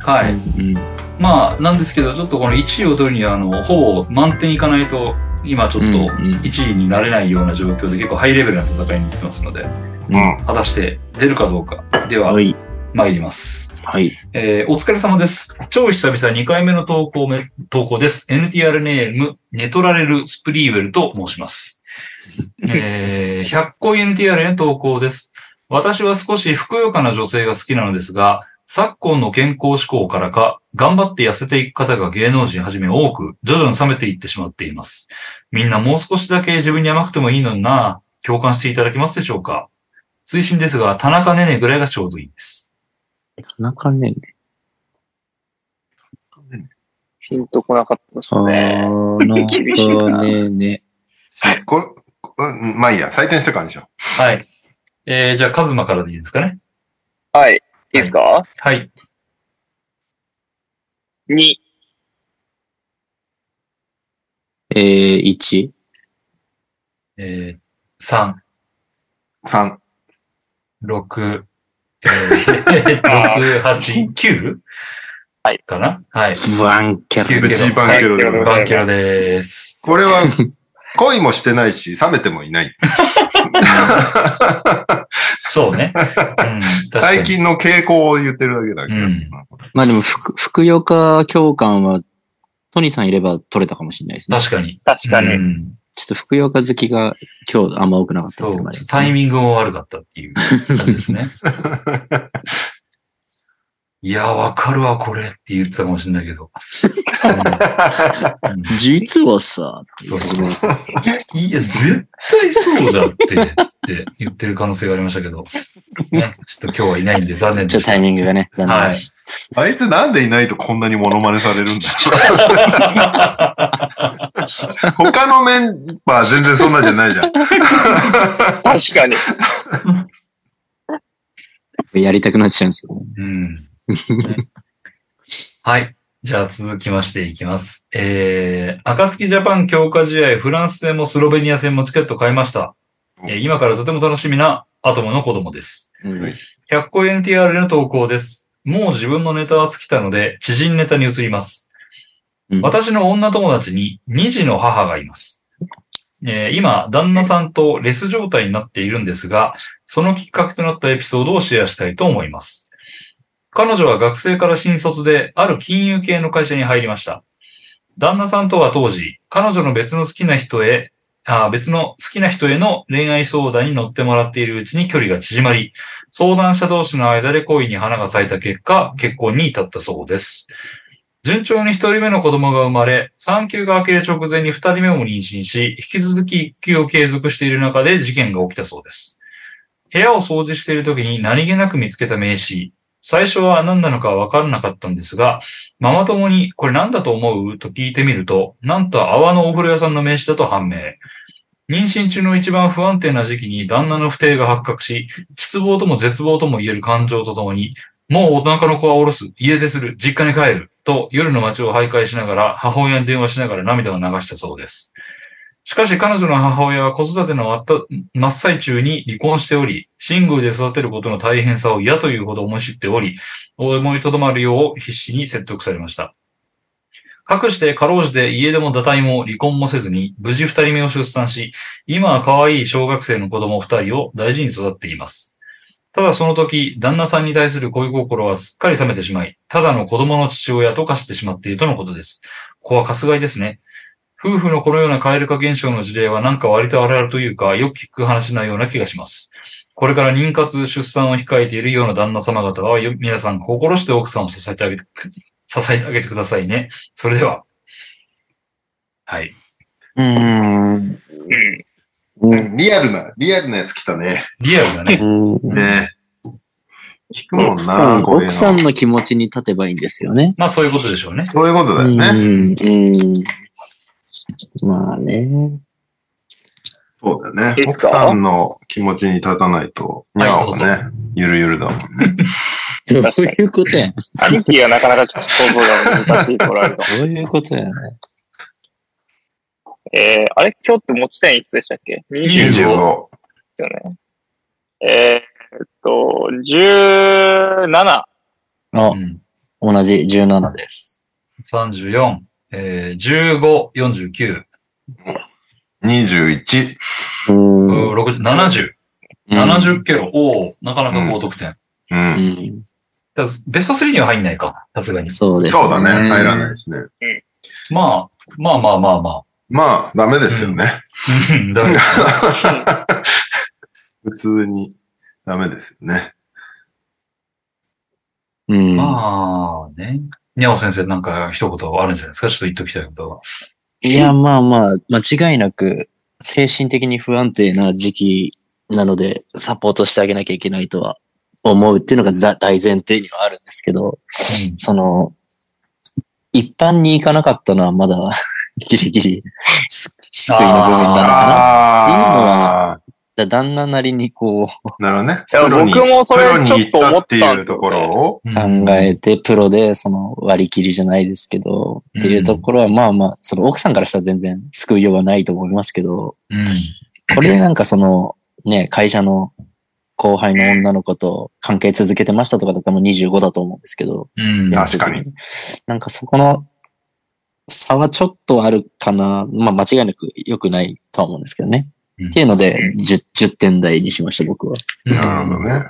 Speaker 2: はい。
Speaker 4: うん
Speaker 2: まあ、なんですけど、ちょっとこの1位を取るには、あの、ほぼ満点いかないと、今ちょっ
Speaker 4: うん
Speaker 2: と1位になれないような状況で結構ハイレベルな戦いになってますので、
Speaker 3: う
Speaker 4: うん
Speaker 3: ん。
Speaker 2: 果たして出るかどうか。で
Speaker 4: うん。
Speaker 2: は
Speaker 4: は、い。
Speaker 2: 参ります。
Speaker 4: はい。
Speaker 2: えーお疲れ様です。超久々2回目の投稿め、投稿です。NTR ネーム、ネトラレル・スプリーウェルと申します。えー100個 NTR への投稿です。私は少しふくよかな女性が好きなのですが、昨今の健康志向からか、頑張って痩せていく方が芸能人はじめ多く、徐々に冷めていってしまっています。みんなもう少しだけ自分に甘くてもいいのにな、共感していただけますでしょうか推進ですが、田中ねねぐらいがちょうどいいです。
Speaker 4: 田中ね
Speaker 1: ピンとこなかったですね。
Speaker 4: ね。
Speaker 1: 厳しいな
Speaker 4: ねね。
Speaker 3: しこれ、うん、まあいいや、採点してからにしよ
Speaker 2: はい。えー、じゃあ、カズマからでいいですかね。
Speaker 1: はい。いいですか
Speaker 2: はい。
Speaker 1: ?2。
Speaker 4: えー、1。
Speaker 2: えー、3、
Speaker 3: う。3。
Speaker 2: 6、えー、6、8、9?
Speaker 1: はい。
Speaker 2: かなはい。
Speaker 4: ワンキャ
Speaker 2: ブ
Speaker 4: ラ。
Speaker 3: ブチーバンケロでございます
Speaker 2: バンキロでーす。
Speaker 3: これは、恋もしてないし、冷めてもいない。
Speaker 2: そうね。うん、
Speaker 3: 最近の傾向を言ってるだけだけど。
Speaker 2: うん
Speaker 4: まあでも、ふく、ふくよか教官は、トニーさんいれば取れたかもしれないですね。
Speaker 2: 確かに。
Speaker 1: 確かに。
Speaker 2: うん
Speaker 4: ちょっとふくよか好きが今日あんま多くなかった
Speaker 2: そ
Speaker 4: ってい
Speaker 2: う
Speaker 4: うのもありま。す
Speaker 2: タイ
Speaker 4: ね。
Speaker 2: ミングも悪かったっていう感じですね。いや、わかるわ、これって言ってたかもしれないけど。うんうん
Speaker 4: 実はさ、とか言ってごめんなさい
Speaker 2: いや、絶対そうだって、って言ってる可能性がありましたけ ど。ね、ちょっと今日はいないんで残念
Speaker 4: ちょ
Speaker 2: で
Speaker 4: っ
Speaker 2: し
Speaker 4: と
Speaker 2: た。
Speaker 4: タイミングがね、残念だし。
Speaker 3: あいつなんでいないとこんなにモノマネされるんだ他のメンバー全然そんなじゃないじゃん。
Speaker 1: 確かに。
Speaker 4: やりたくなっちゃうんですよ。
Speaker 2: うん。ねはい。じゃあ続きましていきます。えー、暁ジャパン強化試合、フランス戦もスロベニア戦もチケット買いました。えー今からとても楽しみなアトムの子供です。
Speaker 4: うん
Speaker 2: 100個 NTR への投稿です。もう自分のネタは尽きたので、知人ネタに移ります。
Speaker 4: うん
Speaker 2: 私の女友達に2児の母がいます。えー今、旦那さんとレス状態になっているんですが、そのきっかけとなったエピソードをシェアしたいと思います。彼女は学生から新卒で、ある金融系の会社に入りました。旦那さんとは当時、彼女の別の好きな人へ、あ別の好きな人への恋愛相談に乗ってもらっているうちに距離が縮まり、相談者同士の間で恋に花が咲いた結果、結婚に至ったそうです。順調に一人目の子供が生まれ、産休が明ける直前に二人目も妊娠し、引き続き育休を継続している中で事件が起きたそうです。部屋を掃除している時に何気なく見つけた名刺。最初は何なのかわからなかったんですが、ママ友にこれ何だと思うと聞いてみると、なんと泡のお風呂屋さんの名刺だと判明。妊娠中の一番不安定な時期に旦那の不定が発覚し、失望とも絶望とも言える感情とともに、もうお腹の子はおろす、家出する、実家に帰る、と夜の街を徘徊しながら、母親に電話しながら涙を流したそうです。しかし彼女の母親は子育ての真った真っ最中に離婚しており、シングルで育てることの大変さを嫌というほど思い知っており、思いとどまるよう必死に説得されました。かくしてかろうじて家出も堕胎も離婚もせずに、無事二人目を出産し、今は可愛い小学生の子供二人を大事に育っています。ただその時、旦那さんに対する恋心はすっかり冷めてしまい、ただの子供の父親と化してしまっているとのことです。子はかすがいですね。夫婦のこのような蛙化現象の事例はなんか割とあるあるというか、よく聞く話なような気がします。これから妊活、出産を控えているような旦那様方は、よ皆さん心して奥さんを支えてあげて、支えてあげてくださいね。それでは。はい。
Speaker 4: うん。
Speaker 3: リアルな、リアルなやつ来たね。
Speaker 2: リアルだね。
Speaker 3: ね聞くもん
Speaker 4: 奥さ
Speaker 3: な、
Speaker 4: ん、
Speaker 3: こういう
Speaker 4: 奥
Speaker 3: の。
Speaker 4: さ
Speaker 3: そ
Speaker 4: んの気持ちに立てばいいんですよね。
Speaker 2: まあそういうことでしょうね。
Speaker 3: ういうことだよね。
Speaker 4: うん。まあね。
Speaker 3: そうだよね
Speaker 1: いい。っす
Speaker 3: 奥
Speaker 1: か
Speaker 3: さんの気持ちに立たないと、にゃお
Speaker 2: は
Speaker 3: がね、ゆるゆるだもんね。
Speaker 4: どういうことやん。ど
Speaker 1: 兄貴はなかなかちょっと想像が難しいところあると。
Speaker 4: ういうことやん。
Speaker 1: えー、あれ今日って持ち点いくつでしたっけ ?20
Speaker 2: 25
Speaker 3: 25。
Speaker 1: よね。えーっと、17。
Speaker 4: あ
Speaker 2: う、ん、
Speaker 4: 同じ17です。
Speaker 2: 34、えー、15、49、
Speaker 3: 21。
Speaker 4: うん
Speaker 2: うー60 70、70キロ。おおなかなか高得点。
Speaker 3: う。
Speaker 4: うんん。
Speaker 2: だベスト3には入んないか、さすがに。
Speaker 4: そうです、
Speaker 3: そうだね。入らないですね。
Speaker 2: まあ、まあまあまあまあ。
Speaker 3: まあ、ダメですよね。
Speaker 2: うんだめだ
Speaker 3: 普通に。ダメですよね。
Speaker 4: うん。
Speaker 2: まあね。にゃお先生なんか一言あるんじゃないですかちょっと言っときたいことが。
Speaker 4: いや、まあまあ、間違いなく、精神的に不安定な時期なので、サポートしてあげなきゃいけないとは思うっていうのがざ大前提にはあるんですけど、その、一般に行かなかったのはまだ、 ギリギリ、す救いの部分なのかな
Speaker 3: ああ
Speaker 4: だ。旦那なりにこう、
Speaker 3: なるほどね。
Speaker 1: いや
Speaker 3: プロに
Speaker 1: 僕もそれ
Speaker 3: プロに
Speaker 1: ちょっと思ったんですよ
Speaker 3: 行っていうところを。
Speaker 2: うん
Speaker 4: 考えて、プロで、その割り切りじゃないですけど、
Speaker 2: うん
Speaker 4: っていうところは、まあまあ、その奥さんからしたら全然救いようはないと思いますけど、
Speaker 2: うん。
Speaker 4: これでなんかその、ね、会社の後輩の女の子と関係続けてましたとかだったらもう25だと思うんですけど、
Speaker 2: うん。
Speaker 3: や確かに
Speaker 4: 年数的に。なんかそこの差はちょっとあるかな。まあ間違いなく良くないとは思うんですけどね。
Speaker 2: うん
Speaker 4: っていうので10、10点台にしました、僕は。
Speaker 2: うん
Speaker 3: なるほどね。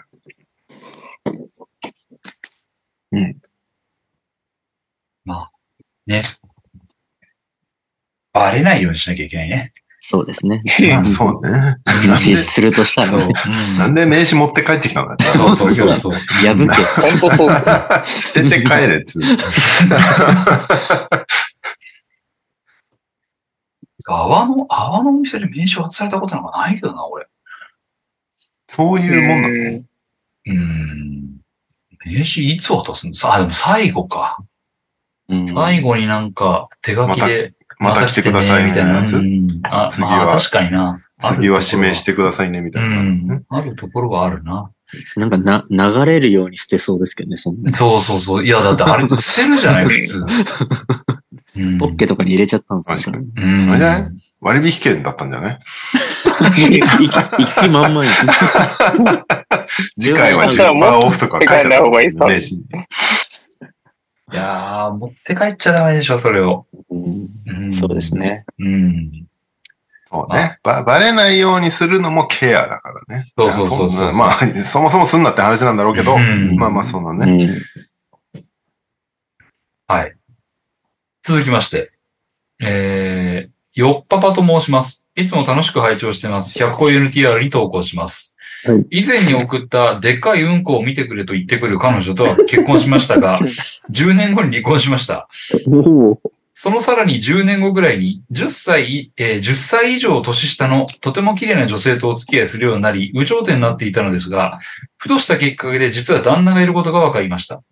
Speaker 2: バレないようにしなきゃいけないね。
Speaker 4: そうですね。
Speaker 3: まあそうね。
Speaker 4: もしするとした
Speaker 2: そう。
Speaker 4: ら、
Speaker 3: なんで名刺持って帰ってきたんだって
Speaker 2: そうそうそうそう。
Speaker 4: 破け。
Speaker 1: 本当そうです。
Speaker 3: 捨てて帰れっつう。
Speaker 2: 泡の、泡のお店で名刺渡されたことなんかないけどな、俺。
Speaker 3: そう いうもんなの
Speaker 1: うん
Speaker 2: うん。名刺いつ渡すんですあ、でも最後か。
Speaker 4: うん
Speaker 2: 最後になんか手書きで、
Speaker 3: また来てくださいみたいなやつ
Speaker 2: う。んあ、
Speaker 3: 次は
Speaker 2: まあ確かにな。。
Speaker 3: 次は指名しててくださいねみ
Speaker 2: う
Speaker 3: たいな。
Speaker 2: ん。あるところはあるな。
Speaker 4: なんかな、流れるように捨てそうですけどね、そんな。
Speaker 2: そうそうそう。いや、だってあれ捨てるじゃない、普通。うん
Speaker 4: ポッケとかに入れちゃったんですよ。
Speaker 3: 確か に
Speaker 2: うん。
Speaker 3: それじゃない割引券だったんじゃない
Speaker 4: 行き、行き満々に。
Speaker 3: 次回は
Speaker 1: だからもう
Speaker 3: 10%オフとか書いてあ
Speaker 1: 世界になる方がいいさ
Speaker 3: 名刺に
Speaker 2: いやー、持って帰っちゃダメでしょ、それを。
Speaker 4: うん
Speaker 2: うん
Speaker 4: そうです。ね。
Speaker 2: うん。
Speaker 3: そうね。ば、ばれないようにするのもケアだからね。
Speaker 2: そうそうそうそう
Speaker 3: いやんなまあ、そもそもすんなって話なんだろうけど、
Speaker 2: うん
Speaker 3: まあまあ、その
Speaker 4: う
Speaker 3: ね。
Speaker 4: ん。
Speaker 2: はい。続きまして。えー、よっぱぱと申します。いつも楽しく拝聴してます。100個 UNTR に投稿します。
Speaker 4: は
Speaker 2: 以前に送ったでっかいうんこを見てくれと言ってくる彼女とは結婚しましたが、10年後に離婚しました。
Speaker 4: お
Speaker 2: そのさらに10年後ぐらいに、10歳、えー10歳以上年下のとても綺麗な女性とお付き合いするようになり、有頂天になっていたのですが、ふとしたきっかけで実は旦那がいることが分かりました。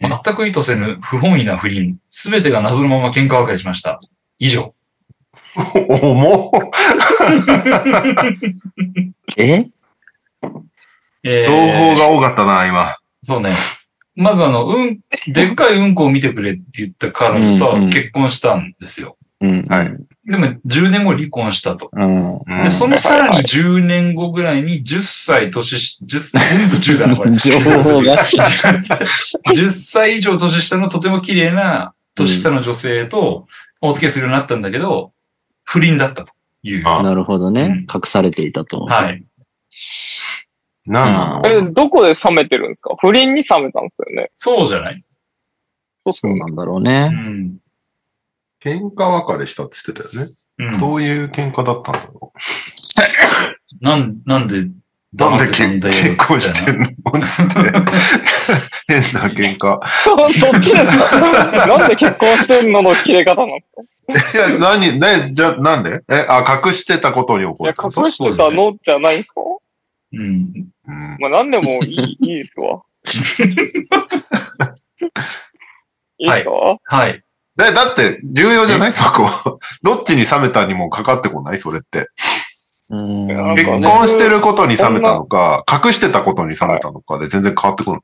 Speaker 2: 全く意図せぬ不本意な不倫、すべてが謎のまま喧嘩別れしました。以上。
Speaker 3: おも
Speaker 4: え
Speaker 3: う、情
Speaker 2: えー
Speaker 3: 報が多かったな、今。
Speaker 2: そうね。まずあの、うん、でっかいうんこを見てくれって言った彼女とは結婚したんですよ。
Speaker 4: うん。
Speaker 3: はい。
Speaker 2: でも10年後離婚したと。
Speaker 4: うん。
Speaker 3: うん
Speaker 2: で、そのさらに10年後ぐらいに10歳年し、10全部10だな、これ。
Speaker 4: 情報 が。
Speaker 2: 10歳以上年下のとても綺麗な年下の女性とお付き合いするようになったんだけど、不倫だったという。
Speaker 3: あ
Speaker 4: なるほど
Speaker 2: うん
Speaker 4: ね。隠されていたと。
Speaker 2: はい。
Speaker 3: なん
Speaker 1: そ
Speaker 3: なの
Speaker 1: れどこで冷めてるんですか不倫に冷めたんですよね。
Speaker 2: そうじゃない
Speaker 4: そうなんだろう
Speaker 2: う
Speaker 4: ね。
Speaker 2: ん。
Speaker 3: 喧嘩別れしたって言ってたよね。
Speaker 2: うん。
Speaker 3: どういう喧嘩だったんだろ
Speaker 2: なん、なん
Speaker 3: う
Speaker 2: で、
Speaker 3: なんで
Speaker 2: 黙って
Speaker 3: 結
Speaker 2: たんだよ
Speaker 3: 結婚してんのつって。変な喧嘩。
Speaker 1: そ そっちですか なんで結婚してんのの切れ方な
Speaker 3: い
Speaker 1: のい
Speaker 3: や、何、ね、じゃ、なんでえ、あ、隠してたことに怒
Speaker 1: や、
Speaker 3: る。
Speaker 1: 隠してたのじゃないんですか
Speaker 2: うん。
Speaker 3: うん。
Speaker 1: まあ、なんでもいい、いいです わ。いいですか、
Speaker 2: はい。
Speaker 3: え、だって、重要じゃないそこ。どっちに冷めたにもかかってこないそれって。
Speaker 4: うん。
Speaker 1: なん
Speaker 3: 結
Speaker 1: かね
Speaker 3: 婚してることに冷めたのか、隠してたことに冷めたのかで全然変わってこない。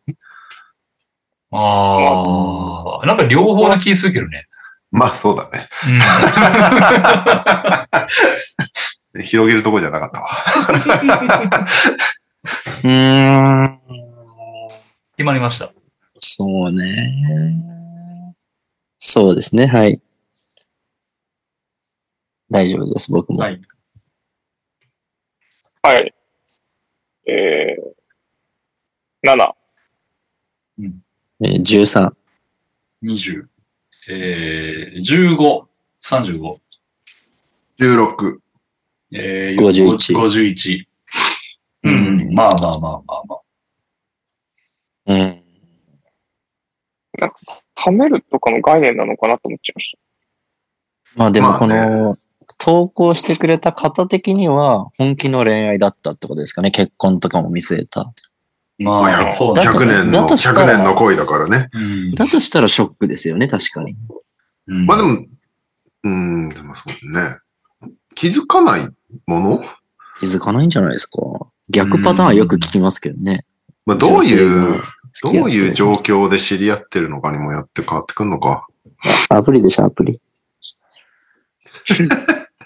Speaker 2: ああ、なんか両方な気するけどね。
Speaker 3: まあ、そうだね。
Speaker 2: うん。
Speaker 3: 広げるとこじゃなかったわ。
Speaker 4: うーん。
Speaker 2: 決まりました。
Speaker 4: そうね。そうですね。はい。大丈夫です、僕も。
Speaker 2: はい
Speaker 1: はい。えー、7。
Speaker 4: えー13。
Speaker 2: 20。えー、15。35。
Speaker 3: 16。
Speaker 2: えー、
Speaker 4: 51
Speaker 2: 51。うんうん、まあまあまあまあまあ。
Speaker 4: うん。
Speaker 1: なんか、冷めるとかの概念なのかなと思っちゃいまし
Speaker 4: まあでもこ
Speaker 3: まあ
Speaker 4: の、投稿してくれた方的には本気の恋愛だったってことですかね。結婚とかも見据えた。
Speaker 3: まあ
Speaker 2: ま
Speaker 3: や
Speaker 2: あ、そうだ。
Speaker 4: だと
Speaker 3: 100年の、
Speaker 4: だとしたら
Speaker 3: 100年の恋だからね。
Speaker 2: うん
Speaker 4: だとしたらショックですよね、確かに。
Speaker 2: うん
Speaker 3: まあでも、うん、でもそうね。気づかないもの
Speaker 4: 気づかないんじゃないですか。逆パターンはよく聞きますけどね。
Speaker 3: まあどう
Speaker 4: 女性
Speaker 3: い
Speaker 4: が
Speaker 3: う、どういう状
Speaker 4: 況
Speaker 3: 況で知り合ってるのかにもよって変わってくるのか。
Speaker 4: アプリでしょ、アプリ。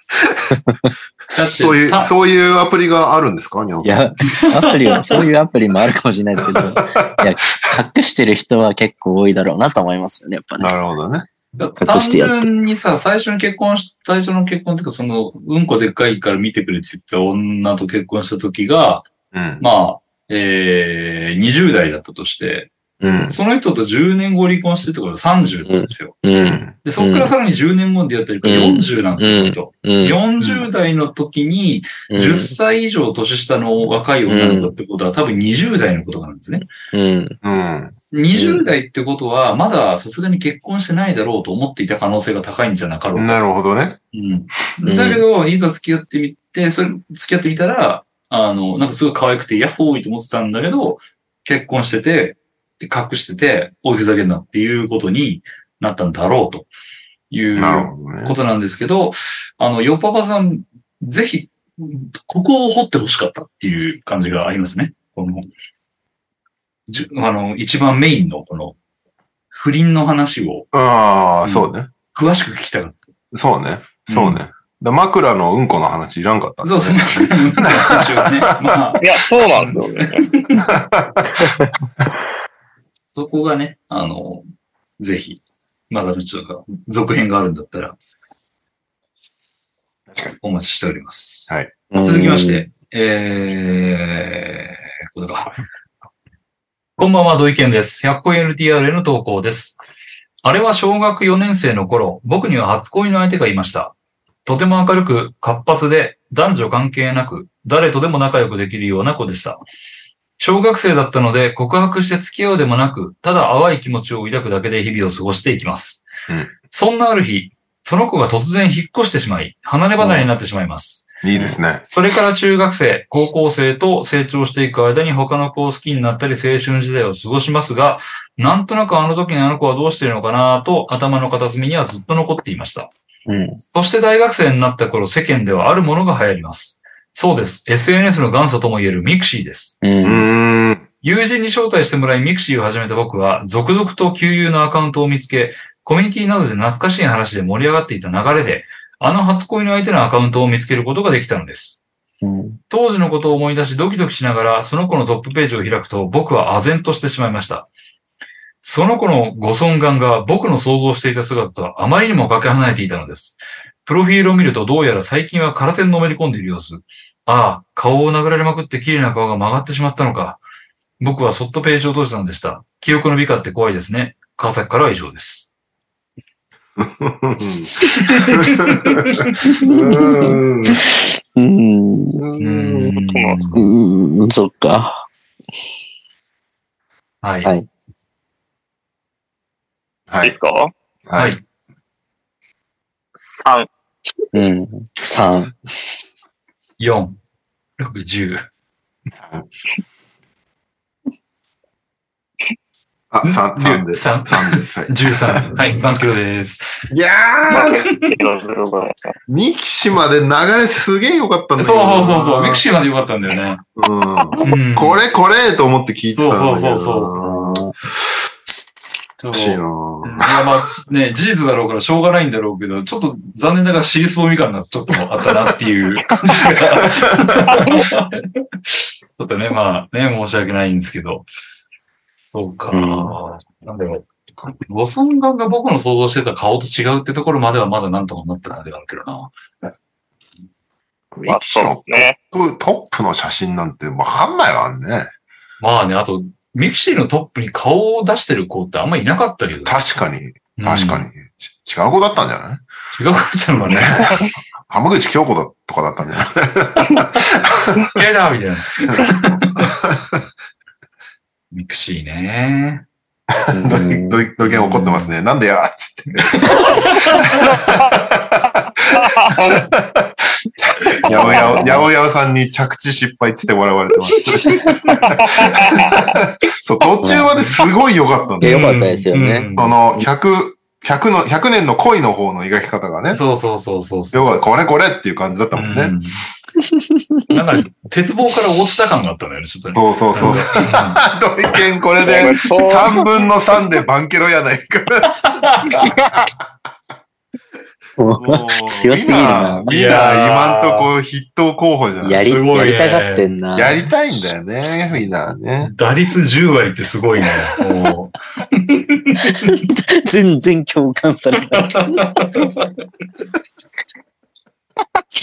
Speaker 2: だって
Speaker 3: そういう、
Speaker 2: た
Speaker 3: そういうアプリがあるんですか日本
Speaker 4: いや、アプリ は、そういうアプリもあるかもしれないですけど、いや、隠してる人は結構多いだろうなと思いますよね、やっぱね。
Speaker 3: なるほどね。
Speaker 2: 単純にさ、最初に結婚し、最初の結婚っていうか、その、うんこでっかいから見てくれって言った女と結婚した時が、
Speaker 3: うん。
Speaker 2: まあ、えー、20代だったとして、
Speaker 3: うん。
Speaker 2: その人と10年後離婚してってことは30なんですよ。
Speaker 4: うん、
Speaker 2: で、そこからさらに10年後でやってるから
Speaker 4: うん
Speaker 2: 40なんですよ、
Speaker 4: う
Speaker 2: こ
Speaker 4: ん
Speaker 2: の人。
Speaker 4: うん。
Speaker 2: 40代の時に、
Speaker 4: うん
Speaker 2: 10歳以上年下の若い女の子ってことは多分20代のことなんですね。
Speaker 4: うん。
Speaker 3: うん。
Speaker 2: 20代ってことは、まださすがに結婚してないだろうと思っていた可能性が高いんじゃなかろうか。
Speaker 3: なるほどね。
Speaker 2: うん。だけど、いざ付き合ってみて、それ、付き合ってみたら、あの、なんかすごい可愛くて、ヤッホーイと思ってたんだけど、結婚してて、で隠してて、おいふざけんなっていうことになったんだろうという
Speaker 3: なるほどね
Speaker 2: こ。となんですけど、あの、よっぱぱさん、ぜひ、ここを掘ってほしかったっていう感じがありますね。この、じゅあの、一番メインのこの、不倫の話を
Speaker 3: ああ、そうね。
Speaker 2: 詳しく聞きたかっ。
Speaker 3: そうね。そうね。だ枕のうんこの話いらんかったた。
Speaker 2: そうですね。。私はね まあ
Speaker 1: た。いや、そうなんですよね。
Speaker 2: そこがね、あの、ぜひ、まだちょっと続編があるんだったら、
Speaker 3: 確かに。
Speaker 2: お待ちしております。
Speaker 3: はい
Speaker 2: 続きまして、えー、これか。こんばんは、土井健です。100個 LTR への投稿です。あれは小学4年生の頃、僕には初恋の相手がいました。とても明るく、活発で、男女関係なく、誰とでも仲良くできるような子でした。小学生だったので、告白して付き合うでもなく、ただ淡い気持ちを抱くだけで日々を過ごしていきます。
Speaker 3: うん
Speaker 2: そんなある日、その子が突然引っ越してしまい、離れ離れになってしまいます。
Speaker 3: いいですね。
Speaker 2: それから中学生、高校生と成長していく間に他の子を好きになったり青春時代を過ごしますが、なんとなくあの時のあの子はどうしてるのかなと頭の片隅にはずっと残っていました。
Speaker 4: うん。
Speaker 2: そして大学生になった頃世間ではあるものが流行ります。そうです。SNS の元祖ともいえるミクシーです。
Speaker 4: う。
Speaker 3: うんーん。
Speaker 2: 友人に招待してもらい、ミクシーを始めた僕は、続々と旧友のアカウントを見つけ、コミュニティなどで懐かしい話で盛り上がっていた流れで、あの初恋の相手のアカウントを見つけることができたのです。
Speaker 4: うん。
Speaker 2: 当時のことを思い出し、ドキドキしながら、その子のトップページを開くと、僕は唖然としてしまいました。その子のご尊顔が僕の想像していた姿とはあまりにもかけ離れていたのです。プロフィールを見ると、どうやら最近は空手にのめり込んでいる様子。ああ、顔を殴られまくって綺麗な顔が曲がってしまったのか。僕はそっとページを閉じたのでした。記憶の美化って怖いですね。川崎からは以上です。
Speaker 3: う
Speaker 4: うん。
Speaker 2: ーん
Speaker 1: そうなんです
Speaker 4: うん。そっか。
Speaker 2: はい。
Speaker 4: はい
Speaker 1: い
Speaker 3: はい
Speaker 1: で
Speaker 3: い
Speaker 1: す。か
Speaker 3: はい。。
Speaker 1: ?3。
Speaker 4: うん。三。
Speaker 2: 4、6、10。
Speaker 3: あ、3、三です。
Speaker 2: 三
Speaker 3: 三です。はい
Speaker 2: 13。はい、バンキロです。
Speaker 3: いやー、
Speaker 1: けど、どれぐらいですか
Speaker 3: ミキシまで流れすげえ良かったん
Speaker 2: そう
Speaker 3: だけど
Speaker 2: そうそうそう。ミクシーまでよかったんだよね。
Speaker 3: うん。
Speaker 2: うん。
Speaker 3: これこれと思って聞いてたんだけど。。
Speaker 2: そうそうそうそうそう
Speaker 3: 欲しいな
Speaker 2: うんまあまあね、事実だろうからしょうがないんだろうけど、ちょっと残念ながらシリスボミカンがちょっとあったなって いう感じが。ちょっとね、まあね、申し訳ないんですけど。そうか。
Speaker 4: う
Speaker 2: なんだろう。ご尊顔が僕の想像してた顔と違うってところまではまだなんとかなった感じがあるけどな。
Speaker 3: ミ
Speaker 1: まあ、
Speaker 3: キシ
Speaker 1: そうで
Speaker 3: の
Speaker 1: すね。
Speaker 3: トップトップの写真なんてわかんないわね。
Speaker 2: まあね、あと、ミクシーのトップに顔を出してる子ってあんまりいなかったけど。
Speaker 3: 確かに、確かに。
Speaker 2: うん。
Speaker 3: ち違う子だったんじゃない
Speaker 2: 違う子ちゃんはね。
Speaker 3: 浜口京子だとかだったんじゃない
Speaker 2: 嫌いだみたいな。 ミクシーね。
Speaker 3: ドキドキドキン怒ってますね。なんでやつって。やおやお、やおやおさんに着地失敗っつって笑われてます。そう、途中まですごい良かったんだ
Speaker 4: え
Speaker 3: よ。
Speaker 4: よかったですよね
Speaker 2: うん
Speaker 3: その、100、100の、100年の恋の方の描き方がね。
Speaker 2: そうそうそうそうそう。
Speaker 3: 要は、これこれっていう感じだったもんね。
Speaker 2: うんなんか、鉄棒から落ちた感があったのよね、ちょっとね。
Speaker 3: そうそうそう。ドイケンこれで、3分の3でバンケロやないか。もう
Speaker 4: 強すぎるな。
Speaker 3: みん
Speaker 2: い
Speaker 3: な
Speaker 2: や
Speaker 3: 今
Speaker 2: ー
Speaker 3: んとこ筆頭候補じゃん。や
Speaker 4: やり、
Speaker 2: すごい
Speaker 4: や
Speaker 2: ね
Speaker 4: りたがってんな。
Speaker 3: りたいんだよね、みんなね。
Speaker 2: 打率10割ってすごいね。こう
Speaker 4: 全然共感されない。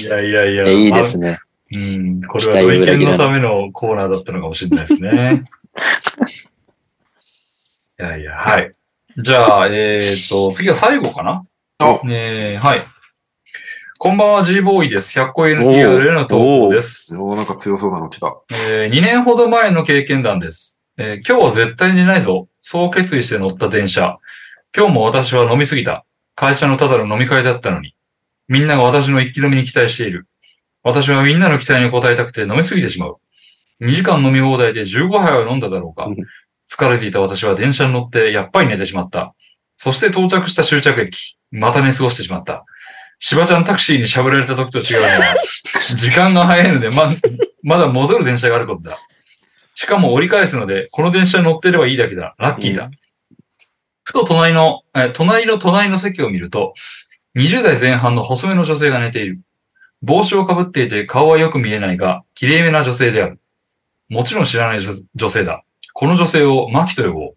Speaker 2: いやいやいや。
Speaker 4: え いいですね。
Speaker 2: うん、これはご意見のためのコーナーだったのかもしれないですね。いやいや、はい。じゃあ、えっ、と、次は最後かな
Speaker 3: お
Speaker 2: ねえはい。こんばんは、G ボーイです。100個 NTR への投稿です。
Speaker 3: おなんか強そうなの来た。
Speaker 2: えー、2年ほど前の経験談です、えー今日は絶対寝ないぞ。そう決意して乗った電車。今日も私は飲みすぎた。会社のただの飲み会だったのに。みんなが私の一気飲みに期待している。私はみんなの期待に応えたくて飲みすぎてしまう。2時間飲み放題で15杯は飲んだだろうか
Speaker 4: うん。
Speaker 2: 疲れていた私は電車に乗ってやっぱり寝てしまった。そして到着した終着駅。また寝過ごしてしまった。しばちゃんタクシーに喋られた時と違うのは、時間が早いので、ま、まだ戻る電車があることだ。しかも折り返すので、この電車に乗ってればいいだけだ。ラッキーだ。ふと隣の、え隣の隣の席を見ると、20代前半の細めの女性が寝ている。帽子をかぶっていて顔はよく見えないが、綺麗めな女性である。もちろん知らない女女性だ。この女性をマキと呼ぼう。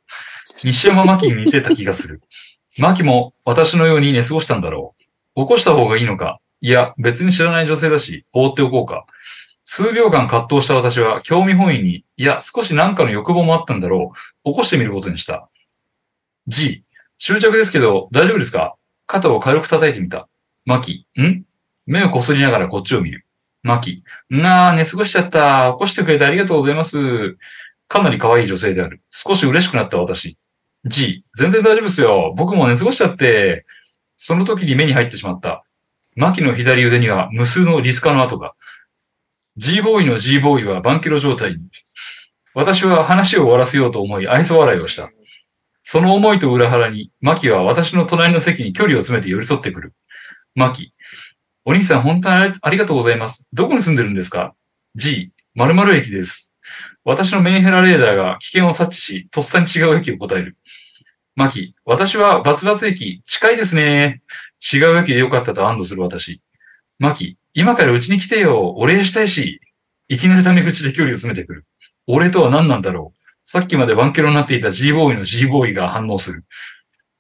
Speaker 2: 西山マキに似てた気がする。マキも私のように寝過ごしたんだろう。起こした方がいいのかいや、別に知らない女性だし、放っておこうか。数秒間葛藤した私は興味本位に、いや、少し何かの欲望もあったんだろう。起こしてみることにした。G、終着ですけど、大丈夫ですか肩を軽く叩いてみた。マキ、ん目をこすりながらこっちを見る。マキ、なあ、寝過ごしちゃった。起こしてくれてありがとうございます。かなり可愛い女性である。少し嬉しくなった私。G、全然大丈夫ですよ。僕も寝過ごしちゃって。その時に目に入ってしまった。マキの左腕には無数のリスカの跡が。G ボーイの G ボーイはバンキロ状態に。私は話を終わらせようと思い愛想笑いをした。その思いと裏腹に、マキは私の隣の席に距離を詰めて寄り添ってくる。マキ。お兄さん、本当にありありがとうございます。どこに住んでるんですか ?G、〇〇駅です。私のメンヘラレーダーが危険を察知し、とっさに違う駅を答える。マキ、私はバツバツ駅、近いですね。違う駅でよかったと安堵する私。マキ、今からうちに来てよ。お礼したいし。いきなりタメ口で距離を詰めてくる。お礼とは何なんだろう。さっきまでワンキロになっていた G ボーイの G ボーイが反応する。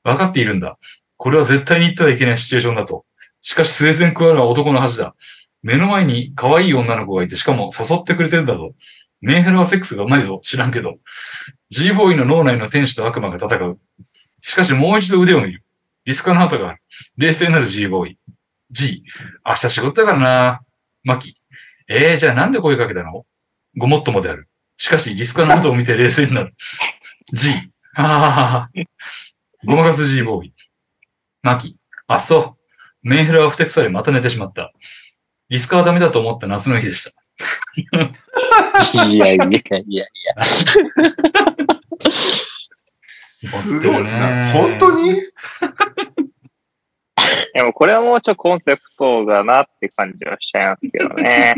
Speaker 2: わかっているんだ。これは絶対に言ってはいけないシチュエーションだと。しかし、スエゼンクワルは男の恥だ。目の前に可愛い女の子がいて、しかも誘ってくれてるんだぞ。メンヘラはセックスがうまいぞ。知らんけど。G ボーイの脳内の天使と悪魔が戦う。しかし、もう一度腕を見る。リスカの跡がある。冷静なる G ボーイ。G、明日仕事だからな。マキ、えー、じゃあなんで声かけたのごもっともである。しかし、リスカの跡を見て冷静になる。G、あははは。ごまかす G ボーイ。マキ、あ、そう。メンヘラはふてくされまた寝てしまった。リスカはダメだと思った夏の日でした。
Speaker 4: いやいやいやいや。
Speaker 3: すごいな。本当に
Speaker 1: でもこれはもうちょっとコンセプトだなって感じはしちゃいますけど ね。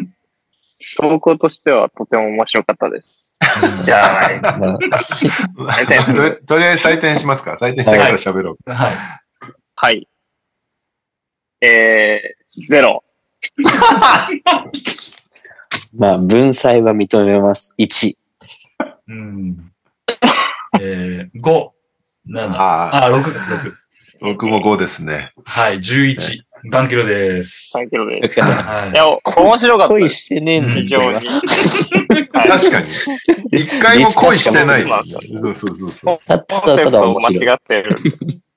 Speaker 1: 投稿としてはとても面白かった です。じゃあない。
Speaker 4: まあ、し
Speaker 1: 点
Speaker 3: ととりあえず採点しますか。採点してから喋ろう。
Speaker 2: はい。
Speaker 1: はい。えー、ゼロ。
Speaker 4: まあ、文才は認めます。1。
Speaker 2: うん。えー、5、7、
Speaker 3: ああ、
Speaker 2: あ、6、6。
Speaker 3: 僕も5ですね。
Speaker 2: はい、11。バンキロです。
Speaker 1: 3キロで
Speaker 4: だ
Speaker 1: す。
Speaker 4: から、
Speaker 2: はい
Speaker 1: い。や、面白かったで
Speaker 4: 恋
Speaker 1: す。
Speaker 4: してねえ
Speaker 1: 非
Speaker 4: んだ
Speaker 1: 常
Speaker 4: よ
Speaker 1: に
Speaker 4: な。。
Speaker 1: はい。
Speaker 3: 確かに。一回も恋してない。
Speaker 1: リスカしか
Speaker 3: そうそうそうそう。
Speaker 4: ただ
Speaker 1: コン
Speaker 4: た
Speaker 1: セプ
Speaker 4: だただ
Speaker 1: トを
Speaker 4: 面白い。
Speaker 1: 間違ってる。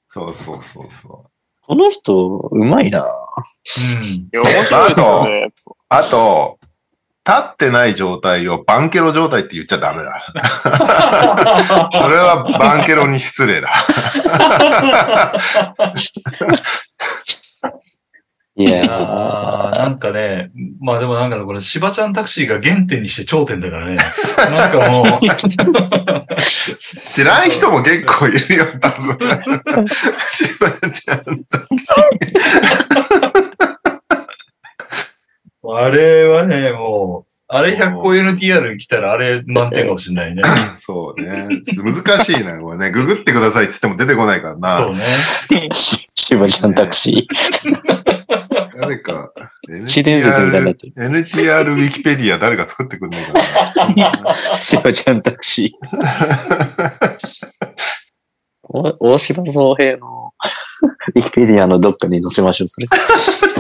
Speaker 3: そうそうそうそう。
Speaker 4: この人、うまいな。
Speaker 2: うん。
Speaker 1: いや、面白いですよね。
Speaker 3: あと、立ってない状態をバンケロ状態って言っちゃダメ だ。それはバンケロに失礼だ。
Speaker 2: い
Speaker 4: いや、
Speaker 2: やーなんかね、まあでもなんかねこれ、しばちゃんタクシーが原点にして頂点だからね。なんかもう、
Speaker 3: 知らん人も結構いるよ、多分。自分じゃん
Speaker 2: あれはね、もう、あれ100個 NTR 来たらあれ満点かもしれないね。
Speaker 3: そうね。難しいな、これね。ググってくださいって言っても出てこないから
Speaker 2: そ
Speaker 3: な。
Speaker 2: うね。
Speaker 4: しばちゃんタクシー。
Speaker 3: 誰 か、
Speaker 4: 自然説みたいになってる
Speaker 3: NTR ウィキペディア誰か作ってくんない かな。
Speaker 4: しばちゃんタクシー。お大島宗平のウィキペディアのどっかに載せましょう、それ。
Speaker 3: し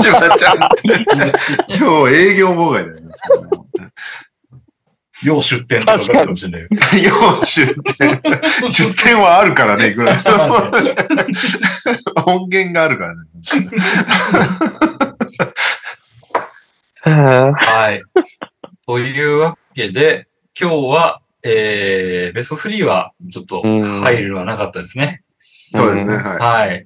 Speaker 3: ばちゃんって。今日営業妨害だよね。それ
Speaker 2: よう出店とかかかるかもしれないよ。
Speaker 3: 要出店。出店はあるからね、いくら。音源があるからね。
Speaker 2: はい。というわけで、今日は、えー、ベスト3はちょっと
Speaker 4: うん
Speaker 2: 入るはなかったですね。
Speaker 3: そうですね、。は
Speaker 2: はい。い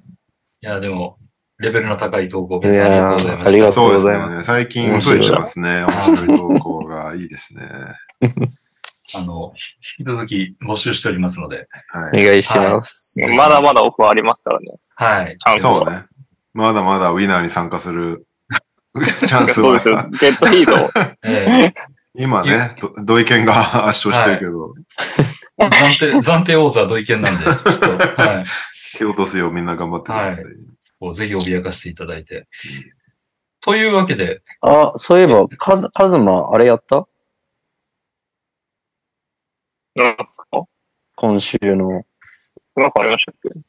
Speaker 2: や、でも、レベルの高い投稿、
Speaker 4: い
Speaker 2: 皆さんありが
Speaker 4: や
Speaker 2: とうござい
Speaker 4: ー
Speaker 2: ま
Speaker 4: あり
Speaker 2: し
Speaker 3: い。
Speaker 4: がと
Speaker 3: そう
Speaker 4: う
Speaker 3: で
Speaker 4: ご
Speaker 3: す
Speaker 4: ざいます。
Speaker 3: ね。最近増えてますね。面白い投稿がいいですね。
Speaker 2: た。あの、引き続き募集しておりますので、
Speaker 3: は
Speaker 4: お
Speaker 3: い。
Speaker 4: 願いします。
Speaker 1: まだまだオファーありますからね。
Speaker 2: はい。
Speaker 1: チャンス
Speaker 3: そう
Speaker 1: は。
Speaker 3: ね。まだまだウィナーに参加す るチャンス
Speaker 1: そうですよ
Speaker 3: は。。
Speaker 1: ゲットヒート。
Speaker 2: えー
Speaker 3: 今ね、ど土井健が 圧勝してるけど、
Speaker 2: 暫定、暫定王座同意見なんで、ちょっと、はい。
Speaker 3: 蹴落とすようみんな頑張ってください。
Speaker 2: そこをぜひ脅かしていただいて。というわけで、
Speaker 4: あ、そういえば、カズ、カズマ、あれやった
Speaker 1: なんか
Speaker 4: 今週の。
Speaker 1: なんかありましたっけ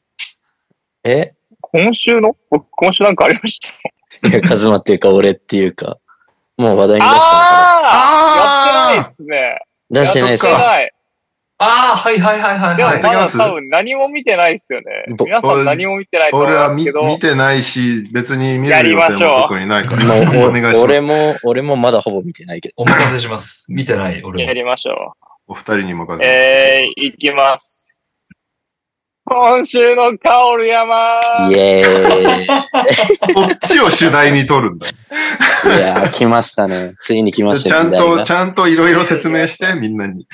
Speaker 4: え
Speaker 1: 今週の僕、今週なんかありました。
Speaker 4: いや、カズマっていうか、俺っていうか、もう話題に出したのか
Speaker 1: あーやってない
Speaker 3: あ
Speaker 1: っすね。
Speaker 4: ら。出してないです
Speaker 1: やって
Speaker 4: か
Speaker 1: ない。
Speaker 2: ああ、はいはいはいはい、
Speaker 1: でも
Speaker 2: は
Speaker 1: ま
Speaker 2: い。
Speaker 1: だ多分何も見てないっすよね。
Speaker 4: ど
Speaker 1: 皆さん何も見てない
Speaker 3: あ
Speaker 1: と思い
Speaker 3: 俺は
Speaker 1: ます
Speaker 3: 見
Speaker 1: けど。
Speaker 3: 見てないし、別に見
Speaker 1: や
Speaker 3: る
Speaker 1: り
Speaker 3: 予
Speaker 1: ましょう
Speaker 3: 定も特にないから、
Speaker 4: も う
Speaker 3: お願いしま
Speaker 4: 俺
Speaker 3: す。
Speaker 4: も、俺もまだほぼ見てないけど。
Speaker 2: お任せします。見てない、俺
Speaker 1: や
Speaker 2: も。
Speaker 1: りましょ
Speaker 3: お二人に任せ
Speaker 1: う。
Speaker 3: て。
Speaker 1: えー、いきます。今週のカオル山
Speaker 4: イエ ーイ。い
Speaker 3: こっちを主題に取るんだ。
Speaker 4: やー、来ましたね。ついに来まし
Speaker 3: ち
Speaker 4: た
Speaker 3: ゃ
Speaker 4: よ
Speaker 3: ん
Speaker 4: 時代
Speaker 3: と、
Speaker 4: が
Speaker 3: ちゃんといろいろ説明して、みんなに。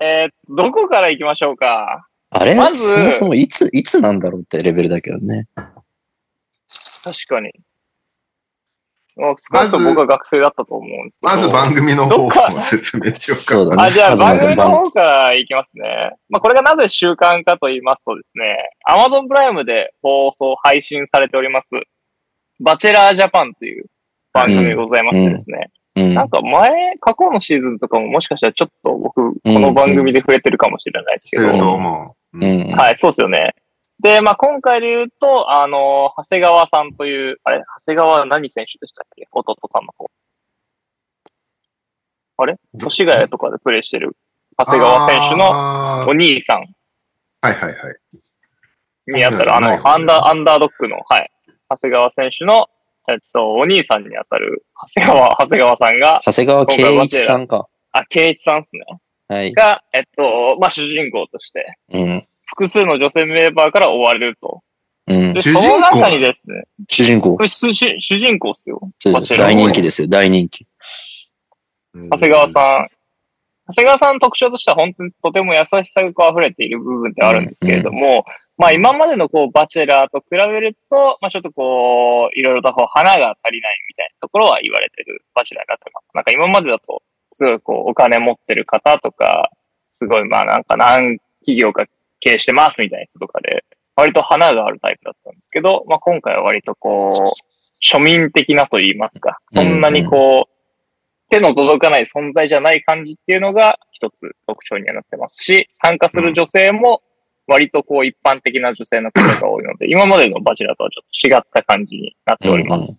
Speaker 1: えー、どこから行きましょうか
Speaker 4: あれ
Speaker 1: まず
Speaker 4: そもそもいつ、いつなんだろうってレベルだけどね。
Speaker 1: 確かに。もう少なくとも僕は学生だったと思うんですけど。
Speaker 3: まず番組の方を説明しようか。
Speaker 4: そうだね。
Speaker 1: あ、じゃあ
Speaker 4: カズマ
Speaker 1: 番
Speaker 4: と
Speaker 1: 組の方からいきますね。まあ、これがなぜ習慣かと言いますとですね、Amazon プライムで放送、配信されております、バチェラージャパンという番組でございましてですね、
Speaker 4: うん
Speaker 1: なんか前、過去のシーズンとかももしかしたらちょっと僕、この番組で触れてるかもしれないです
Speaker 3: し
Speaker 1: け
Speaker 3: て
Speaker 1: ど、
Speaker 3: ると思う。
Speaker 4: う
Speaker 3: うん
Speaker 4: ん。
Speaker 1: はい、そうですよね。で、まあ、今回で言うと、あの、長谷川さんという、あれ、長谷川何選手でしたっけ弟さんの方。あれ年ヶ谷とかでプレーしてる長谷川選手の
Speaker 3: あー
Speaker 1: お兄さん
Speaker 3: はいはいはい。
Speaker 1: にあたる、あ
Speaker 3: ない
Speaker 1: の、アンダー、アンダードックの、はい、長谷川選手の、えっと、お兄さんにあたる、長谷川、長谷川さんが、
Speaker 4: 長谷川圭一さんか。
Speaker 1: あ、圭一さんですね。
Speaker 4: はい。
Speaker 1: が、えっと、まあ、主人公として、
Speaker 4: うん。
Speaker 1: 複数の女性メンバーから追われると。
Speaker 4: うん。
Speaker 1: で、
Speaker 3: 主
Speaker 1: そ
Speaker 3: 人公
Speaker 1: の中にですね、
Speaker 4: 主人公
Speaker 1: こ。れ主主主人公っすよ。
Speaker 4: そうです大人気ですよ、大人気。
Speaker 1: 長谷川さん。長谷川さんの特徴としては本当にとても優しさが溢れている部分ではあるんですけれども、まあ今までのこうバチェラーと比べると、まあちょっとこう、いろいろとこう花が足りないみたいなところは言われてるバチェラーだと思います。なんか今までだと、すごいこうお金持ってる方とか、すごいまあなんか何企業か経営してますみたいな人とかで、割と花があるタイプだったんですけど、まあ今回は割とこう、庶民的なと言いますか、そんなにこう、手の届かない存在じゃない感じっていうのが一つ特徴にはなってますし、参加する女性も割とこう一般的な女性の方が多いので、今までのバチェラーとはちょっと違った感じになっております。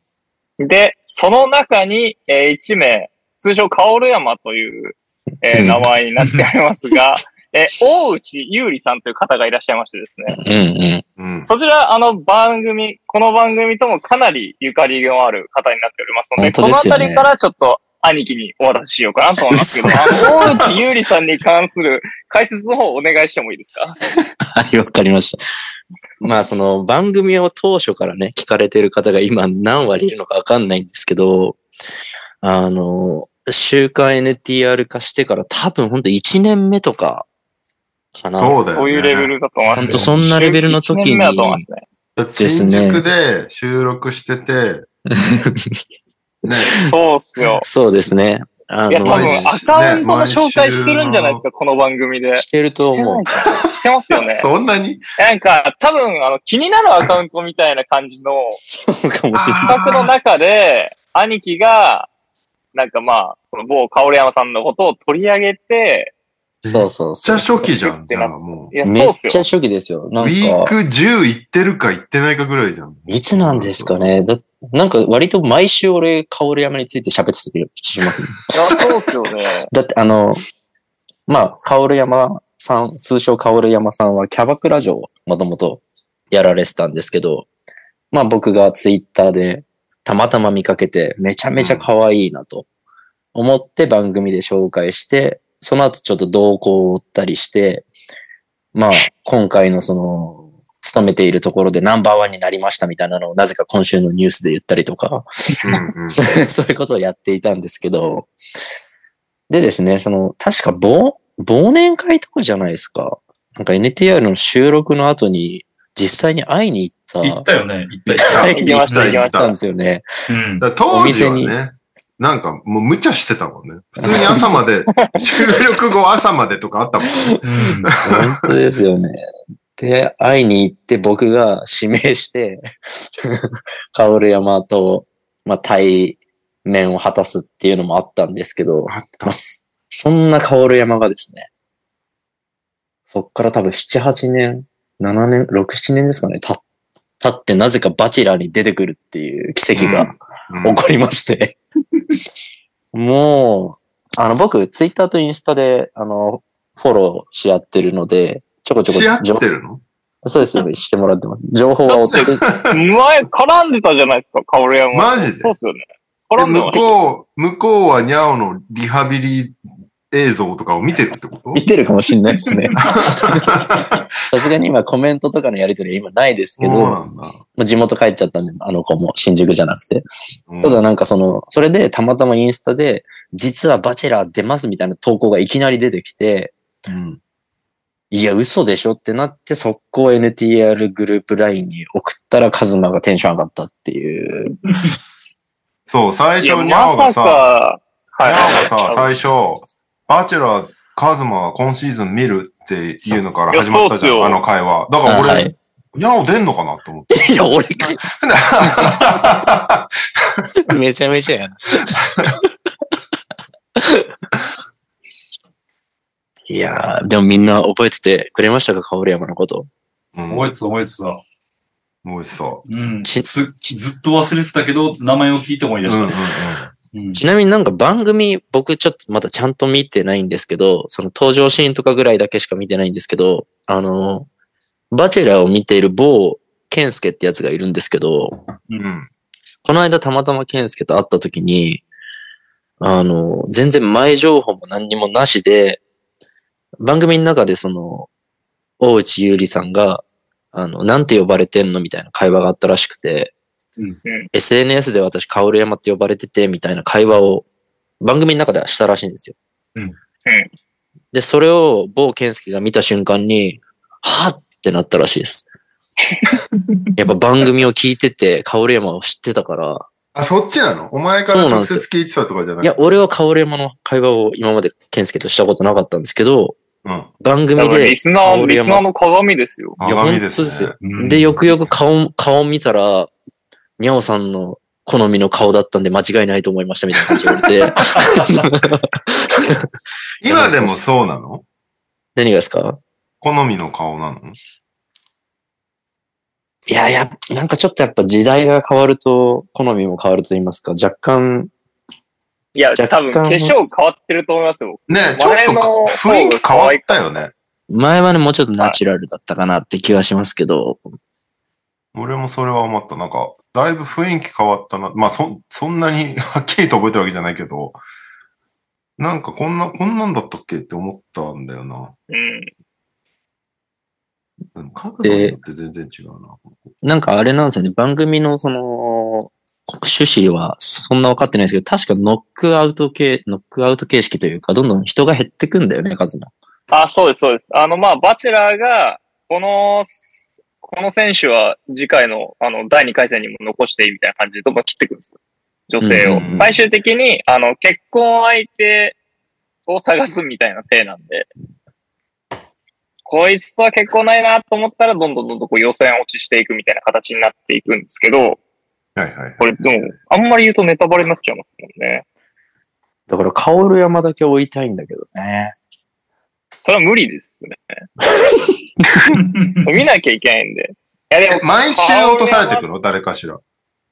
Speaker 1: で、その中に、えー1名、通称カオル山という、えー
Speaker 4: うん
Speaker 1: 名前になって おりますが、えー大内優里さんという方がいらっしゃいましてですね、
Speaker 4: うんうん。
Speaker 3: ん。うん。
Speaker 1: そちら、あの番組、この番組ともかなりゆかりのある方になっておりますので、
Speaker 4: 本
Speaker 1: こ
Speaker 4: 当で
Speaker 1: のあ
Speaker 4: すよ
Speaker 1: た
Speaker 4: ね
Speaker 1: りからちょっと兄貴にお渡ししようかなと思いますけど、あの大内優里さんに関する解説の方お願いしてもいいですか
Speaker 4: はい、わかりました。まあ、その番組を当初からね、聞かれてる方が今何割いるのかわかんないんですけど、あの、週刊 NTR 化してから多分ほんと1年目とかかな。
Speaker 3: そうだよね。
Speaker 1: そういうレベルだと思います
Speaker 4: ほ
Speaker 1: よ。
Speaker 4: んとそんなレベルの時
Speaker 1: 一年
Speaker 4: に
Speaker 1: 目、だと思いますね。
Speaker 3: だって新宿で収録してて、ね、
Speaker 1: そうっすよ。
Speaker 4: そうですね。あ
Speaker 1: いや、多
Speaker 4: の、
Speaker 1: 分アカウントも紹介してるんじゃないですか、この番組で。
Speaker 4: してると思う。
Speaker 1: してますよね。
Speaker 3: そんなに
Speaker 1: なんか、多分、あの、気になるアカウントみたいな感じの
Speaker 4: そうかもしれない。
Speaker 1: 企画の中で、兄貴が、なんかまあ、この某香織山さんのことを取り上げて、
Speaker 4: そうそうそ
Speaker 3: め
Speaker 4: う
Speaker 3: っちゃ初期じゃん、じゃあも
Speaker 1: いや、
Speaker 4: う。
Speaker 1: そう
Speaker 4: め
Speaker 1: っ
Speaker 4: っ
Speaker 1: す
Speaker 4: ち
Speaker 1: よ
Speaker 4: ゃ。初期ですよ。
Speaker 3: う。
Speaker 4: な
Speaker 3: ウ
Speaker 4: ん
Speaker 3: ィー
Speaker 4: か、
Speaker 3: ク10行ってるか行ってないかぐらいじゃん。
Speaker 4: いつなんですかね。だなんか割と毎週俺、薫山について喋ってたりしますね。
Speaker 1: いや、そうっすよね。
Speaker 4: だってあの、まあ、薫山さん、通称薫山さんはキャバクラ嬢をもともとやられてたんですけど、まあ僕がツイッターでたまたま見かけてめちゃめちゃ可愛いなと思って番組で紹介して、その後ちょっと動向を追ったりして、まあ今回のその、勤めているところでナンバーワンになりましたみたいなのをなぜか今週のニュースで言ったりとか、
Speaker 3: うんうん。
Speaker 4: そう そういうことをやっていたんですけど、でですね、その、確か忘、忘年会とかじゃないですか。なんか NTR の収録の後に、実際に会いに行った、
Speaker 2: 行ったよね。行
Speaker 3: 行
Speaker 2: った
Speaker 3: っ
Speaker 2: 行った
Speaker 4: た
Speaker 3: 行った行っ
Speaker 4: 行ったん
Speaker 3: た。
Speaker 4: ですよね。
Speaker 2: うん。
Speaker 3: だから当時は
Speaker 4: お
Speaker 3: ね、なんかもう無茶してたもんね。普通に朝まで、収録後朝までとかあったもんね。
Speaker 2: うん
Speaker 4: 本当ですよね。で、会いに行って僕が指名して、 カオル山と、まあ、対面を果たすっていうのもあったんですけど、
Speaker 3: あっ
Speaker 4: まあ、そそんな薫山がですね、そっから多分7、8年、7年、6、7年ですかね、た、たってなぜかバチェラーに出てくるっていう奇跡が
Speaker 3: うん
Speaker 4: 起こりま して。もう、あの、僕、ツイッターとインスタで、あの、フォローし合ってるので、ちょこちょこ、
Speaker 3: し合っ
Speaker 4: 情
Speaker 3: てるの
Speaker 4: そうですよ、してもらってます。情報は追って る。
Speaker 1: 前、絡んでたじゃないですか、香織山。
Speaker 3: マジで
Speaker 1: そうっすよね。
Speaker 3: で
Speaker 1: 絡んで
Speaker 3: 向
Speaker 1: た。
Speaker 3: こう、向こうはニャオのリハビリ映像とかを見てるってこと
Speaker 4: 見てるかもしれないで すね。さすがに今コメントとかのやりとりは今ないですけ
Speaker 3: そう
Speaker 4: ど、
Speaker 3: なんだ。
Speaker 4: もう地元帰っちゃったんで、あの子も新宿じゃなくて。
Speaker 3: うん
Speaker 4: ただなんかその、それでたまたまインスタで、実はバチェラー出ますみたいな投稿がいきなり出てきて、
Speaker 3: うん
Speaker 4: いや、嘘でしょってなって、速攻 NTR グループ LINE に送ったら、カズマがテンション上がったっていう。
Speaker 3: そう、最
Speaker 1: いや、
Speaker 3: 初ニャオ
Speaker 1: ま
Speaker 3: が
Speaker 1: さ
Speaker 3: さ、
Speaker 1: か、
Speaker 3: ニャオ
Speaker 1: は
Speaker 3: がさ、
Speaker 1: い。
Speaker 3: 最初、バチェラー、カズマは今シーズン見るっていうのから始まったじゃ
Speaker 1: いやそうっすよ
Speaker 3: ん、あの会話。だから
Speaker 4: は
Speaker 3: 俺、
Speaker 4: い。
Speaker 3: ニャオ出んのかなと思って。
Speaker 4: いや、俺か。 めちゃめちゃや な。いやー、でもみんな覚えててくれましたかカオル山のこと。
Speaker 3: うん
Speaker 2: 覚えてた、覚えてた。
Speaker 3: もう一度。
Speaker 2: うん。
Speaker 4: ち
Speaker 2: ずずっと忘れてたけど、名前を聞いて思い
Speaker 3: うん
Speaker 2: 出
Speaker 3: う
Speaker 2: し
Speaker 3: ん
Speaker 2: た
Speaker 3: うん。
Speaker 2: うん
Speaker 4: ちなみになんか番組、僕ちょっとまだちゃんと見てないんですけど、その登場シーンとかぐらいだけしか見てないんですけど、あの、バチェラーを見ている某健介ってやつがいるんですけど、
Speaker 3: うん
Speaker 4: この間たまたま健介と会った時に、あの、全然前情報も何にもなしで、番組の中でその、大内優里さんが、あの、なんて呼ばれてんのみたいな会話があったらしくて、SNS で私、カオル山って呼ばれてて、みたいな会話を番組の中ではしたらしいんですよ。
Speaker 2: うんうん
Speaker 4: で、それを某健介が見た瞬間に、はっってなったらしいです。やっぱ番組を聞いてて、カオル山を知ってたから、
Speaker 3: あ、そっちなのお前から
Speaker 4: そうな
Speaker 3: 直
Speaker 4: んです
Speaker 3: 接
Speaker 4: よ
Speaker 3: 聞いてたとかじゃない
Speaker 4: いや、俺はカオル山の会話を今まで健介としたことなかったんですけど、
Speaker 3: うん。
Speaker 4: 番
Speaker 1: 多
Speaker 4: 組
Speaker 1: 分
Speaker 4: で
Speaker 1: リスナ
Speaker 4: カ
Speaker 1: ー、
Speaker 4: オル
Speaker 1: リスナー
Speaker 4: 山、
Speaker 1: の鏡ですよ。
Speaker 4: いや
Speaker 3: 鏡で
Speaker 4: 本当ですす
Speaker 3: ね
Speaker 4: よ。
Speaker 2: うん
Speaker 4: で、よくよく顔、顔見たら、にゃおさんの好みの顔だったんで間違いないと思いましたみたいな感じで言 われて、
Speaker 3: 今でもそうなの
Speaker 4: 何がですか
Speaker 3: 好みの顔なの
Speaker 4: いや、やっぱ、なんかちょっとやっぱ時代が変わると、好みも変わると言いますか、若干、
Speaker 1: いや、
Speaker 4: 若
Speaker 1: 多分、
Speaker 4: 干
Speaker 1: 化粧変わってると思いますよ。
Speaker 3: ねちょっ
Speaker 1: 前
Speaker 3: と
Speaker 1: の
Speaker 3: か雰囲気変わったよね。
Speaker 4: 前はね、もうちょっとナチュラルだったかなって気はしますけど、
Speaker 3: 俺もそれは思った。なんか、だいぶ雰囲気変わったな。まあ、そ、そんなに はっきりと覚えてるわけじゃないけど、なんかこんな、こんなんだったっけって思ったんだよな。
Speaker 1: うん。
Speaker 3: でも角度によって全然違うな。
Speaker 4: なんかあれなんですよね、番組のその、趣旨はそんな分かってないですけど、確かノックアウト系、ノックアウト形式というか、どんどん人が減ってくんだよね、数も。
Speaker 1: あ、そうです、そうです。あの、まあ、バチェラーが、この、この選手は次回の、あの、第2回戦にも残していいみたいな感じでどんどん切っていくんですよ。女性を。
Speaker 3: うんうんうん
Speaker 1: 最終的に、あの、結婚相手を探すみたいな体なんで、こいつとは結婚ないなと思ったら、どんどんどんどんこう予選落ちしていくみたいな形になっていくんですけど、
Speaker 3: はいはい。
Speaker 1: これでも、あんまり言うとネタバレになっちゃいますもんね。
Speaker 4: だから、カオル山だけ追いたいんだけどね。
Speaker 1: それは無理です ね。見なきゃいけないんで。いや、でも
Speaker 3: え、毎週落とされてくの誰かしら。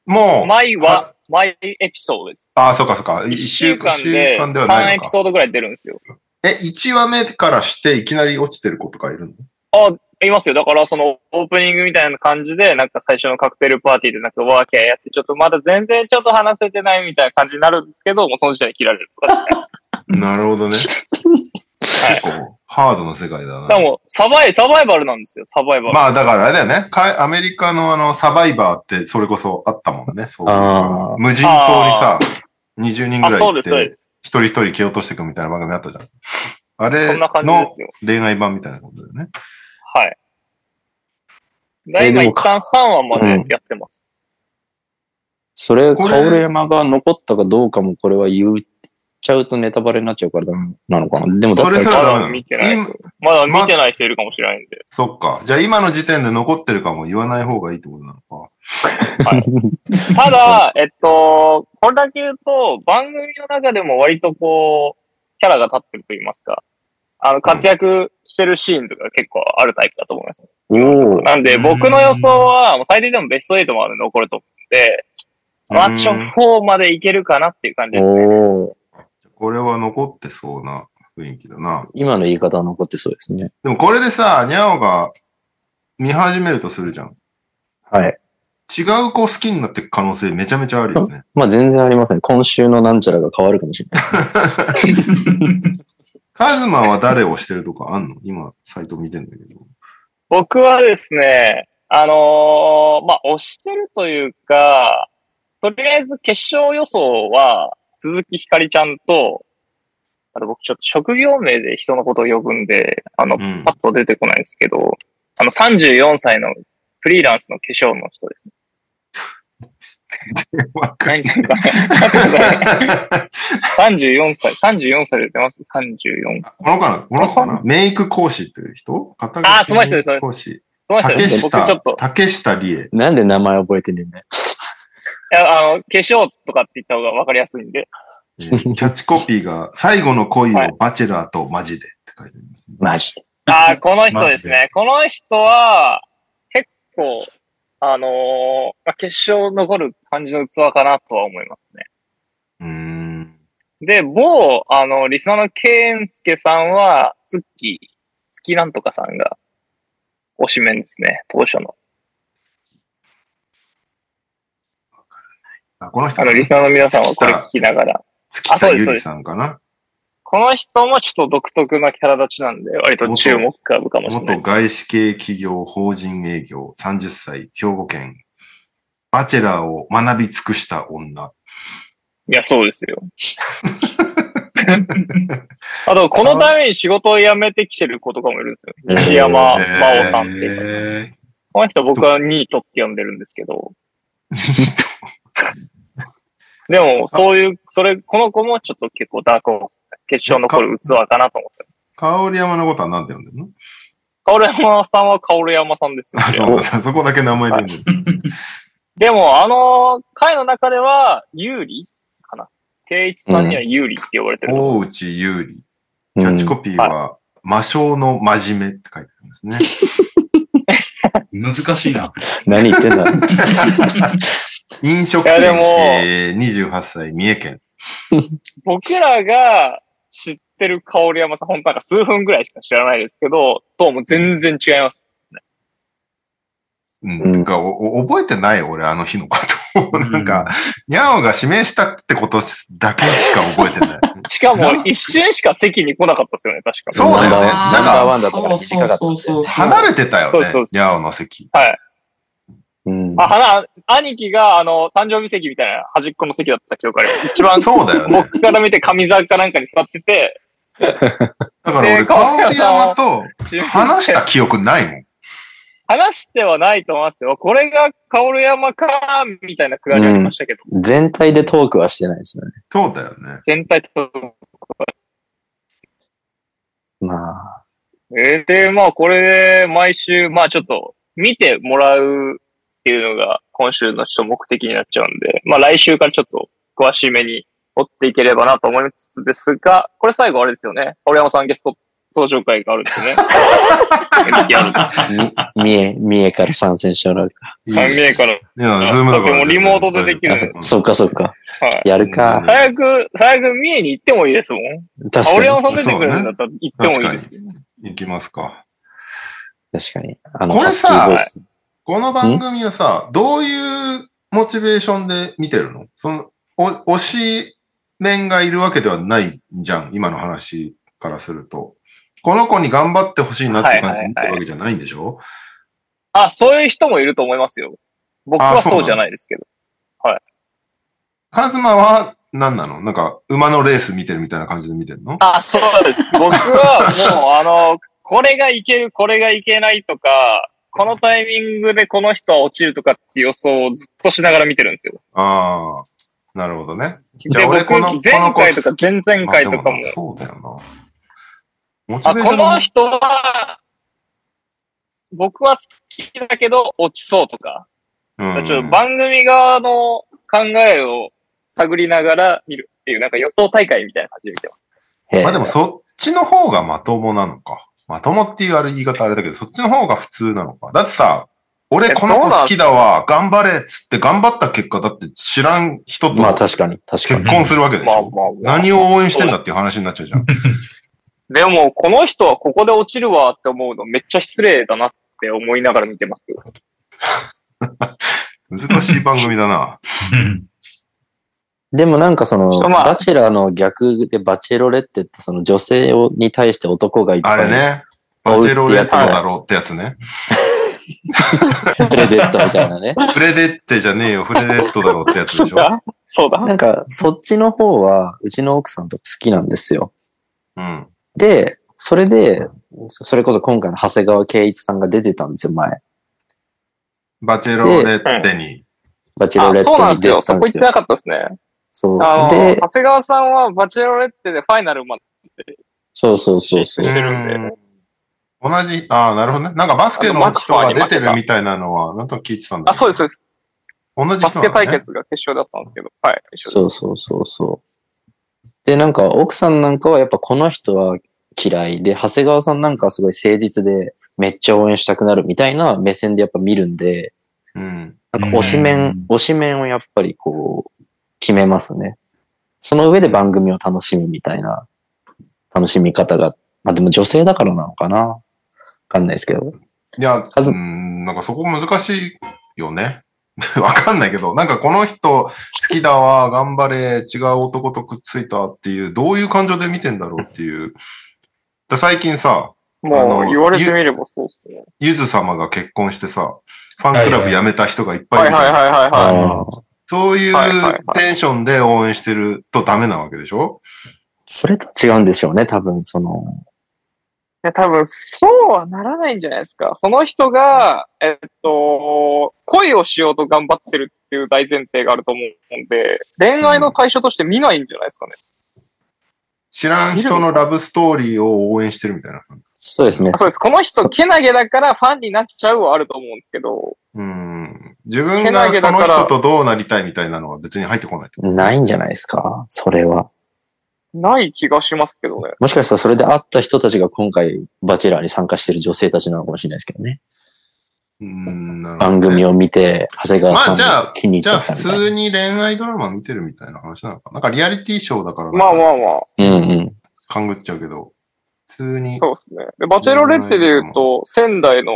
Speaker 3: もう、
Speaker 1: 毎
Speaker 3: は
Speaker 1: は、毎エピソードです。
Speaker 3: ああ、そうかそうか。
Speaker 1: 1
Speaker 3: 一
Speaker 1: 週
Speaker 3: 週
Speaker 1: 間
Speaker 3: 間
Speaker 1: で
Speaker 3: 週間ではな
Speaker 1: 3
Speaker 3: いの
Speaker 1: エピ
Speaker 3: か。
Speaker 1: ソードぐらい出るんですよ。
Speaker 3: え、1話目からしていきなり落ちてることがいるの
Speaker 1: いますよ。だから、その、オープニングみたいな感じで、なんか最初のカクテルパーティーでなんかワーキャーやって、ちょっとまだ全然ちょっと話せてないみたいな感じになるんですけど、もうその時点で切られるとか。
Speaker 3: なるほどね。結構、ハードな世界だな
Speaker 1: だから。もう、サバイ、サバイバルなんですよ、サバイバル。
Speaker 3: まあだからあれだよね。かアメリカのあの、サバイバーってそれこそあったもんね。そういう
Speaker 4: あー
Speaker 3: 無人島にさ、20人ぐら
Speaker 1: あ、
Speaker 3: い
Speaker 1: そ
Speaker 3: 行
Speaker 1: うで
Speaker 3: っ
Speaker 1: す、そう
Speaker 3: て
Speaker 1: で、す。
Speaker 3: 一人一人蹴落としていくみたいな番組あったじゃん。あ
Speaker 1: そ
Speaker 3: れ
Speaker 1: んな感じで
Speaker 3: の
Speaker 1: すよ。
Speaker 3: 恋愛版みたいなことだよね。
Speaker 1: はい。だ
Speaker 4: え
Speaker 1: 今
Speaker 4: でも
Speaker 1: 一旦3話まで
Speaker 4: うん
Speaker 1: やってます。
Speaker 4: それ、
Speaker 3: これ
Speaker 4: カオル山が残ったかどうかも、これは言っちゃうとネタバレになっちゃうからななのかな。でも、だった
Speaker 3: それ
Speaker 4: ら
Speaker 3: す、らダメ
Speaker 1: ま
Speaker 3: な
Speaker 1: だ
Speaker 3: の
Speaker 1: 見てない
Speaker 3: 今
Speaker 1: まだ見てない人いるかもしれないんで。
Speaker 3: そっか。じゃあ今の時点で残ってるかも言わない方がいいってことなのか。
Speaker 1: ただ、えっと、これだけ言うと、番組の中でも割とこう、キャラが立ってると言いますか、あの、活躍してるシーンとか結構あるタイプだと思います。
Speaker 4: おー
Speaker 1: なんで、僕の予想は、もう最低でもベスト8まで残ると思うんで、マッチョン4までいけるかなっていう感じですね。
Speaker 4: おー
Speaker 3: これは残ってそうな雰囲気だな。
Speaker 4: 今の言い方は残ってそうですね。
Speaker 3: でもこれでさ、ニャオが見始めるとするじゃん。
Speaker 4: はい。
Speaker 3: 違う子好きになっていく可能性めちゃめちゃあるよね。
Speaker 4: まあ、全然ありません。今週のなんちゃらが変わるかもしれない。
Speaker 3: カズマは誰をしてるとかあんの今、サイト見てんだけど。
Speaker 1: 僕はですね、あのーまあ、押してるというか、とりあえず決勝予想は、鈴木ひかりちゃんと、あと僕ちょっと職業名で人のことを呼ぶんで、あの、
Speaker 3: うん
Speaker 1: パッと出てこないんですけど、あの、34歳のフリーランスの化粧の人です。
Speaker 3: わか
Speaker 1: 何ですか ?34 歳、34歳で出てます ?34。
Speaker 3: この子かなこの子かなメイク講師っていう人片
Speaker 1: あーその人です
Speaker 3: メイク講師。
Speaker 1: その人で
Speaker 3: 竹
Speaker 1: す。僕ちょ
Speaker 3: 下
Speaker 1: っと、、
Speaker 3: 竹下理 恵。
Speaker 4: なんで名前覚えてるんだよ。
Speaker 1: いやあの、化粧とかって言った方がわかりやすいんで、
Speaker 3: えーキャッチコピーが、最後の恋をバチェラーとマジでって書いてありますね、
Speaker 4: マジで。
Speaker 1: ああ、この人ですね。この人は、結構、あのーまあ決勝残る感じの器かなとは思いますね。
Speaker 3: うーん。
Speaker 1: で、某、あの、リスナーのケンスケさんは、ツッキー、月なんとかさんが、推しメンですね、当初の。
Speaker 3: あ、この人
Speaker 1: あの、リスナーの皆さんはこれ聞きながら。
Speaker 3: 月
Speaker 1: あそ
Speaker 3: 田
Speaker 1: うです
Speaker 3: ゆ
Speaker 1: そう
Speaker 3: り
Speaker 1: です
Speaker 3: さんかな
Speaker 1: この人もちょっと独特なキャラ立ちなんで、割と注目株かもしれない
Speaker 3: 元
Speaker 1: です。
Speaker 3: 外資系企業法人営業30歳兵庫県バチェラーを学び尽くした女。
Speaker 1: いや、そうですよ。 あと、このために仕事を辞めてきてる子とかもいるんですよ。西山
Speaker 3: へー
Speaker 1: 真央さんっていう方。
Speaker 2: えー
Speaker 1: この人僕はニートって呼んでるんですけど。でも、そういう、それ、この子もちょっと結構ダークホース。決勝残る器かなと思って。
Speaker 3: 香織山のことは何て呼んでるの
Speaker 1: カオル山さんはカオル山さんですよ
Speaker 3: あ、。そうなんだ。そこだけ名前出てる。
Speaker 1: でも、あの、会の中では、有利かな。圭一さんには有利って呼ばれてる。
Speaker 3: 大内優里。
Speaker 4: う
Speaker 3: キャッ
Speaker 4: ん
Speaker 3: チコピーは、魔性の真面目って書いてあるんで すね。
Speaker 2: 難しいな。
Speaker 4: 何言ってんだ
Speaker 3: 飲食
Speaker 1: いやで
Speaker 3: 店
Speaker 1: も
Speaker 3: 経営28歳、三重県。
Speaker 1: 僕らが知ってる香り山さん、ほんとなんか数分ぐらいしか知らないですけど、とも全然違います。
Speaker 3: うん
Speaker 4: うん
Speaker 3: てかおお覚えてない俺、あの日のことを。 なんか、ニャオが指名したってことだけしか覚えて ない。
Speaker 1: しかも、 一瞬しか席に来なかったですよね、確か。
Speaker 3: そうだよね
Speaker 2: あー
Speaker 3: なんか
Speaker 4: ナンバーワンだったから短かったんだよね
Speaker 2: そうそうそうそう
Speaker 3: 離れてたよね
Speaker 1: そうそうそう、
Speaker 3: ニャオの席。
Speaker 4: うん。
Speaker 1: あ、花、兄貴が、あの、誕生日席みたいな端っこの席だった記憶ある。一 番、
Speaker 3: そうだよね。
Speaker 1: 僕から見て上座かなんかに座ってて、
Speaker 3: だから俺、
Speaker 1: で川
Speaker 3: カオ
Speaker 1: 村
Speaker 3: リ
Speaker 1: さん
Speaker 3: 山 と話した記憶ないもん。
Speaker 1: 話してはないと思いますよ。これが薫山か、みたいなくだりありましたけど、
Speaker 4: 全体でトークはしてないですよね。
Speaker 3: そうだよね。
Speaker 1: 全体と。
Speaker 4: まあ、
Speaker 1: えーで、まあ、これで、毎週、まあ、ちょっと、見てもらうっていうのが、今週のちょっと目的になっちゃうんで、まあ、来週からちょっと、詳しめに追っていければなと思いつつですが、これ最後あれですよね。薫山さんゲスト登場会があるんですよ ね。NTR
Speaker 4: み、三重、三重から参戦してもらうか。
Speaker 3: い
Speaker 1: 半
Speaker 3: い
Speaker 1: 名から。
Speaker 3: や、ズームだか
Speaker 1: も
Speaker 3: ら。
Speaker 1: うリモートでできるんです。
Speaker 3: うん
Speaker 4: そっかそっか。
Speaker 1: はい。
Speaker 4: やるか。
Speaker 1: 最悪、最悪、三重に行ってもいいですもん。
Speaker 4: 確
Speaker 1: あ俺
Speaker 4: か
Speaker 1: は
Speaker 4: に。
Speaker 1: 出てくるんだったら行ってもいいですよ。
Speaker 3: 行きますか。
Speaker 4: 確かに。あの、
Speaker 3: これ
Speaker 4: ハスキー
Speaker 3: さ
Speaker 4: ボイス。
Speaker 3: この番組はさ、どういうモチベーションで見てるのその、お推し面がいるわけではないじゃん。今の話からすると。この子に頑張ってほしいなって感じで見てるわけじゃないんでしょ、
Speaker 1: あ、そういう人もいると思いますよ。僕はそうじゃないですけど。
Speaker 3: カズマは何なのなんか、馬のレース見てるみたいな感じで見てるの
Speaker 1: あ、そうです。僕はもう、あの、これがいける、これがいけないとか、このタイミングでこの人は落ちるとかって予想をずっとしながら見てるんですよ。
Speaker 3: ああ、なるほどね。じゃ
Speaker 1: で、
Speaker 3: あ俺
Speaker 1: 僕
Speaker 3: この、この、子
Speaker 1: 前回とか前々回とかも
Speaker 3: あでな、そうだよな。モチ
Speaker 1: あ、
Speaker 3: ベーショ
Speaker 1: こ
Speaker 3: ン
Speaker 1: の人は、僕は好きだけど落ちそうとか、
Speaker 3: うん
Speaker 1: ちょっと番組側の考えを探りながら見るっていう、なんか予想大会みたいな感じで見てます。
Speaker 4: へえ
Speaker 3: まあでもそっちの方がまともなのか。まともっていうあれ言い方あれだけど、そっちの方が普通なのか。だってさ、俺
Speaker 1: え
Speaker 3: この子好きだわ、頑張れっつって頑張った結果だって知らん人と
Speaker 4: まあ確かに、確か
Speaker 3: 結
Speaker 4: に。
Speaker 3: 婚するわけでし
Speaker 1: まあ
Speaker 3: ょ。
Speaker 1: まあ、まあ。
Speaker 3: 何を応援してんだっていう話になっちゃうじゃん。
Speaker 1: でも、この人はここで落ちるわって思うのめっちゃ失礼だなって思いながら見てますよ。
Speaker 3: 難しい番組だな。
Speaker 2: うん
Speaker 4: でもなんかその、
Speaker 1: そうまあ
Speaker 4: バチェラーの逆でバチェロレッテってその女性をに対して男がいっぱ
Speaker 3: あ
Speaker 4: い
Speaker 3: れね。バチェロレットだろうってやつね。
Speaker 4: プレデットみたい なね。
Speaker 3: フレデッテじゃねえよ、フレデットだろうってやつでしょ。
Speaker 1: そうだ。
Speaker 4: なんかそっちの方はうちの奥さんとか好きなんですよ。
Speaker 3: うん。
Speaker 4: で、それで、それこそ今回の長谷川圭一さんが出てたんですよ、前。
Speaker 3: バチェロレッテに。
Speaker 4: バチェロ
Speaker 1: あ
Speaker 4: レッ
Speaker 1: そうな
Speaker 4: ト
Speaker 1: ん
Speaker 4: に
Speaker 1: です
Speaker 4: 出
Speaker 1: よ。
Speaker 4: てた
Speaker 1: そ
Speaker 4: ん
Speaker 1: こ行っ
Speaker 4: です
Speaker 1: て
Speaker 4: よ。
Speaker 1: なかったですね。
Speaker 4: そう
Speaker 1: あの、
Speaker 4: で、
Speaker 1: 長谷川さんはバチェロレッテでファイナルまで
Speaker 4: そうそうそうそ
Speaker 1: 知っ
Speaker 4: う。
Speaker 1: てるんで
Speaker 3: うん同じ、ああ、なるほどね。なんかバスケの人が出てるみたいなのは、なんとなく聞いてたんだ
Speaker 1: あ、
Speaker 3: け
Speaker 1: そ
Speaker 3: ど
Speaker 1: うです、そうです。
Speaker 3: 同じ
Speaker 1: バス
Speaker 3: 人
Speaker 1: ケ
Speaker 3: なん
Speaker 1: 対
Speaker 3: だ、ね。
Speaker 1: 決が決勝だったんですけど。はい、一緒です。
Speaker 4: そうそうそうそう。で、なんか奥さんなんかはやっぱこの人は嫌いで、長谷川さんなんかはすごい誠実で、めっちゃ応援したくなるみたいな目線でやっぱ見るんで、
Speaker 3: うん。
Speaker 4: なんか推し
Speaker 2: う
Speaker 4: 面
Speaker 2: ん、
Speaker 4: 推し面をやっぱりこう、決めますね。その上で番組を楽しむみたいな、楽しみ方が、まあでも女性だからなのかなわかんないですけど。
Speaker 3: いや、
Speaker 4: カズ
Speaker 3: うん、なんかそこ難しいよね。 わかんないけど、なんかこの人好きだわ、頑張れ、違う男とくっついたっていう、どういう感情で見てんだろうっていう。だ最近さ、
Speaker 1: も
Speaker 3: あ
Speaker 1: う
Speaker 3: の
Speaker 1: 言われてみればそうですね。
Speaker 3: ゆず様が結婚してさ、ファンクラブ辞めた人がいっぱいい
Speaker 1: は
Speaker 3: るじ
Speaker 1: い
Speaker 3: ゃん
Speaker 1: はいはいはいはい。
Speaker 4: あー
Speaker 3: そういう
Speaker 1: はいはいはい
Speaker 3: テンションで応援してるとダメなわけでしょ
Speaker 4: それと違うんでしょうね、多分、その、
Speaker 1: いや、多分、そうはならないんじゃないですか。その人が、えっと、恋をしようと頑張ってるっていう大前提があると思うんで、恋愛の対象として見ないんじゃないですかね。
Speaker 3: 知らん人のラブストーリーを応援してるみたいな。
Speaker 4: そうですね
Speaker 1: あ。そうです。この人、
Speaker 4: そ
Speaker 1: けなげだからファンになっちゃうはあると思うんですけど、
Speaker 3: うん。自分
Speaker 1: けな
Speaker 3: が
Speaker 1: げ
Speaker 3: そ
Speaker 1: だ
Speaker 3: の
Speaker 1: から
Speaker 3: 人とどうなりたいみたいなのは別に入ってこないってこと。
Speaker 4: ないんじゃないですか、それは。
Speaker 1: ない気がしますけどね。
Speaker 4: もしかしたらそれで会った人たちが今回、バチェラーに参加してる女性たちなのかもしれないですけどね。
Speaker 3: うん、なるほどね
Speaker 4: 番組を見て、長谷川
Speaker 3: まあじ
Speaker 4: さ
Speaker 3: ゃ
Speaker 4: ん
Speaker 3: あ
Speaker 4: が気に入っ
Speaker 3: じ
Speaker 4: ち
Speaker 3: ゃ
Speaker 4: ゃ
Speaker 3: あ
Speaker 4: った
Speaker 3: 普
Speaker 4: みたい
Speaker 3: 通に恋愛ドラマ見てるみたいな話なのかななんかリアリティショーだから、
Speaker 1: まあ
Speaker 3: あ、
Speaker 1: まあまあ、
Speaker 4: な。うんうん。
Speaker 3: 勘ぐっちゃうけど、普通に。
Speaker 1: そうですね。で、バチェロレッテで言うと、仙台の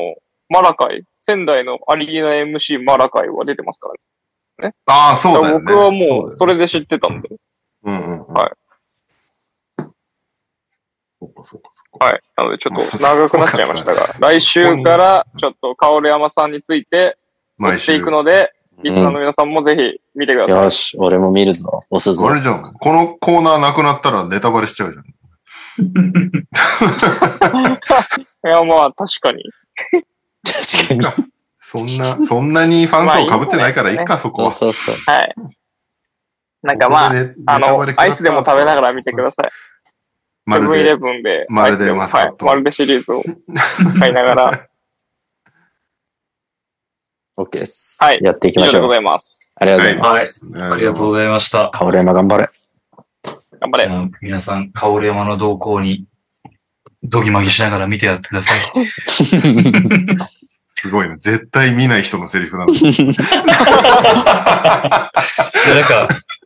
Speaker 1: マラカイ、仙台のアリーナ MC マラカイは出てますからね。
Speaker 3: ああ、そうだよね。
Speaker 1: 僕はもう、それで知ってたんで。
Speaker 3: うんうんうん。
Speaker 1: はい。
Speaker 3: そうかそうかそうか。
Speaker 1: はい。なので、ちょっと長くなっちゃい ましたが、来週から、ちょっと、カオル山さんについて、
Speaker 3: 毎
Speaker 1: して
Speaker 3: 週。
Speaker 1: いくので、
Speaker 4: 週
Speaker 1: リスナーの皆さんもぜひ見てください。
Speaker 4: よし、俺も見るぞ。押すぞ
Speaker 3: あ。れじゃん。このコーナーなくなったらネタバレしちゃうじゃん。
Speaker 1: いや、まあ、確かに。
Speaker 4: 確かに。
Speaker 3: そんな、そんなにファン層被ってないから、いっ
Speaker 1: ま
Speaker 3: か、そこ
Speaker 4: あ
Speaker 3: は。
Speaker 4: そうそう。
Speaker 1: はい。なんか
Speaker 3: こ
Speaker 1: まあ、
Speaker 3: こでね
Speaker 1: あ
Speaker 3: ネタ
Speaker 1: の
Speaker 3: バレ、食らった
Speaker 1: アイスでも食べながら見てください。
Speaker 3: ま
Speaker 1: セ
Speaker 3: る
Speaker 1: ブンイレ
Speaker 3: で、
Speaker 1: ブンで、
Speaker 3: まるで
Speaker 1: アイスも
Speaker 3: マスカ
Speaker 1: は
Speaker 3: ッ
Speaker 1: い
Speaker 3: ト
Speaker 1: まるでシリーズを買いな がら、
Speaker 4: OK です。
Speaker 1: はい
Speaker 4: やっていき
Speaker 1: 以
Speaker 4: ま
Speaker 1: 上
Speaker 4: し
Speaker 1: でご
Speaker 4: ょう。
Speaker 1: ざいます。
Speaker 4: ありがとうございます。
Speaker 2: ありがとうございました。
Speaker 4: カオル山頑張れ。
Speaker 1: 頑張れ。
Speaker 2: じゃあ皆さん、カオレ山の動向に、ドギマギしながら見てやってください。
Speaker 3: すごいね。絶対見ない人のセリフなんだ。
Speaker 2: で、なんか、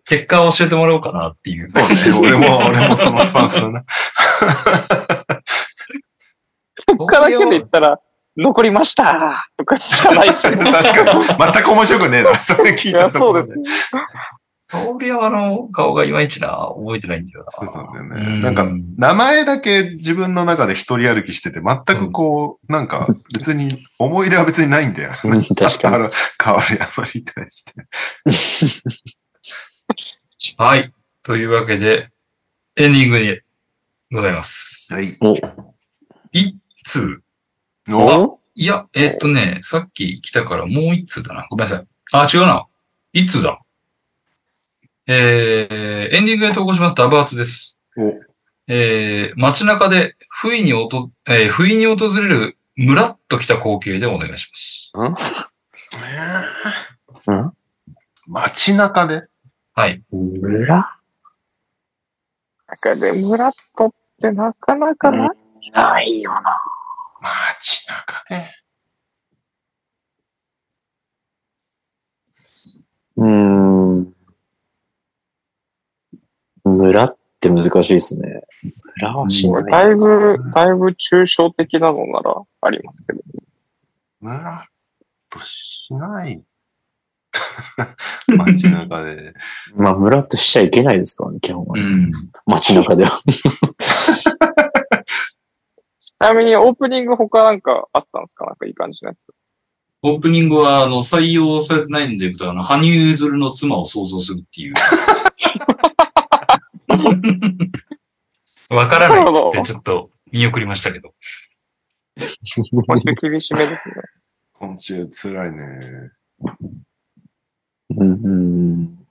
Speaker 2: 結果を教えてもらおうかなっていう。
Speaker 3: そうね。俺も、俺もそのスタンスだな。
Speaker 1: こっからだけで言ったら、残りましたとかしかないっす
Speaker 3: 確
Speaker 1: ね。
Speaker 3: かに。全く面白くねえな。そ れ聞
Speaker 1: い
Speaker 3: いた
Speaker 1: や、
Speaker 3: と
Speaker 1: そ
Speaker 3: こ
Speaker 1: う
Speaker 3: ろ
Speaker 1: で
Speaker 3: で。
Speaker 1: すね。
Speaker 2: カオレ山の顔がいまいちな、覚えてないんだよ
Speaker 3: そうなんだよ
Speaker 2: う
Speaker 3: ね。
Speaker 2: ん
Speaker 3: なんか、名前だけ自分の中で一人歩きしてて、全くこう、なんか、別に、思い出は別にないんだよ。
Speaker 4: うん確か
Speaker 3: あ
Speaker 4: に。
Speaker 3: の、変わりあまりに対して。
Speaker 2: な。はい。というわけで、エンディングにございます。
Speaker 3: はい。
Speaker 2: 一通。
Speaker 3: お
Speaker 2: いや、えっとね、さっき来たからもう一通だな。ごめんなさい。あ、違うな。一通だ。えー、エンディングへ投稿します。ダブアツです。
Speaker 3: お
Speaker 2: えー、街中で不意におと、えー不意に訪れるムラっと来た光景でお願いします。
Speaker 4: うん
Speaker 3: 街中で
Speaker 2: はい。
Speaker 4: 村
Speaker 1: なんかで、ムラットってなかなかな、
Speaker 4: ないよな。
Speaker 3: 街中で
Speaker 4: うーん。村って難しいですね。村はし
Speaker 1: これ
Speaker 4: ない。
Speaker 1: だいぶ、だいぶ抽象的なのならありますけど。
Speaker 3: ムラっとしない。街中で。
Speaker 4: まあ、村ってしちゃいけないですからね、基本は
Speaker 2: う
Speaker 4: ね。
Speaker 2: ん。
Speaker 4: 街中では。
Speaker 1: ちなみにオープニング他なんかあったんですかなんかいい感じのやつ。
Speaker 2: オープニングは、あの、採用されてないのでいくと、あの、羽生結弦の妻を想像するって いう。わからないっつって、ちょっと見送りましたけど。
Speaker 1: 今週厳しめですね。
Speaker 3: 今週辛いね。
Speaker 4: うんうん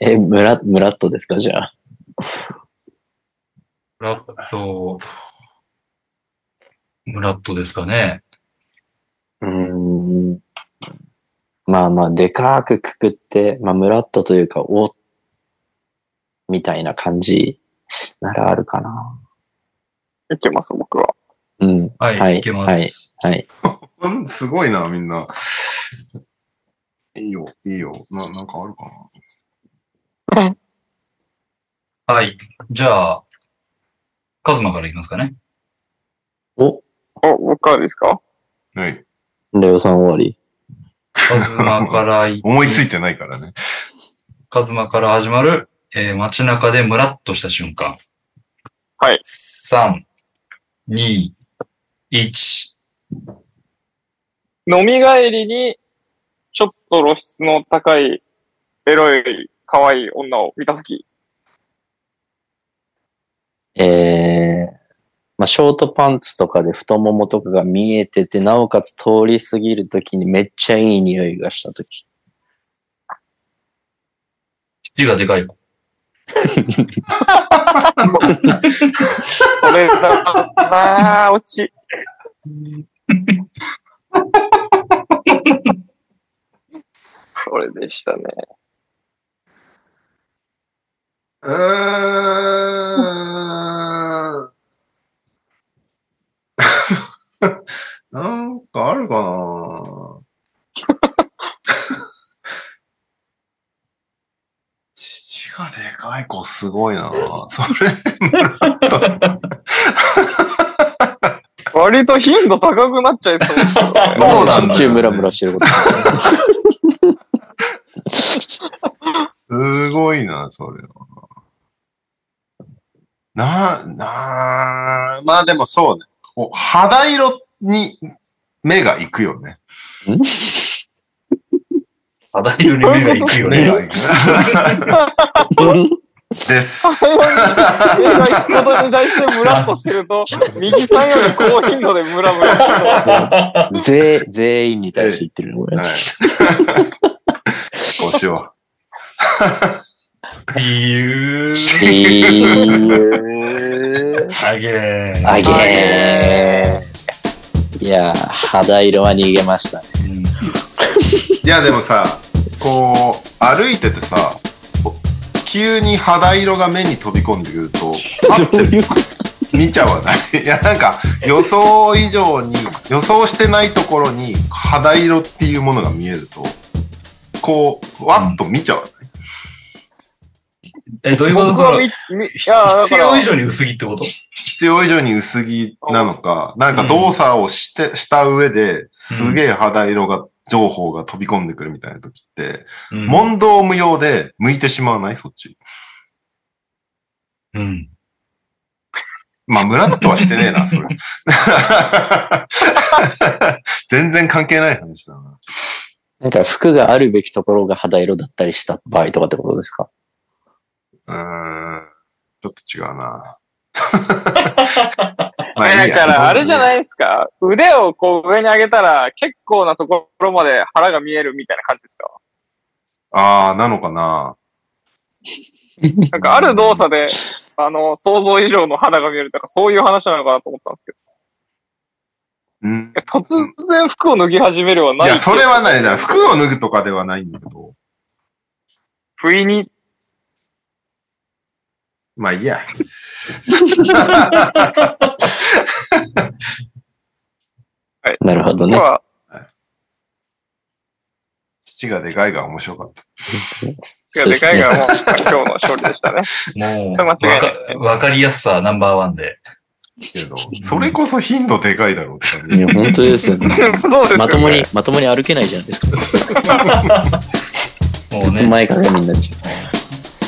Speaker 4: え、村、村っとですか、じゃあ。
Speaker 2: ムラット、ムラットですかね。
Speaker 4: うん。まあまあ、でかくくくって、まあ、村っとというか、お、みたいな感じならあるかな。
Speaker 1: いけます、僕は。
Speaker 4: うん。
Speaker 2: はい、
Speaker 4: はい
Speaker 2: い、けます。
Speaker 4: はい。
Speaker 3: うん、すごいな、みんな。いいよ、いいよ。な、なんかあるかな。
Speaker 2: はい。じゃあ、カズマからいきますかね。
Speaker 4: お、
Speaker 1: お、僕はですか
Speaker 3: はい。
Speaker 4: レオさん終わり。
Speaker 2: カズマから い
Speaker 3: 思いついてないからね。
Speaker 2: カズマから始まる、えー街中でムラっとした瞬間。
Speaker 1: はい
Speaker 2: 3、2、1。
Speaker 1: 飲み帰りに、ちょっと露出の高い、エロい、可愛い女を見たとき。
Speaker 4: えー、まあ、ショートパンツとかで太ももとかが見えてて、なおかつ通り過ぎるときにめっちゃいい匂いがしたとき。
Speaker 2: 父がでかい子。
Speaker 1: これだなあ、落ち。それでしたね。
Speaker 3: うーん。なんかあるかな父がでかい子すごいなそれ、
Speaker 1: 割と頻度高くなっちゃいそうですけどね
Speaker 3: そうなんだよね
Speaker 4: しょっちゅうムラムラしてるこ と。
Speaker 3: すごいな、それは。な、な、まあでもそうね。こう肌色に目が行くよね。
Speaker 2: 肌色に目が行くよ
Speaker 3: 目
Speaker 2: ね。
Speaker 3: が行く。です。
Speaker 1: 映画行くことに対してムラっとして ると、右さんより高頻度でムラムラしてる。
Speaker 4: 全全員に対して言ってるの、これ。
Speaker 3: はい。こうしよ
Speaker 2: 理由。あげー。
Speaker 4: あげー。いやー、肌色は逃げましたね。
Speaker 2: うん
Speaker 3: う。いや、でもさ、こう、歩いててさ、急に肌色が目に飛び込んでくると、あって
Speaker 4: いうこ
Speaker 3: 見ちゃわない いやなんか予想以上に予想してないところに肌色っていうものが見えるとこうわっと見ちゃわない、
Speaker 2: え、どういうこと
Speaker 1: 僕
Speaker 2: そ
Speaker 1: は
Speaker 2: の
Speaker 1: み、みい
Speaker 2: ひ
Speaker 1: や、だ
Speaker 2: 必
Speaker 1: か
Speaker 2: 要以
Speaker 1: ら、
Speaker 2: 上に薄着ってこと
Speaker 3: 必要以上に薄着なのかなんか動作をして、した上ですげえ肌色が情報が飛び込んでくるみたいな時って、
Speaker 2: うん
Speaker 3: 問答無用で向いてしまわないそっち。
Speaker 2: うん。
Speaker 3: まあ、ムラっとはしてねえ な、それ。 全然関係ない話だな。
Speaker 4: なんか服があるべきところが肌色だったりした場合とかってことですか
Speaker 3: うーんちょっと違うな。 まあいい
Speaker 1: だ
Speaker 3: や
Speaker 1: から、あれじゃ
Speaker 3: い
Speaker 1: ないですか。腕をこう上に上げたら、結構なところまで腹が見えるみたいな感じです か。
Speaker 3: ああ、なのかな。
Speaker 1: なんか、ある動作で、あの、想像以上の肌が見えるとか、そういう話なのかなと思ったんですけど
Speaker 3: うん。
Speaker 1: いや。突然服を脱ぎ始めるはないい。
Speaker 3: や、それはない。だから服を脱ぐとかではないんだけど。
Speaker 1: 不意に。
Speaker 3: まあいいや。
Speaker 4: なるほど
Speaker 1: 今日。
Speaker 4: ね
Speaker 1: は
Speaker 3: 父がでかいが面白かった。
Speaker 1: いや、
Speaker 4: そう
Speaker 1: で
Speaker 4: です
Speaker 1: かい
Speaker 4: ね
Speaker 1: が。もう、今日の勝利でした ね。
Speaker 2: もう、
Speaker 1: 間
Speaker 2: わ
Speaker 1: 違いない
Speaker 2: かわかりやすさナンバーワンで。
Speaker 3: け ど、それこそ頻度でかいだろうって感
Speaker 4: い
Speaker 3: じ。
Speaker 4: や、本当です よね。
Speaker 1: そうですよね
Speaker 4: まともに。、まともに歩けないじゃないですか。
Speaker 2: も
Speaker 4: ず
Speaker 2: う
Speaker 4: っと
Speaker 2: ね、
Speaker 4: 前かがみになっちゃ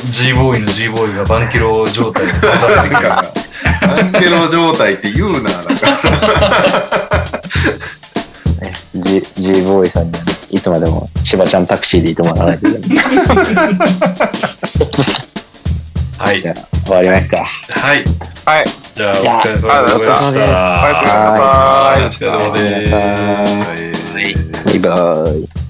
Speaker 2: G ボーイの G ボーイがバンキロ状態で頑張
Speaker 3: な
Speaker 2: っ
Speaker 3: ん
Speaker 2: て くる
Speaker 3: か、アンケロ状態って言うな、なんか。
Speaker 4: う。G、G ボーイさんにはね、いつまでも、しばちゃんタクシーでいいと思わないといけない。
Speaker 2: はい
Speaker 4: じ。ゃあ、終わりますか。
Speaker 2: はい。
Speaker 1: はい。
Speaker 2: じゃあ、お
Speaker 4: じゃあ
Speaker 2: 疲れ様でございまし
Speaker 4: あ
Speaker 2: た。
Speaker 1: ありがとうございます。
Speaker 2: はいお疲れ様です。
Speaker 4: バイバーイ。